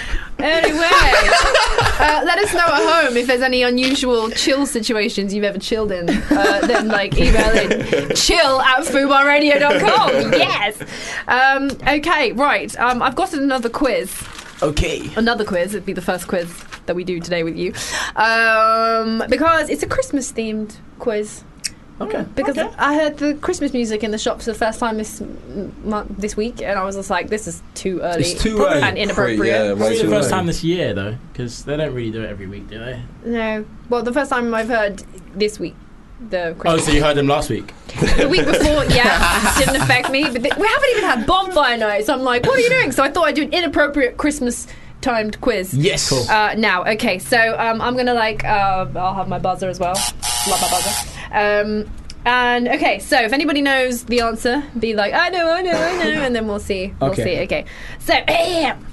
Speaker 2: Anyway, uh, let us know at home if there's any unusual chill situations you've ever chilled in. Uh, then, like, email in chill at foobarradio.com. Yes. Um, okay, right. Um, I've got another quiz.
Speaker 25: Okay.
Speaker 2: Another quiz. It'd be the first quiz that we do today with you. Um, because it's a Christmas themed quiz.
Speaker 25: Okay.
Speaker 2: Because I heard the Christmas music in the shops for the first time this m- month, this week, and I was just like, "This is too early
Speaker 25: It's too early.
Speaker 2: and inappropriate."
Speaker 3: Yeah, way
Speaker 17: Probably the
Speaker 3: too
Speaker 17: first
Speaker 3: early.
Speaker 17: time this year though, because they don't really do it every week, do they?
Speaker 2: No. Well, the first time I've heard this week, the
Speaker 17: Oh,
Speaker 2: Christmas.
Speaker 17: so you heard them last week?
Speaker 2: the week before, yeah, didn't affect me. But th- we haven't even had bonfire night, so I'm like, what are you doing? So I thought I'd do an inappropriate Christmas timed quiz?
Speaker 17: Yes. Cool.
Speaker 2: Uh, now, okay, so um, I'm gonna like uh, I'll have my buzzer as well. Love my buzzer. Um, and okay, so if anybody knows the answer, be like, I know, I know, I know, and then we'll see. We'll
Speaker 15: Okay.
Speaker 2: see. Okay. So,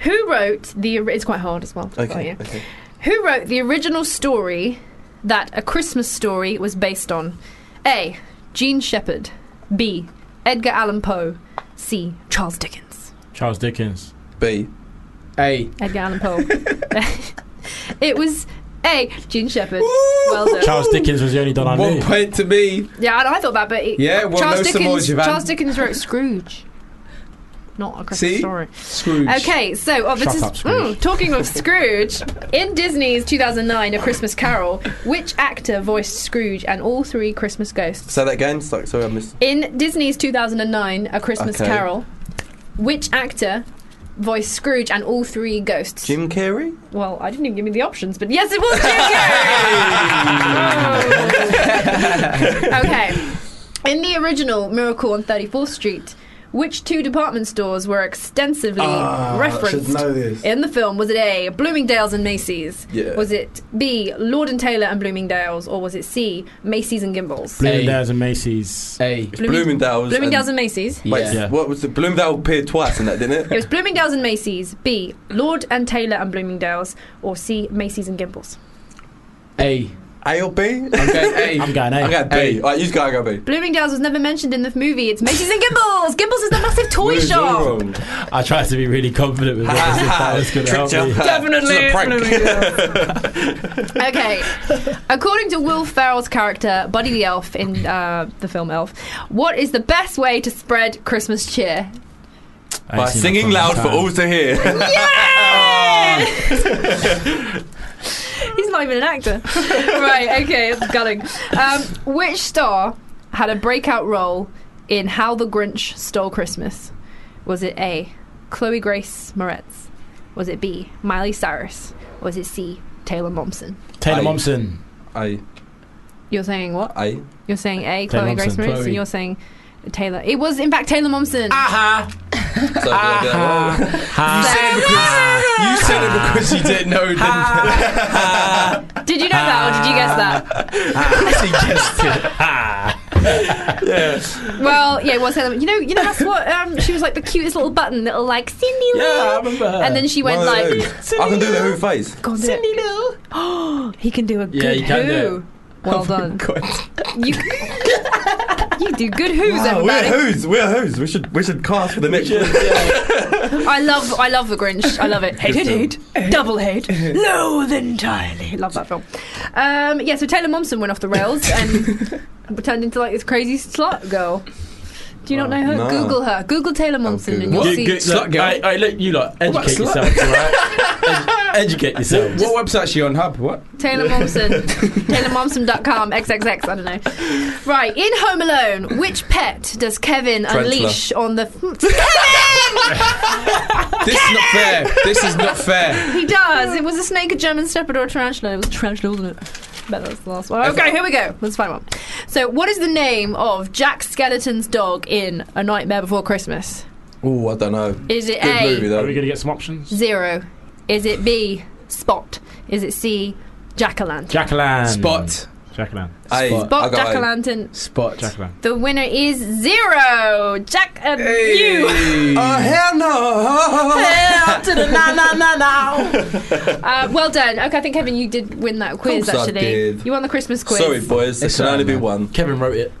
Speaker 2: who wrote the? ori- It's quite hard as well. Oh, yeah.
Speaker 15: okay.
Speaker 2: Who wrote the original story that A Christmas Story was based on? A. Gene Shepherd. B. Edgar Allan Poe. C. Charles Dickens.
Speaker 17: Charles Dickens.
Speaker 3: B.
Speaker 17: A.
Speaker 2: Edgar Allan Poe. it was A. Gene Shepherd. Well done.
Speaker 17: Charles Dickens was the only Don I
Speaker 3: One
Speaker 17: knew.
Speaker 3: point to me.
Speaker 2: Yeah, and I thought that, but it,
Speaker 3: Yeah, well,
Speaker 2: Charles
Speaker 3: no
Speaker 2: Dickens.
Speaker 3: Samoa Javan.
Speaker 2: Charles Dickens wrote Scrooge, not a Christmas
Speaker 3: See?
Speaker 2: story.
Speaker 3: Scrooge.
Speaker 2: Okay, so oh, this
Speaker 15: Shut
Speaker 2: is
Speaker 15: up, Scrooge.
Speaker 2: mm, talking of Scrooge in Disney's 2009 A Christmas Carol. Which actor voiced Scrooge and all three Christmas ghosts
Speaker 3: Say that again. Sorry, sorry I missed.
Speaker 2: in Disney's 2009 A Christmas
Speaker 3: Okay.
Speaker 2: Carol? Which actor voiced Scrooge and all three ghosts?
Speaker 3: Jim Carrey.
Speaker 2: Well, I didn't even give me the options, but yes, it was Jim Carrey. Oh. okay. In the original Miracle on 34th Street, which two department stores were extensively
Speaker 15: Ah, I
Speaker 2: referenced
Speaker 15: should know this.
Speaker 2: in the film? Was it A, Bloomingdale's and Macy's?
Speaker 17: Yeah.
Speaker 2: Was it B, Lord and Taylor and Bloomingdale's? Or was it C, Macy's and Gimbals?
Speaker 17: Bloomingdale's and Macy's.
Speaker 25: A.
Speaker 3: Bloomingdale's.
Speaker 2: Bloomingdale's and Macy's?
Speaker 3: Wait, what was the Bloomingdale appeared twice in that, didn't
Speaker 2: It
Speaker 3: it?
Speaker 2: was Bloomingdale's and Macy's, B, Lord and Taylor and Bloomingdale's, or C, Macy's and Gimbals?
Speaker 25: A.
Speaker 3: A or B? I'm going
Speaker 17: A. I'm going A.
Speaker 3: I'm going B. Alright, you guys go B.
Speaker 2: Bloomingdale's was never mentioned in the movie. It's Macy's and Gimbals. Gimbals is the massive toy shop.
Speaker 17: I tried to be really confident with that. as if that was going to help
Speaker 15: Tricked
Speaker 17: me.
Speaker 15: you. Definitely It's a prank.
Speaker 2: Okay. According to Will Ferrell's character, Buddy the Elf in uh, the film Elf, what is the best way to spread Christmas cheer?
Speaker 3: By singing loud for all to hear.
Speaker 2: He's not even an actor. right, okay, it's gutting. Um, which star had a breakout role in How the Grinch Stole Christmas? Was it A, Chloe Grace Moretz? Was it B, Miley Cyrus? Was it C, Taylor Momsen?
Speaker 17: Taylor Momsen.
Speaker 3: A.
Speaker 2: You're saying what?
Speaker 3: A.
Speaker 2: You're saying A,
Speaker 17: Taylor
Speaker 2: Chloe Grace
Speaker 17: Momsen.
Speaker 2: Moretz,
Speaker 17: Chloe.
Speaker 2: and you're saying Taylor. It was, in fact, Taylor Momsen.
Speaker 3: Ah.
Speaker 25: Aha!
Speaker 3: So, yeah,
Speaker 2: Ah,
Speaker 3: yeah, well,
Speaker 17: You
Speaker 2: said it because
Speaker 3: you said
Speaker 17: because you
Speaker 3: it
Speaker 17: didn't know. Didn't
Speaker 2: Did you know that, or did you guess that?
Speaker 3: Ah.
Speaker 15: yeah.
Speaker 2: Well, yeah, it was Taylor. You know, you know that's what um, she was like the cutest little button, little like Cindy Lou.
Speaker 3: Yeah, I remember her.
Speaker 2: And then she went
Speaker 3: One of
Speaker 2: like,
Speaker 3: those. I can do the Who face.
Speaker 2: Go on, Cindy Lou. Oh, he can do a
Speaker 3: Yeah,
Speaker 2: good
Speaker 3: you can do
Speaker 2: who.
Speaker 3: it. Oh
Speaker 2: Well done. You, you do good who's
Speaker 3: Wow, we're
Speaker 2: everybody.
Speaker 3: who's? We're who's? We should we should cast for the next.
Speaker 2: I love I love the Grinch. I love it. Hate,
Speaker 3: Good
Speaker 2: hate, hate, double hate, loathe entirely. Love that film. Um, yeah, so Taylor Momsen went off the rails and turned into like this crazy slut girl. Do you not know her?
Speaker 17: no.
Speaker 2: Google her. Google Taylor Momsen and you'll
Speaker 17: What?
Speaker 2: see.
Speaker 17: Look, I, I let you lot
Speaker 25: about
Speaker 17: educate
Speaker 25: slut?
Speaker 17: yourselves, alright? Ed- educate yourselves.
Speaker 25: What website's she on? Hub? What?
Speaker 2: Taylor Momsen. TaylorMomsen.com. XXX. I don't know. Right. In Home Alone, which pet does Kevin
Speaker 25: Tarantula.
Speaker 2: unleash on the.
Speaker 25: This is not fair. This is not fair.
Speaker 2: he does. It was a snake, a German shepherd, or a tarantula. It was a tarantula, wasn't it? Bet that was the last one. Okay, here we go. Let's find one. So, what is the name of Jack Skeleton's dog in A Nightmare Before Christmas?
Speaker 3: Oh, I don't know.
Speaker 2: Is it
Speaker 3: Good
Speaker 2: A?
Speaker 3: movie though.
Speaker 2: Are we
Speaker 17: gonna get some options?
Speaker 2: Zero. Is it B? Spot. Is it C? Jack o' lantern.
Speaker 17: Jacqueline.
Speaker 25: Spot.
Speaker 17: Jacqueline.
Speaker 3: A.
Speaker 2: Spot, Jack o' lantern.
Speaker 25: Spot.
Speaker 17: Jacqueline.
Speaker 2: The winner is zero. Jack and you.
Speaker 15: Oh,
Speaker 3: Oh, hell no.
Speaker 2: Hell to the na na na
Speaker 24: na.
Speaker 2: Uh, well done. Okay, I think Kevin, you did win that quiz.
Speaker 3: course I
Speaker 2: actually,
Speaker 3: did.
Speaker 2: you won the Christmas quiz.
Speaker 3: Sorry, boys. There
Speaker 17: It's
Speaker 3: can
Speaker 17: alright,
Speaker 3: only be
Speaker 17: man.
Speaker 3: one.
Speaker 17: Kevin wrote it.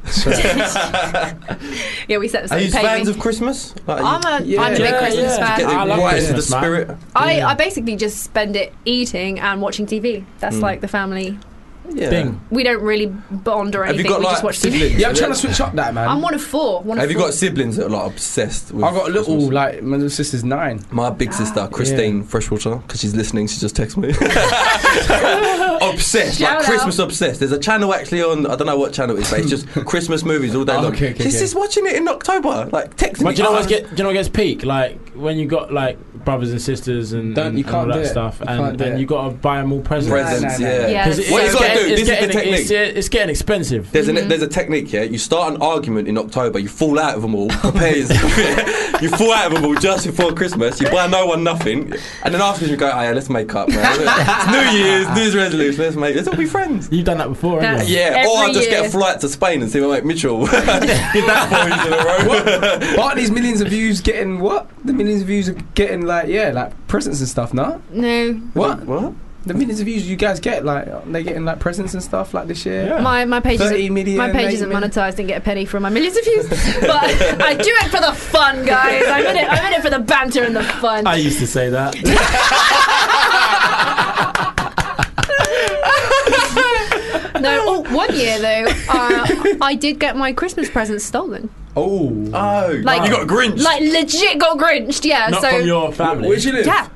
Speaker 2: Yeah, we set this.
Speaker 3: Are
Speaker 2: up.
Speaker 3: you
Speaker 2: Pay
Speaker 3: fans
Speaker 2: me.
Speaker 3: of Christmas? Like,
Speaker 2: I'm a-
Speaker 3: you-
Speaker 2: I'm a big Yeah, Christmas yeah. fan.
Speaker 3: Get it
Speaker 2: I love
Speaker 3: right into
Speaker 17: Christmas,
Speaker 3: the
Speaker 17: man.
Speaker 3: spirit.
Speaker 2: I, I basically just spend it eating and watching TV. That's
Speaker 3: Mm.
Speaker 2: like the family.
Speaker 3: Yeah.
Speaker 17: Bing.
Speaker 2: We don't really bond or
Speaker 3: Have you
Speaker 2: anything.
Speaker 3: got
Speaker 2: we
Speaker 3: like
Speaker 2: just watch TV.
Speaker 3: siblings?
Speaker 25: Yeah, I'm trying to switch up that man.
Speaker 2: I'm one of four. One of
Speaker 3: Have you
Speaker 2: four.
Speaker 3: got siblings that are like obsessed with?
Speaker 25: I've got a little,
Speaker 3: Christmas?
Speaker 25: like, my little sister's nine.
Speaker 3: My big
Speaker 16: Ah.
Speaker 3: sister, Christine Freshwater, because she's listening, she just texts me. obsessed,
Speaker 15: Shout
Speaker 3: like
Speaker 15: out.
Speaker 3: Christmas obsessed. There's a channel actually on, I don't know what channel it is, but it's just Christmas movies all day
Speaker 25: Oh,
Speaker 3: long.
Speaker 17: okay, okay,
Speaker 3: she's
Speaker 17: okay.
Speaker 3: just watching it in October, like texting
Speaker 17: But
Speaker 3: me.
Speaker 17: do you know what's
Speaker 3: "Oh,
Speaker 17: get? Do you know what gets peak? Like when you got like brothers and sisters and,
Speaker 16: Don't-
Speaker 17: Mm, and,
Speaker 16: you
Speaker 17: and all
Speaker 16: can't do
Speaker 17: that
Speaker 16: it.
Speaker 17: stuff,
Speaker 16: You can't
Speaker 17: and,
Speaker 16: do
Speaker 17: and
Speaker 16: it.
Speaker 17: you got to buy them all presents.
Speaker 16: Presents, No, no, no. yeah. Yeah,
Speaker 17: 'Cause
Speaker 16: that's
Speaker 17: it's-
Speaker 16: What
Speaker 17: it's
Speaker 16: you gotta
Speaker 17: getting-
Speaker 16: do,
Speaker 17: it's
Speaker 16: this is the
Speaker 17: getting- it's- it's getting expensive.
Speaker 8: There's,
Speaker 16: Mm-hmm.
Speaker 8: a, there's a technique, yeah? You start an argument in October, you fall out of them all, prepare yourself. yeah? you fall out of them all just before Christmas, you buy no one nothing, and then afterwards you go, oh yeah, let's make up, man. it's New Year's, New Year's resolution, let's make, let's all be friends.
Speaker 17: You've done that before,
Speaker 8: yeah.
Speaker 17: haven't you?
Speaker 8: or I'll
Speaker 16: every
Speaker 8: just get
Speaker 16: year.
Speaker 8: a flight to Spain and see my mate Mitchell. Get that for in a row.
Speaker 16: Barney's millions of views getting what? The millions of views are getting like yeah, like presents and stuff. No,
Speaker 2: No.
Speaker 16: what? What? The millions of views you guys get like they getting like presents and stuff like this year.
Speaker 2: My my page
Speaker 16: 30
Speaker 2: isn't,
Speaker 16: million,
Speaker 2: my page
Speaker 16: 80
Speaker 2: isn't
Speaker 16: million.
Speaker 2: monetized. Didn't get a penny from my millions of views, but I do it for the fun, guys. I'm in it. I'm in it for the banter and the fun.
Speaker 17: I used to say that.
Speaker 2: no, oh, one year though, uh, I did get my Christmas presents stolen.
Speaker 8: Oh. Oh. you got Grinch.
Speaker 2: Like legit got grinched. Yeah.
Speaker 8: Not
Speaker 2: so
Speaker 8: from your family. Where'd you live?
Speaker 2: Yeah.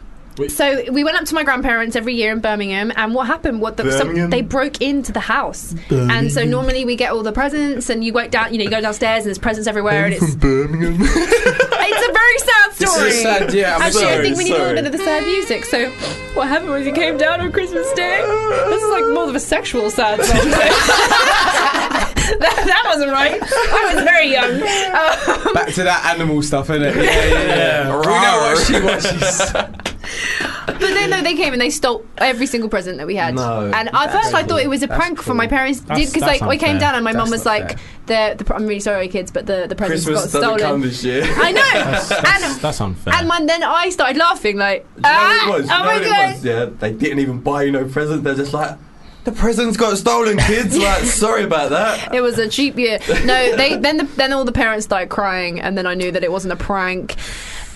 Speaker 2: So we went up to my grandparents every year in Birmingham, and what happened? What the, some,
Speaker 6: Birmingham.
Speaker 2: they broke into the house, and so
Speaker 6: Birmingham.
Speaker 2: normally we get all the presents, and you go down, you know, you go downstairs, and there's presents everywhere, and it's
Speaker 6: Birmingham.
Speaker 2: It's a very sad
Speaker 6: This is
Speaker 2: story.
Speaker 6: sad, yeah, I'm
Speaker 2: Actually, I
Speaker 6: sorry,
Speaker 2: think we need a
Speaker 6: sorry.
Speaker 2: little bit of the sad music. So, what happened was he came down on Christmas Day. This is like more of a sexual sad song. that, that wasn't right. I was very young. Uh,
Speaker 16: Back to that animal stuff, innit? Yeah, yeah, yeah. we know what she wants. She's
Speaker 2: but then no, they came and they stole every single present that we had.
Speaker 16: No,
Speaker 2: and at
Speaker 16: that's
Speaker 2: first I thought it was a
Speaker 16: cool.
Speaker 2: prank from my parents, did
Speaker 16: That's-
Speaker 2: because
Speaker 16: that's
Speaker 2: like we came
Speaker 16: unfair.
Speaker 2: down and my mum was
Speaker 16: That's not
Speaker 2: like, the, the, pr- "I'm really sorry, kids, but the the presents
Speaker 8: Christmas
Speaker 2: got
Speaker 8: doesn't
Speaker 2: stolen."
Speaker 8: come this year.
Speaker 2: I know.
Speaker 8: That's- that's-
Speaker 2: and
Speaker 8: that's unfair.
Speaker 2: And my, then I started laughing like,
Speaker 8: You know
Speaker 2: ah,
Speaker 8: what it was? You
Speaker 2: "Oh
Speaker 8: know
Speaker 2: my
Speaker 8: what it
Speaker 2: god."
Speaker 8: was? Yeah, they didn't even buy you no presents. They're just like, the presents got stolen, kids. like, sorry about that.
Speaker 2: It was a cheap year. No, they then the, then all the parents started crying, and then I knew that it wasn't a prank,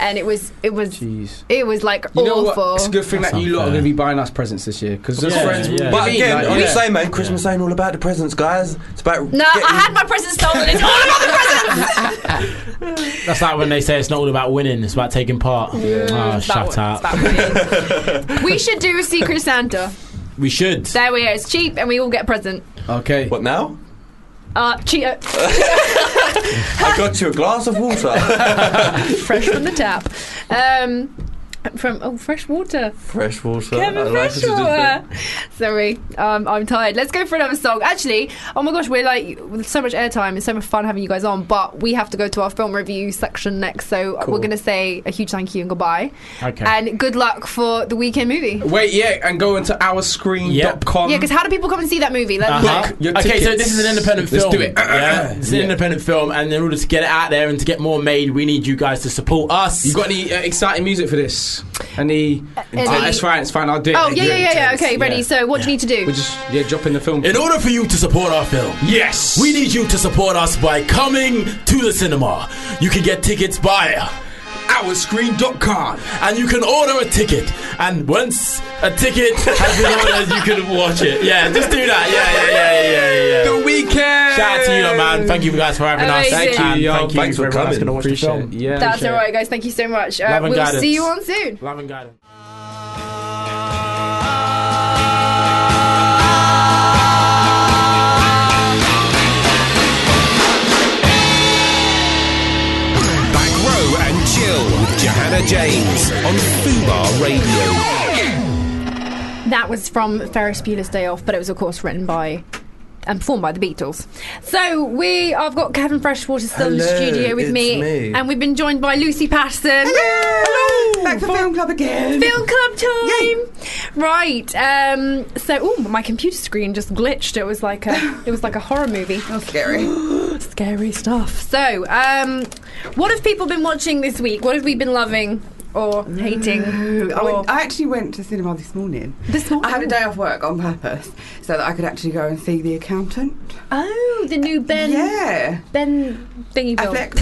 Speaker 2: and it was it was it was like
Speaker 16: You know
Speaker 2: awful.
Speaker 16: what? It's a good thing that you lot are going to be buying us presents this year because as
Speaker 8: Yeah,
Speaker 16: friends,
Speaker 8: yeah. But again, I'm just saying, man, Christmas ain't all about the presents, guys. It's about
Speaker 2: no, I had my presents stolen. It's all about the presents.
Speaker 17: That's like when they say it's not all about winning; it's about taking part. Oh,
Speaker 2: Mm, that
Speaker 17: shut
Speaker 2: one,
Speaker 17: up.
Speaker 2: Ah, we should do a Secret Santa.
Speaker 17: We should.
Speaker 2: There we are. It's cheap, and we all get a present.
Speaker 16: Okay.
Speaker 8: What now?
Speaker 2: Uh, cheetah,
Speaker 8: I got you a glass of water.
Speaker 2: fresh from the tap. Um, from oh, fresh water.
Speaker 3: Uh,
Speaker 8: Fresh water.
Speaker 2: Kevin
Speaker 8: I like this, it's just-
Speaker 2: Fishwater. Sorry, um, I'm tired. Let's go for another song. Actually, oh my gosh, we're like with so much airtime. It's so much fun having you guys on, but we have to go to our film review section next. So we're going to say a huge thank you and goodbye.
Speaker 16: Okay.
Speaker 2: And good luck for the weekend movie.
Speaker 16: Wait, yeah, and go into
Speaker 3: Um,
Speaker 16: ourscreen.com.
Speaker 2: Yeah, because how do people come and see that movie? Let's
Speaker 17: Uh-huh.
Speaker 16: Your
Speaker 17: Okay, so
Speaker 16: tickets.
Speaker 17: this is an independent
Speaker 16: Let's
Speaker 17: film.
Speaker 16: do it. Uh-uh.
Speaker 17: Yeah, it's an
Speaker 16: Yeah.
Speaker 17: independent film, and in order to get it out there and to get more made, we need you guys to support us. Uh,
Speaker 16: You got any uh, exciting music for this? Any?
Speaker 2: any-
Speaker 16: Oh, that's fine. It's fine. I'll do it.
Speaker 2: Oh yeah, yeah, yeah, yeah.
Speaker 16: Intense.
Speaker 2: Okay, ready.
Speaker 16: Yeah.
Speaker 2: So what do you need to do?
Speaker 16: we just yeah, drop in the film.
Speaker 17: In order for you to support our film,
Speaker 16: yes,
Speaker 17: we need you to support us by coming to the cinema. You can get tickets via
Speaker 16: ourscreen.com,
Speaker 17: and you can order a ticket. And once a ticket has been ordered, you can watch it. Yeah, just do that. Yeah, yeah, yeah, yeah, yeah. yeah.
Speaker 16: The weekend.
Speaker 17: Shout out to you, lot, man. Thank you guys for having us.
Speaker 2: Amazing. Thank you,
Speaker 17: And
Speaker 16: yo.
Speaker 17: Thank you
Speaker 16: Thanks for
Speaker 17: everyone that's
Speaker 16: coming.
Speaker 17: gonna watch the
Speaker 16: Appreciate it.
Speaker 17: film.
Speaker 16: Yeah,
Speaker 2: Oh, That's all right, guys. Thank you so much. Uh,
Speaker 17: Love and
Speaker 2: we'll
Speaker 17: guidance.
Speaker 2: see you on soon.
Speaker 17: Love and guidance.
Speaker 1: Back row and chill with Johanna James on Fubar Radio.
Speaker 2: That was from Ferris Bueller's Day Off, but it was of course written by and performed by the Beatles. So we, I've got Kevin Freshwater still in the
Speaker 6: Hello,
Speaker 2: studio with
Speaker 6: it's
Speaker 2: me,
Speaker 6: me.
Speaker 2: and we've been joined by Lucy Patterson.
Speaker 6: Hello, back for film club again.
Speaker 2: Film club time. Right. Um, so, oh, my computer screen just glitched. It was like a, it was like a horror movie. That
Speaker 6: scary.
Speaker 2: scary stuff. So, um, what have people been watching this week? What have we been loving or hating?
Speaker 6: I,
Speaker 2: or-
Speaker 6: went, I actually went to cinema this morning.
Speaker 2: This morning?
Speaker 6: I had a day off work on purpose so that I could actually go and see The Accountant.
Speaker 2: Oh, the new Ben.
Speaker 6: Yeah.
Speaker 2: Ben thingy film.
Speaker 6: Affleck.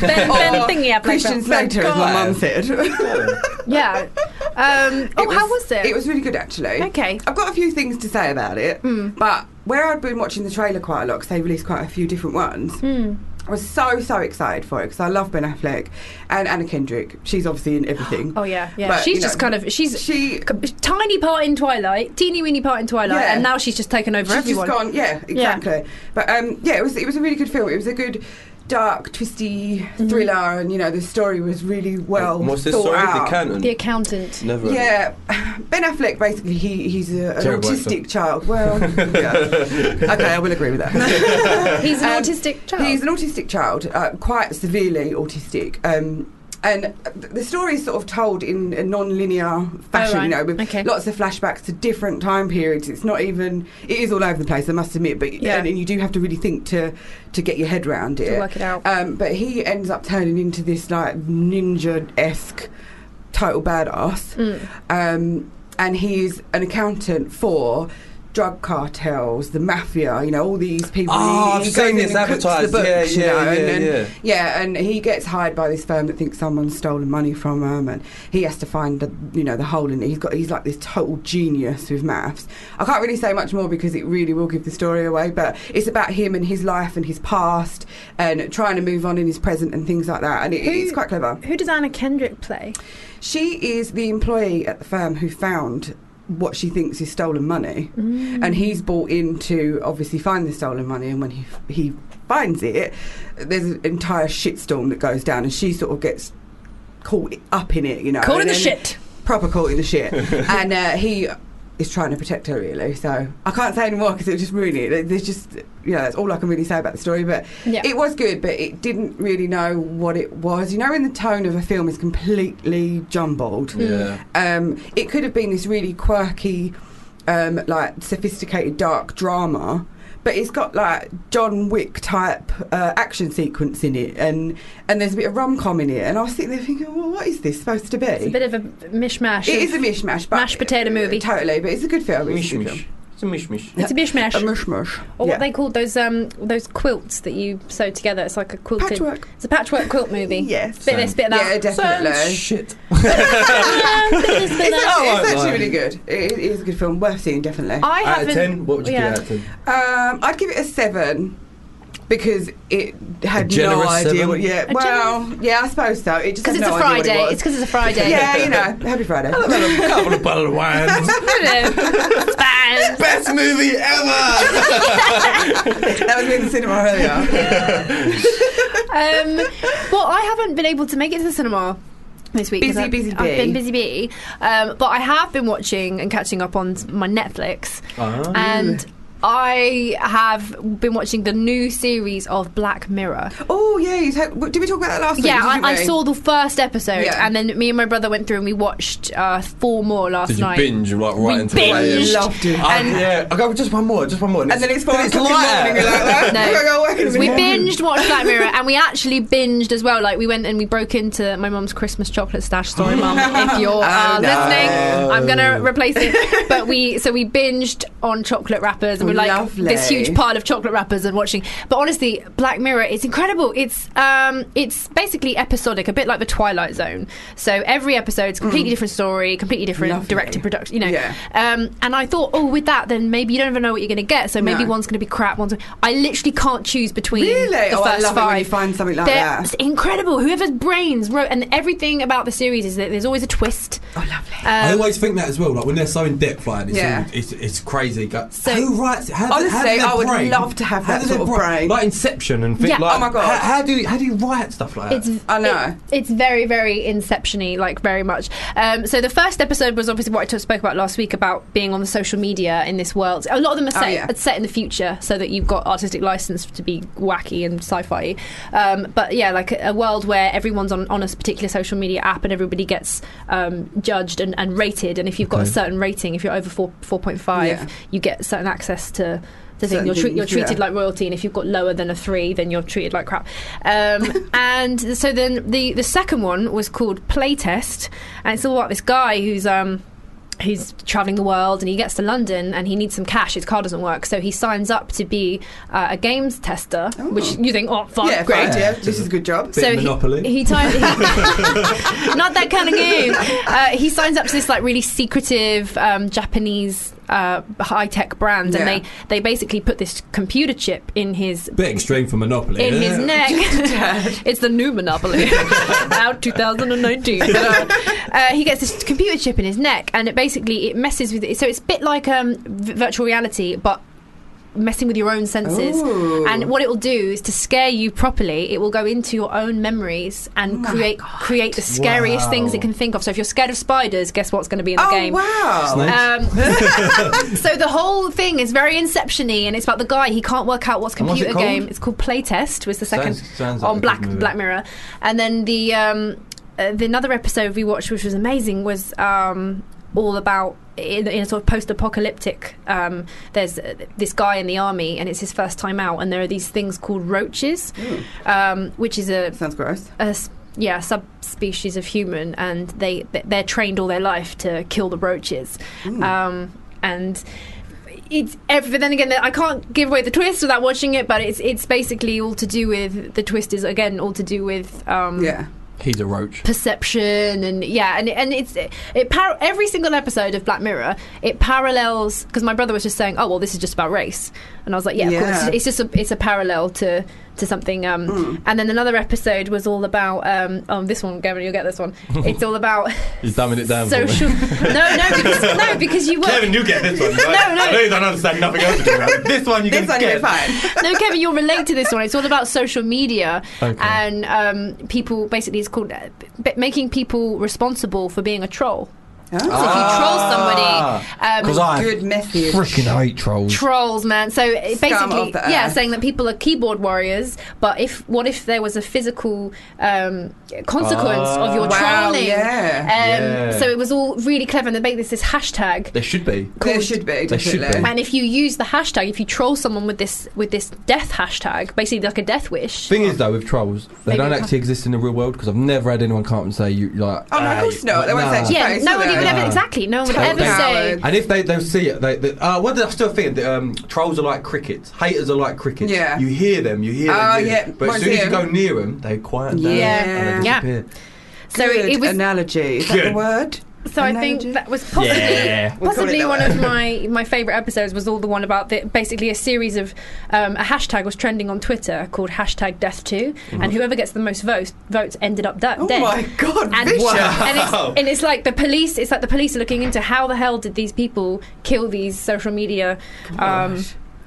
Speaker 2: ben, ben
Speaker 6: Or
Speaker 2: thingy Affleck.
Speaker 6: Christian
Speaker 2: film.
Speaker 6: Slater, as my mum said.
Speaker 2: Yeah. Um, oh, how was it?
Speaker 6: It was really good, actually.
Speaker 2: Okay.
Speaker 6: I've got a few things to say about it, but where I'd been watching the trailer quite a lot because they released quite a few different ones. I was so so excited for it because I love Ben Affleck and Anna Kendrick. She's obviously in everything.
Speaker 2: Oh yeah, yeah.
Speaker 6: But,
Speaker 2: she's
Speaker 6: you know,
Speaker 2: just kind of she's
Speaker 6: she
Speaker 2: tiny part in Twilight, teeny weeny part in Twilight,
Speaker 6: Yeah.
Speaker 2: and now she's just taken over
Speaker 6: she's
Speaker 2: everyone.
Speaker 6: just gone. Yeah, exactly. But um, yeah, it was it was a really good film. It was a good dark, twisty thriller, and you know the story was really well.
Speaker 8: And what's this
Speaker 6: thought
Speaker 8: story? The
Speaker 6: out.
Speaker 8: Accountant? The
Speaker 2: accountant.
Speaker 8: Never heard
Speaker 6: Yeah, Ben Affleck basically he he's a, an
Speaker 8: Terrible
Speaker 6: autistic
Speaker 8: actor.
Speaker 6: child. Well, okay, I will agree with that.
Speaker 2: he's an
Speaker 6: Um,
Speaker 2: autistic child.
Speaker 6: He's an autistic child, uh, quite severely autistic. Um, and th- the story is sort of told in a non-linear fashion,
Speaker 2: Oh, right.
Speaker 6: you know, with
Speaker 2: Okay.
Speaker 6: lots of flashbacks to different time periods. It's not even; it is all over the place. I must admit, but
Speaker 2: Yeah.
Speaker 6: and, and you do have to really think to to get your head round it,
Speaker 2: To work it out.
Speaker 6: Um, but he ends up turning into this like ninja-esque total badass,
Speaker 2: Mm.
Speaker 6: um, and he is an accountant for. Drug cartels, the mafia, you know, all these people.
Speaker 8: Oh,
Speaker 6: He-
Speaker 8: I've
Speaker 6: he goes
Speaker 8: seen
Speaker 6: in
Speaker 8: this
Speaker 6: and cooks the
Speaker 8: advertised.
Speaker 6: books,
Speaker 8: Yeah,
Speaker 6: you
Speaker 8: yeah,
Speaker 6: know,
Speaker 8: yeah,
Speaker 6: and, and-
Speaker 8: yeah.
Speaker 6: yeah, and he gets hired by this firm that thinks someone's stolen money from him, and he has to find the you know the hole in it. He's got he's like this total genius with maths. I can't really say much more because it really will give the story away. But it's about him and his life and his past and trying to move on in his present and things like that. And it, it's quite clever.
Speaker 2: Who does Anna Kendrick play?
Speaker 6: She is the employee at the firm who found what she thinks is stolen money,
Speaker 2: Mm.
Speaker 6: and he's brought in to obviously find the stolen money. And when he he finds it, there's an entire shitstorm that goes down, and she sort of gets caught up in it, you know,
Speaker 2: Caught in
Speaker 6: and
Speaker 2: the
Speaker 6: then-
Speaker 2: shit.
Speaker 6: proper caught in the shit, and uh, he is trying to protect her really. So I can't say any more because it would just ruin it. There's just you know that's all I can really say about the story, but
Speaker 2: Yeah.
Speaker 6: it was good, but it didn't really know what it was. You know, when the tone of a film is completely jumbled,
Speaker 8: Yeah.
Speaker 6: um, it could have been this really quirky, um, like sophisticated dark drama. But it's got like John Wick type uh, action sequence in it, and, and there's a bit of rom com in it. And I was sitting there thinking, well, what is this supposed to be?
Speaker 2: It's a bit of a mishmash.
Speaker 6: It
Speaker 2: of-
Speaker 6: is a mishmash, but uh,
Speaker 2: mashed potato movie.
Speaker 6: Totally, but it's a good film. It's a good
Speaker 8: Mishmash.
Speaker 6: film.
Speaker 8: It's a mishmash.
Speaker 2: It's a mishmash.
Speaker 6: A mishmash.
Speaker 2: Or
Speaker 6: Yeah.
Speaker 2: what they call those um those quilts that you sew together. It's like a quilted.
Speaker 6: Patchwork.
Speaker 2: It's a patchwork quilt movie.
Speaker 6: Yes.
Speaker 2: Bit of this, bit of that.
Speaker 6: Yeah, definitely.
Speaker 8: shit.
Speaker 2: Bit of this, bit of
Speaker 6: It's,
Speaker 2: that.
Speaker 6: it's
Speaker 8: Oh,
Speaker 6: actually
Speaker 8: my.
Speaker 6: really good. It, it is a good film, worth seeing definitely.
Speaker 8: Out
Speaker 2: I
Speaker 8: of
Speaker 2: haven't-
Speaker 8: ten, what would you
Speaker 2: yeah.
Speaker 8: give it out of ten?
Speaker 6: Um, I'd give it a seven because it
Speaker 8: A
Speaker 6: had no
Speaker 8: generous
Speaker 6: idea.
Speaker 8: seven?
Speaker 6: What, yeah,
Speaker 2: A
Speaker 6: well, yeah, I suppose so. It just
Speaker 2: Because
Speaker 6: had
Speaker 2: it's a
Speaker 6: no idea what it
Speaker 2: Friday.
Speaker 6: was.
Speaker 2: It's because it's a Friday.
Speaker 6: yeah, you know, happy Friday.
Speaker 8: Couple of bottle of wine.
Speaker 2: it's fine.
Speaker 8: Best movie ever.
Speaker 6: that was me in the cinema earlier.
Speaker 2: um, well, I haven't been able to make it to the cinema this week. 'cause
Speaker 6: Busy,
Speaker 2: I've-
Speaker 6: busy
Speaker 2: I've been
Speaker 6: bee.
Speaker 2: busy bee. Um, but I have been watching and catching up on s- my Netflix.
Speaker 8: Ah.
Speaker 2: And I have been watching the new series of Black Mirror.
Speaker 6: Oh yeah, you ta- did we talk about that last week?
Speaker 2: Yeah,
Speaker 6: didn't
Speaker 2: I, I
Speaker 6: we?
Speaker 2: saw the first episode,
Speaker 6: Yeah.
Speaker 2: and then me and my brother went through and we watched uh, four more last
Speaker 8: Did you
Speaker 2: night.
Speaker 8: binge like right
Speaker 2: We
Speaker 8: into the
Speaker 2: binged.
Speaker 6: Loved it.
Speaker 3: Ah,
Speaker 8: I,
Speaker 2: And-
Speaker 8: yeah, I go just one more, just one more.
Speaker 6: And then it's four o'clock in the
Speaker 8: light out.
Speaker 6: morning. You're like,
Speaker 2: No.
Speaker 6: "Oh, I gotta work in a
Speaker 2: we
Speaker 6: minute."
Speaker 2: binged watched Black Mirror and we actually binged as well. Like we went and we broke into my mum's Christmas chocolate stash. Sorry, mum, if you're uh,
Speaker 6: Oh, no.
Speaker 2: listening, I'm gonna replace it. But we so we binged on chocolate wrappers and we're like
Speaker 6: Lovely.
Speaker 2: this huge pile of chocolate wrappers and watching. But honestly, Black Mirror, it's incredible. It's um it's basically episodic, a bit like the Twilight Zone. So every episode's completely different story, completely different
Speaker 6: Mm. Lovely.
Speaker 2: director production. You know,
Speaker 6: Yeah.
Speaker 2: um, and I thought, oh, with that, then maybe you don't even know what you're going to get. So maybe
Speaker 6: No.
Speaker 2: one's going to be crap. One's I literally can't choose between
Speaker 6: Really?
Speaker 2: the
Speaker 6: Oh, I
Speaker 2: first
Speaker 6: love it
Speaker 2: five.
Speaker 6: when you find something like
Speaker 2: They're-
Speaker 6: that.
Speaker 2: It's incredible. Whoever's brains wrote, and everything about the series is that there's always a twist. Oh, lovely.
Speaker 3: I always think that as well. Like when they're so in depth, like it's,
Speaker 6: Yeah.
Speaker 3: all, it's, it's crazy. Go,
Speaker 2: So-
Speaker 3: who writes? it? How do- how do
Speaker 6: Honestly,
Speaker 3: their
Speaker 6: I would
Speaker 3: brain-
Speaker 6: love to have
Speaker 3: how
Speaker 6: that
Speaker 3: do their
Speaker 6: sort of brain.
Speaker 3: Like Inception and think
Speaker 2: Yeah.
Speaker 3: like,
Speaker 6: Oh my God.
Speaker 3: How, how do you, how do you write stuff like
Speaker 2: It's
Speaker 3: that?
Speaker 6: I know.
Speaker 2: it- it's very very inceptiony, like very much. Um, so the first episode was obviously what I t- spoke about last week about being on the social media in this world. A lot of them are
Speaker 6: Oh,
Speaker 2: set,
Speaker 6: yeah.
Speaker 2: are set in the future, so that you've got artistic license to be wacky and sci-fi. Um, but yeah, like a, a world where everyone's on, on a particular social media app and everybody gets um, judged and, and rated. And if you've got a
Speaker 3: Okay.
Speaker 2: certain rating, if you're over four four point five,
Speaker 6: Yeah.
Speaker 2: you get certain access to. The thing.
Speaker 6: Certain
Speaker 2: You're, tre-
Speaker 6: things,
Speaker 2: you're treated
Speaker 6: yeah.
Speaker 2: like royalty, and if you've got lower than a three, then you're treated like crap. Um, and so then the the second one was called Playtest, and it's all about this guy who's um. Who's traveling the world and he gets to London and he needs some cash. His car doesn't work, so he signs up to be uh, a games tester, which you think, oh, fun,
Speaker 6: Yeah,
Speaker 2: great.
Speaker 6: great. Yeah, this is a good job.
Speaker 2: So
Speaker 3: Monopoly.
Speaker 2: he, he timed. not that kind of game. Uh, he signs up to this like really secretive um, Japanese uh, high tech brand,
Speaker 6: Yeah.
Speaker 2: and they they basically put this computer chip in his
Speaker 3: bit extreme for Monopoly.
Speaker 2: in his neck. it's the new Monopoly out 2019. No. Uh, he gets this computer chip in his neck, and it basically it messes with it. So it's a bit like um, v- virtual reality, but messing with your own senses.
Speaker 6: Ooh.
Speaker 2: And what it will do is to scare you properly, it will go into your own memories
Speaker 6: Oh
Speaker 2: and create create the scariest things it can think of. So if you're scared of spiders, guess what's going to be in the
Speaker 6: Oh,
Speaker 2: game?
Speaker 6: wow.
Speaker 2: Um, so the whole thing is very inception-y, and it's about the guy he can't work out what's
Speaker 6: And what's it
Speaker 2: computer
Speaker 6: called?
Speaker 2: game. It's called Playtest. Was the second
Speaker 6: Sounds- sounds like
Speaker 2: on
Speaker 6: a good
Speaker 2: Black
Speaker 6: movie.
Speaker 2: Black Mirror, and then the um, uh, the another episode we watched, which was amazing, was um, all about in, in a sort of post-apocalyptic. Um, there's uh, this guy in the army, and it's his first time out, and there are these things called roaches,
Speaker 6: Hmm.
Speaker 2: um, which is a
Speaker 6: sounds gross.
Speaker 2: A, s- yeah, subspecies of human, and they they're trained all their life to kill the roaches, um, and it's ev but then again i can't give away the twist without watching it but it's it's basically all to do with the twist is again all to do with um
Speaker 6: yeah
Speaker 3: He's a roach.
Speaker 2: perception and yeah and and it's it, par- every single episode of black mirror it parallels because my brother was just saying oh well this is just about race and i was like yeah, of
Speaker 6: Yeah.
Speaker 2: course it's just a, it's a parallel to to something um and then another episode was all about um oh this one Gavin you'll get this one it's all about
Speaker 8: He's dumbing it down. for me.
Speaker 2: social no no because no because you were
Speaker 8: Kevin, you get this one. Right?
Speaker 2: No, no.
Speaker 8: I know you don't understand nothing else to do about. This one you
Speaker 2: This
Speaker 8: can
Speaker 2: one
Speaker 8: get.
Speaker 2: you're no, Kevin, you'll relate to this one. It's all about social media
Speaker 8: Okay.
Speaker 2: and um, people. Basically, it's called uh, b- making people responsible for being a troll. So
Speaker 15: Ah.
Speaker 2: if you troll somebody, um,
Speaker 15: Freaking hate trolls.
Speaker 2: trolls, man. So it
Speaker 15: Scum
Speaker 2: basically,
Speaker 15: of the
Speaker 2: yeah,
Speaker 15: earth.
Speaker 2: saying that people are keyboard warriors. But if what if there was a physical um, consequence of your
Speaker 6: Ah. Wow,
Speaker 2: trolling?
Speaker 6: yeah.
Speaker 2: Um,
Speaker 8: Yeah.
Speaker 2: So it was all really clever, and they made this this hashtag
Speaker 8: There should be.
Speaker 6: There should be.
Speaker 8: There should
Speaker 6: definitely.
Speaker 8: be.
Speaker 2: and if you use the hashtag, if you troll someone with this with this death hashtag, basically like a death wish.
Speaker 8: Thing is though, with trolls, they
Speaker 2: Maybe
Speaker 8: don't
Speaker 2: we can't-
Speaker 8: actually exist in the real world because I've never had anyone come up and say you like.
Speaker 6: Oh, no, of
Speaker 8: "Hey,
Speaker 6: course not. They won't
Speaker 8: nah."
Speaker 6: say it's your
Speaker 2: yeah,
Speaker 6: face,
Speaker 2: no one
Speaker 6: will
Speaker 2: would
Speaker 6: they?
Speaker 2: ever exactly. No one would ever say.
Speaker 8: And if they don't see it, they, they uh, what did I still think? That, um, trolls are like crickets. Haters are like crickets.
Speaker 6: Yeah.
Speaker 8: You hear them, you hear
Speaker 6: Oh,
Speaker 8: them. you hear
Speaker 6: yeah,
Speaker 8: them. But as
Speaker 6: once
Speaker 8: soon as
Speaker 6: you
Speaker 8: you
Speaker 6: hear
Speaker 8: go
Speaker 6: 'em.
Speaker 8: near them, they quieten down.
Speaker 2: Yeah.
Speaker 8: And they
Speaker 2: Yeah.
Speaker 8: disappear.
Speaker 2: So it- it was
Speaker 6: analogy. Is that
Speaker 8: Good.
Speaker 6: the word?
Speaker 2: So I think that was possibly
Speaker 8: Yeah.
Speaker 6: We'll call it
Speaker 2: possibly
Speaker 6: that
Speaker 2: one of
Speaker 6: way.
Speaker 2: my my favorite episodes was all the one about the, basically a series of um, a hashtag was trending on Twitter called hashtag Death 2 and whoever gets the most votes votes ended up da-
Speaker 6: Oh
Speaker 2: dead.
Speaker 6: my God,
Speaker 2: And,
Speaker 6: vicious.
Speaker 2: and,
Speaker 6: Wow.
Speaker 2: it's, and it's like the police. It's like the police are looking into how the hell did these people kill these social media. Um,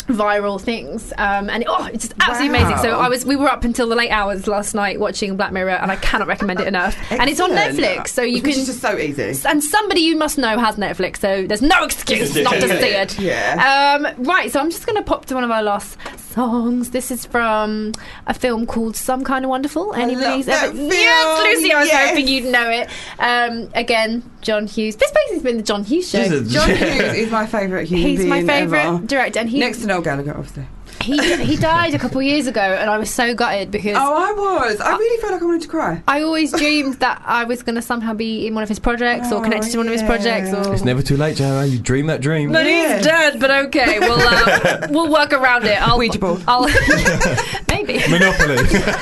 Speaker 2: viral things um, and it- oh it's just absolutely
Speaker 6: Wow.
Speaker 2: amazing so I was we were up until the late hours last night watching Black Mirror and I cannot recommend it enough and it's on
Speaker 6: Excellent.
Speaker 2: Netflix so you
Speaker 6: Which
Speaker 2: can
Speaker 6: is just so easy.
Speaker 2: and somebody you must know has Netflix, so there's no excuse not to see it.
Speaker 6: Yeah.
Speaker 2: Um, right, so I'm just going to pop to one of our last songs. This is from a film called Some Kind of Wonderful. Anybody's
Speaker 6: love
Speaker 2: ever?
Speaker 6: that
Speaker 2: Yes,
Speaker 6: film,
Speaker 2: Lucy, I was
Speaker 6: yes.
Speaker 2: hoping you'd know it. Um, again, John Hughes. This basically has been the John Hughes show.
Speaker 6: John Hughes is my favourite human
Speaker 2: He's my
Speaker 6: being
Speaker 2: favourite
Speaker 6: ever.
Speaker 2: director, and he-
Speaker 6: next to Noel Gallagher, obviously.
Speaker 2: he he died a couple years ago, and I was so gutted because
Speaker 6: Oh, I was. I really felt like I wanted to cry.
Speaker 2: I always dreamed that I was going to somehow be in one of his projects or connected to one of his projects. Or
Speaker 8: It's never too late, Jara. You dream that dream.
Speaker 2: But Oh, he's dead. But okay, we'll uh, we'll work around it. I'll, I'll maybe.
Speaker 8: Monopoly.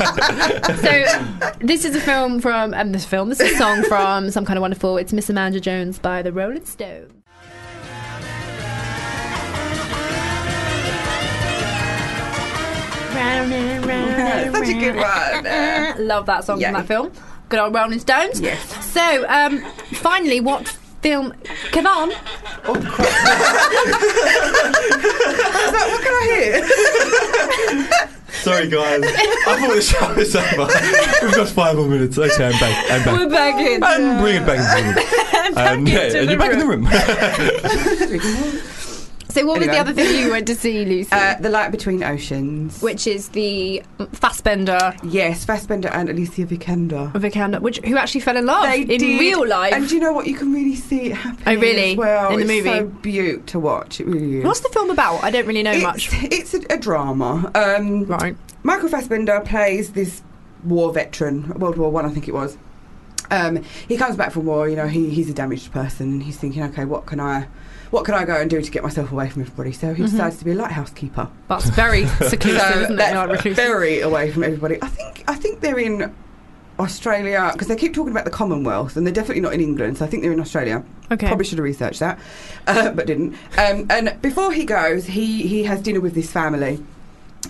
Speaker 2: So this is a film from um, this film. This is a song from some kind of wonderful. It's Miss Amanda Jones by the Rolling Stones. Round and round and
Speaker 6: Such a good
Speaker 2: round.
Speaker 6: one.
Speaker 2: Love that song
Speaker 6: Yeah.
Speaker 2: from that film. Good old Rolling Stones.
Speaker 6: Yes.
Speaker 2: So, um, finally, what film? Come on.
Speaker 6: what can I hear?
Speaker 8: Sorry, guys. I thought the show was over. We've got five more minutes. Okay, I'm back. I'm back.
Speaker 2: We're back in.
Speaker 6: Um,
Speaker 8: And bring it back into the room. Um, yeah,
Speaker 2: into
Speaker 8: you're
Speaker 2: the
Speaker 8: back in the room.
Speaker 2: So, what was
Speaker 6: Anyway.
Speaker 2: the other thing you went to see, Lucy?
Speaker 6: Uh, the Light Between Oceans.
Speaker 2: which is the Fassbender
Speaker 6: Yes, Fassbender and Alicia Vikander.
Speaker 2: Vikander, which who actually fell in love
Speaker 6: They
Speaker 2: in
Speaker 6: did-
Speaker 2: real life.
Speaker 6: And do you know what? You can really see it happening.
Speaker 2: Oh, really?
Speaker 6: As well.
Speaker 2: In the
Speaker 6: it's
Speaker 2: movie?
Speaker 6: so beaut to watch. It really is.
Speaker 2: What's the film about? I don't really know
Speaker 6: it's,
Speaker 2: much.
Speaker 6: It's a, a drama. Um,
Speaker 2: right.
Speaker 6: Michael Fassbender plays this war veteran, World War One, I, think it was. Um, he comes back from war. You know, he, he's a damaged person, and he's thinking, okay, what can I, what can I go and do to get myself away from everybody? So he
Speaker 2: Mhm.
Speaker 6: decides to be a lighthouse keeper.
Speaker 2: That's very seclusive,
Speaker 6: So
Speaker 2: isn't it?
Speaker 6: that's
Speaker 2: Not reclusive.
Speaker 6: Very away from everybody. I think I think they're in Australia because they keep talking about the Commonwealth, and they're definitely not in England. So I think they're in Australia.
Speaker 2: Okay.
Speaker 6: Probably should have researched that, uh, but didn't. Um, and before he goes, he he has dinner with his family.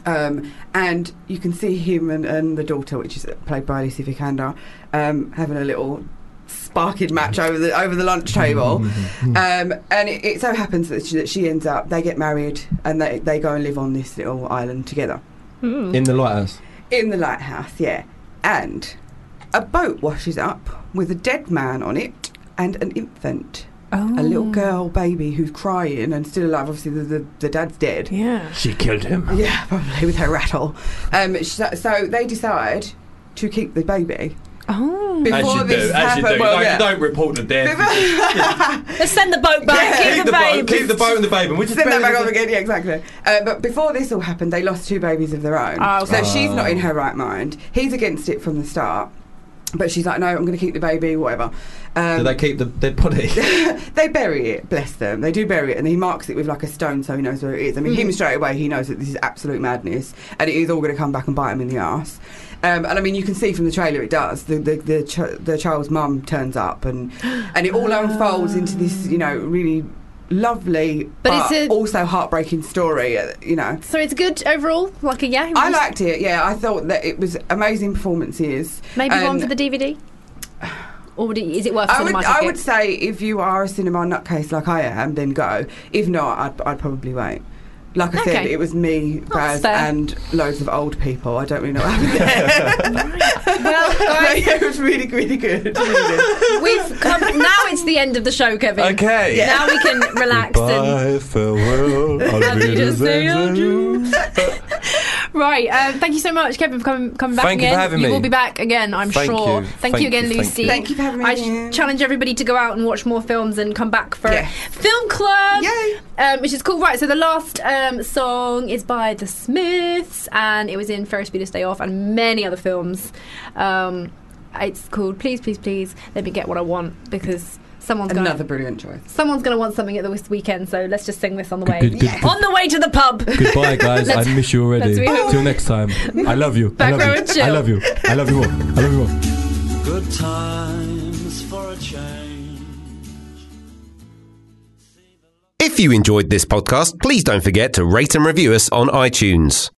Speaker 6: Um, and you can see him and, and the daughter, which is played by Alicia Vikander, um, having a little s- sparking match over the over the lunch table, um, and it, it so happens that she, that she ends up they get married and they they go and live on this little island together
Speaker 3: In the lighthouse.
Speaker 6: in the lighthouse, yeah. And a boat washes up with a dead man on it and an infant.
Speaker 2: Oh.
Speaker 6: A little girl baby who's crying and still alive. Obviously, the, the, the dad's dead.
Speaker 2: Yeah.
Speaker 3: She killed him.
Speaker 6: Yeah, probably with her rattle. Um, sh- so, so they decide to keep the baby.
Speaker 2: Oh.
Speaker 6: Before
Speaker 8: as you
Speaker 6: this
Speaker 8: do, as you do.
Speaker 6: happened,
Speaker 8: don't,
Speaker 6: yeah.
Speaker 8: don't report the dead.
Speaker 24: Let's send the boat back.
Speaker 6: Yeah.
Speaker 24: Keep the
Speaker 8: boat,
Speaker 24: baby.
Speaker 8: keep the boat and the baby. and We just
Speaker 6: Send that
Speaker 8: bury
Speaker 6: back
Speaker 8: the-
Speaker 6: up again, yeah, exactly. Uh, but before this all happened, they lost two babies of their own.
Speaker 8: Oh, okay.
Speaker 6: So she's
Speaker 1: Uh,
Speaker 8: Oh.
Speaker 6: not in her right mind. He's against it from the start. But she's like, no, I'm going to keep the baby, whatever. Um,
Speaker 3: Do they keep the dead body?
Speaker 6: they bury it, bless them. They do bury it, and he marks it with like a stone so he knows where it is. I
Speaker 2: Mm-hmm.
Speaker 6: mean, him straight away, he knows that this is absolute madness, and it is all going to come back and bite him in the arse. Um, and I mean, you can see from the trailer it does. The the the, ch- the child's mum turns up, and and it all unfolds into this, you know, really lovely, but,
Speaker 2: But it's a-
Speaker 6: also heartbreaking story. uh, You know,
Speaker 2: So it's good overall. Like a yeah.
Speaker 6: I liked it. Yeah, I thought that it was amazing performances.
Speaker 2: Maybe one
Speaker 6: and-
Speaker 2: for the DVD. Or would it, is it worth?
Speaker 6: um, I would,
Speaker 2: cinema
Speaker 6: I
Speaker 2: ticket?
Speaker 6: would say if you are a cinema nutcase like I am, then go. If not, I'd, I'd probably wait. Like I said,
Speaker 2: Okay.
Speaker 6: it was me, Baz,
Speaker 2: fair.
Speaker 6: and loads of old people. I don't really know what happened there.
Speaker 2: Well, guys,
Speaker 6: it was really, really good. Really good.
Speaker 2: we've come. Now it's the end of the show, Kevin.
Speaker 8: Okay. Yeah.
Speaker 2: Now we can relax and
Speaker 8: Bye, farewell.
Speaker 2: That's what you just say,
Speaker 8: I'll
Speaker 2: Right, um, thank you so much, Kevin, for coming, coming back
Speaker 8: Thank you
Speaker 2: again.
Speaker 8: for having
Speaker 2: will
Speaker 8: me.
Speaker 2: be back again, I'm
Speaker 8: Thank
Speaker 2: sure.
Speaker 8: you.
Speaker 2: Thank, you
Speaker 8: Thank
Speaker 2: again,
Speaker 8: you, thank
Speaker 2: Lucy.
Speaker 8: you. Thank
Speaker 6: you for having me
Speaker 2: I sh-
Speaker 6: again.
Speaker 2: challenge everybody to go out and watch more films and come back for
Speaker 6: Yeah.
Speaker 2: Film Club,
Speaker 6: Yay.
Speaker 2: Um, which is cool. Right, so the last um, song is by The Smiths, and it was in Ferris Bueller's Day Off and many other films. Um, it's called Please, Please, Please Let Me Get What I Want because someone's going
Speaker 6: Another brilliant choice.
Speaker 2: Someone's going to want something at the this weekend, so let's just sing this on the way.
Speaker 3: good, good, good.
Speaker 2: On the way to the pub.
Speaker 3: Goodbye, guys. I
Speaker 2: Let's-
Speaker 3: miss you already.
Speaker 2: let's re-
Speaker 3: Till next time. I love you.
Speaker 2: Back
Speaker 3: I love
Speaker 2: row
Speaker 3: you.
Speaker 2: and chill.
Speaker 3: I love you. I love you all. I love you all.
Speaker 15: Good times for a change.
Speaker 1: If you enjoyed this podcast, please don't forget to rate and review us on iTunes.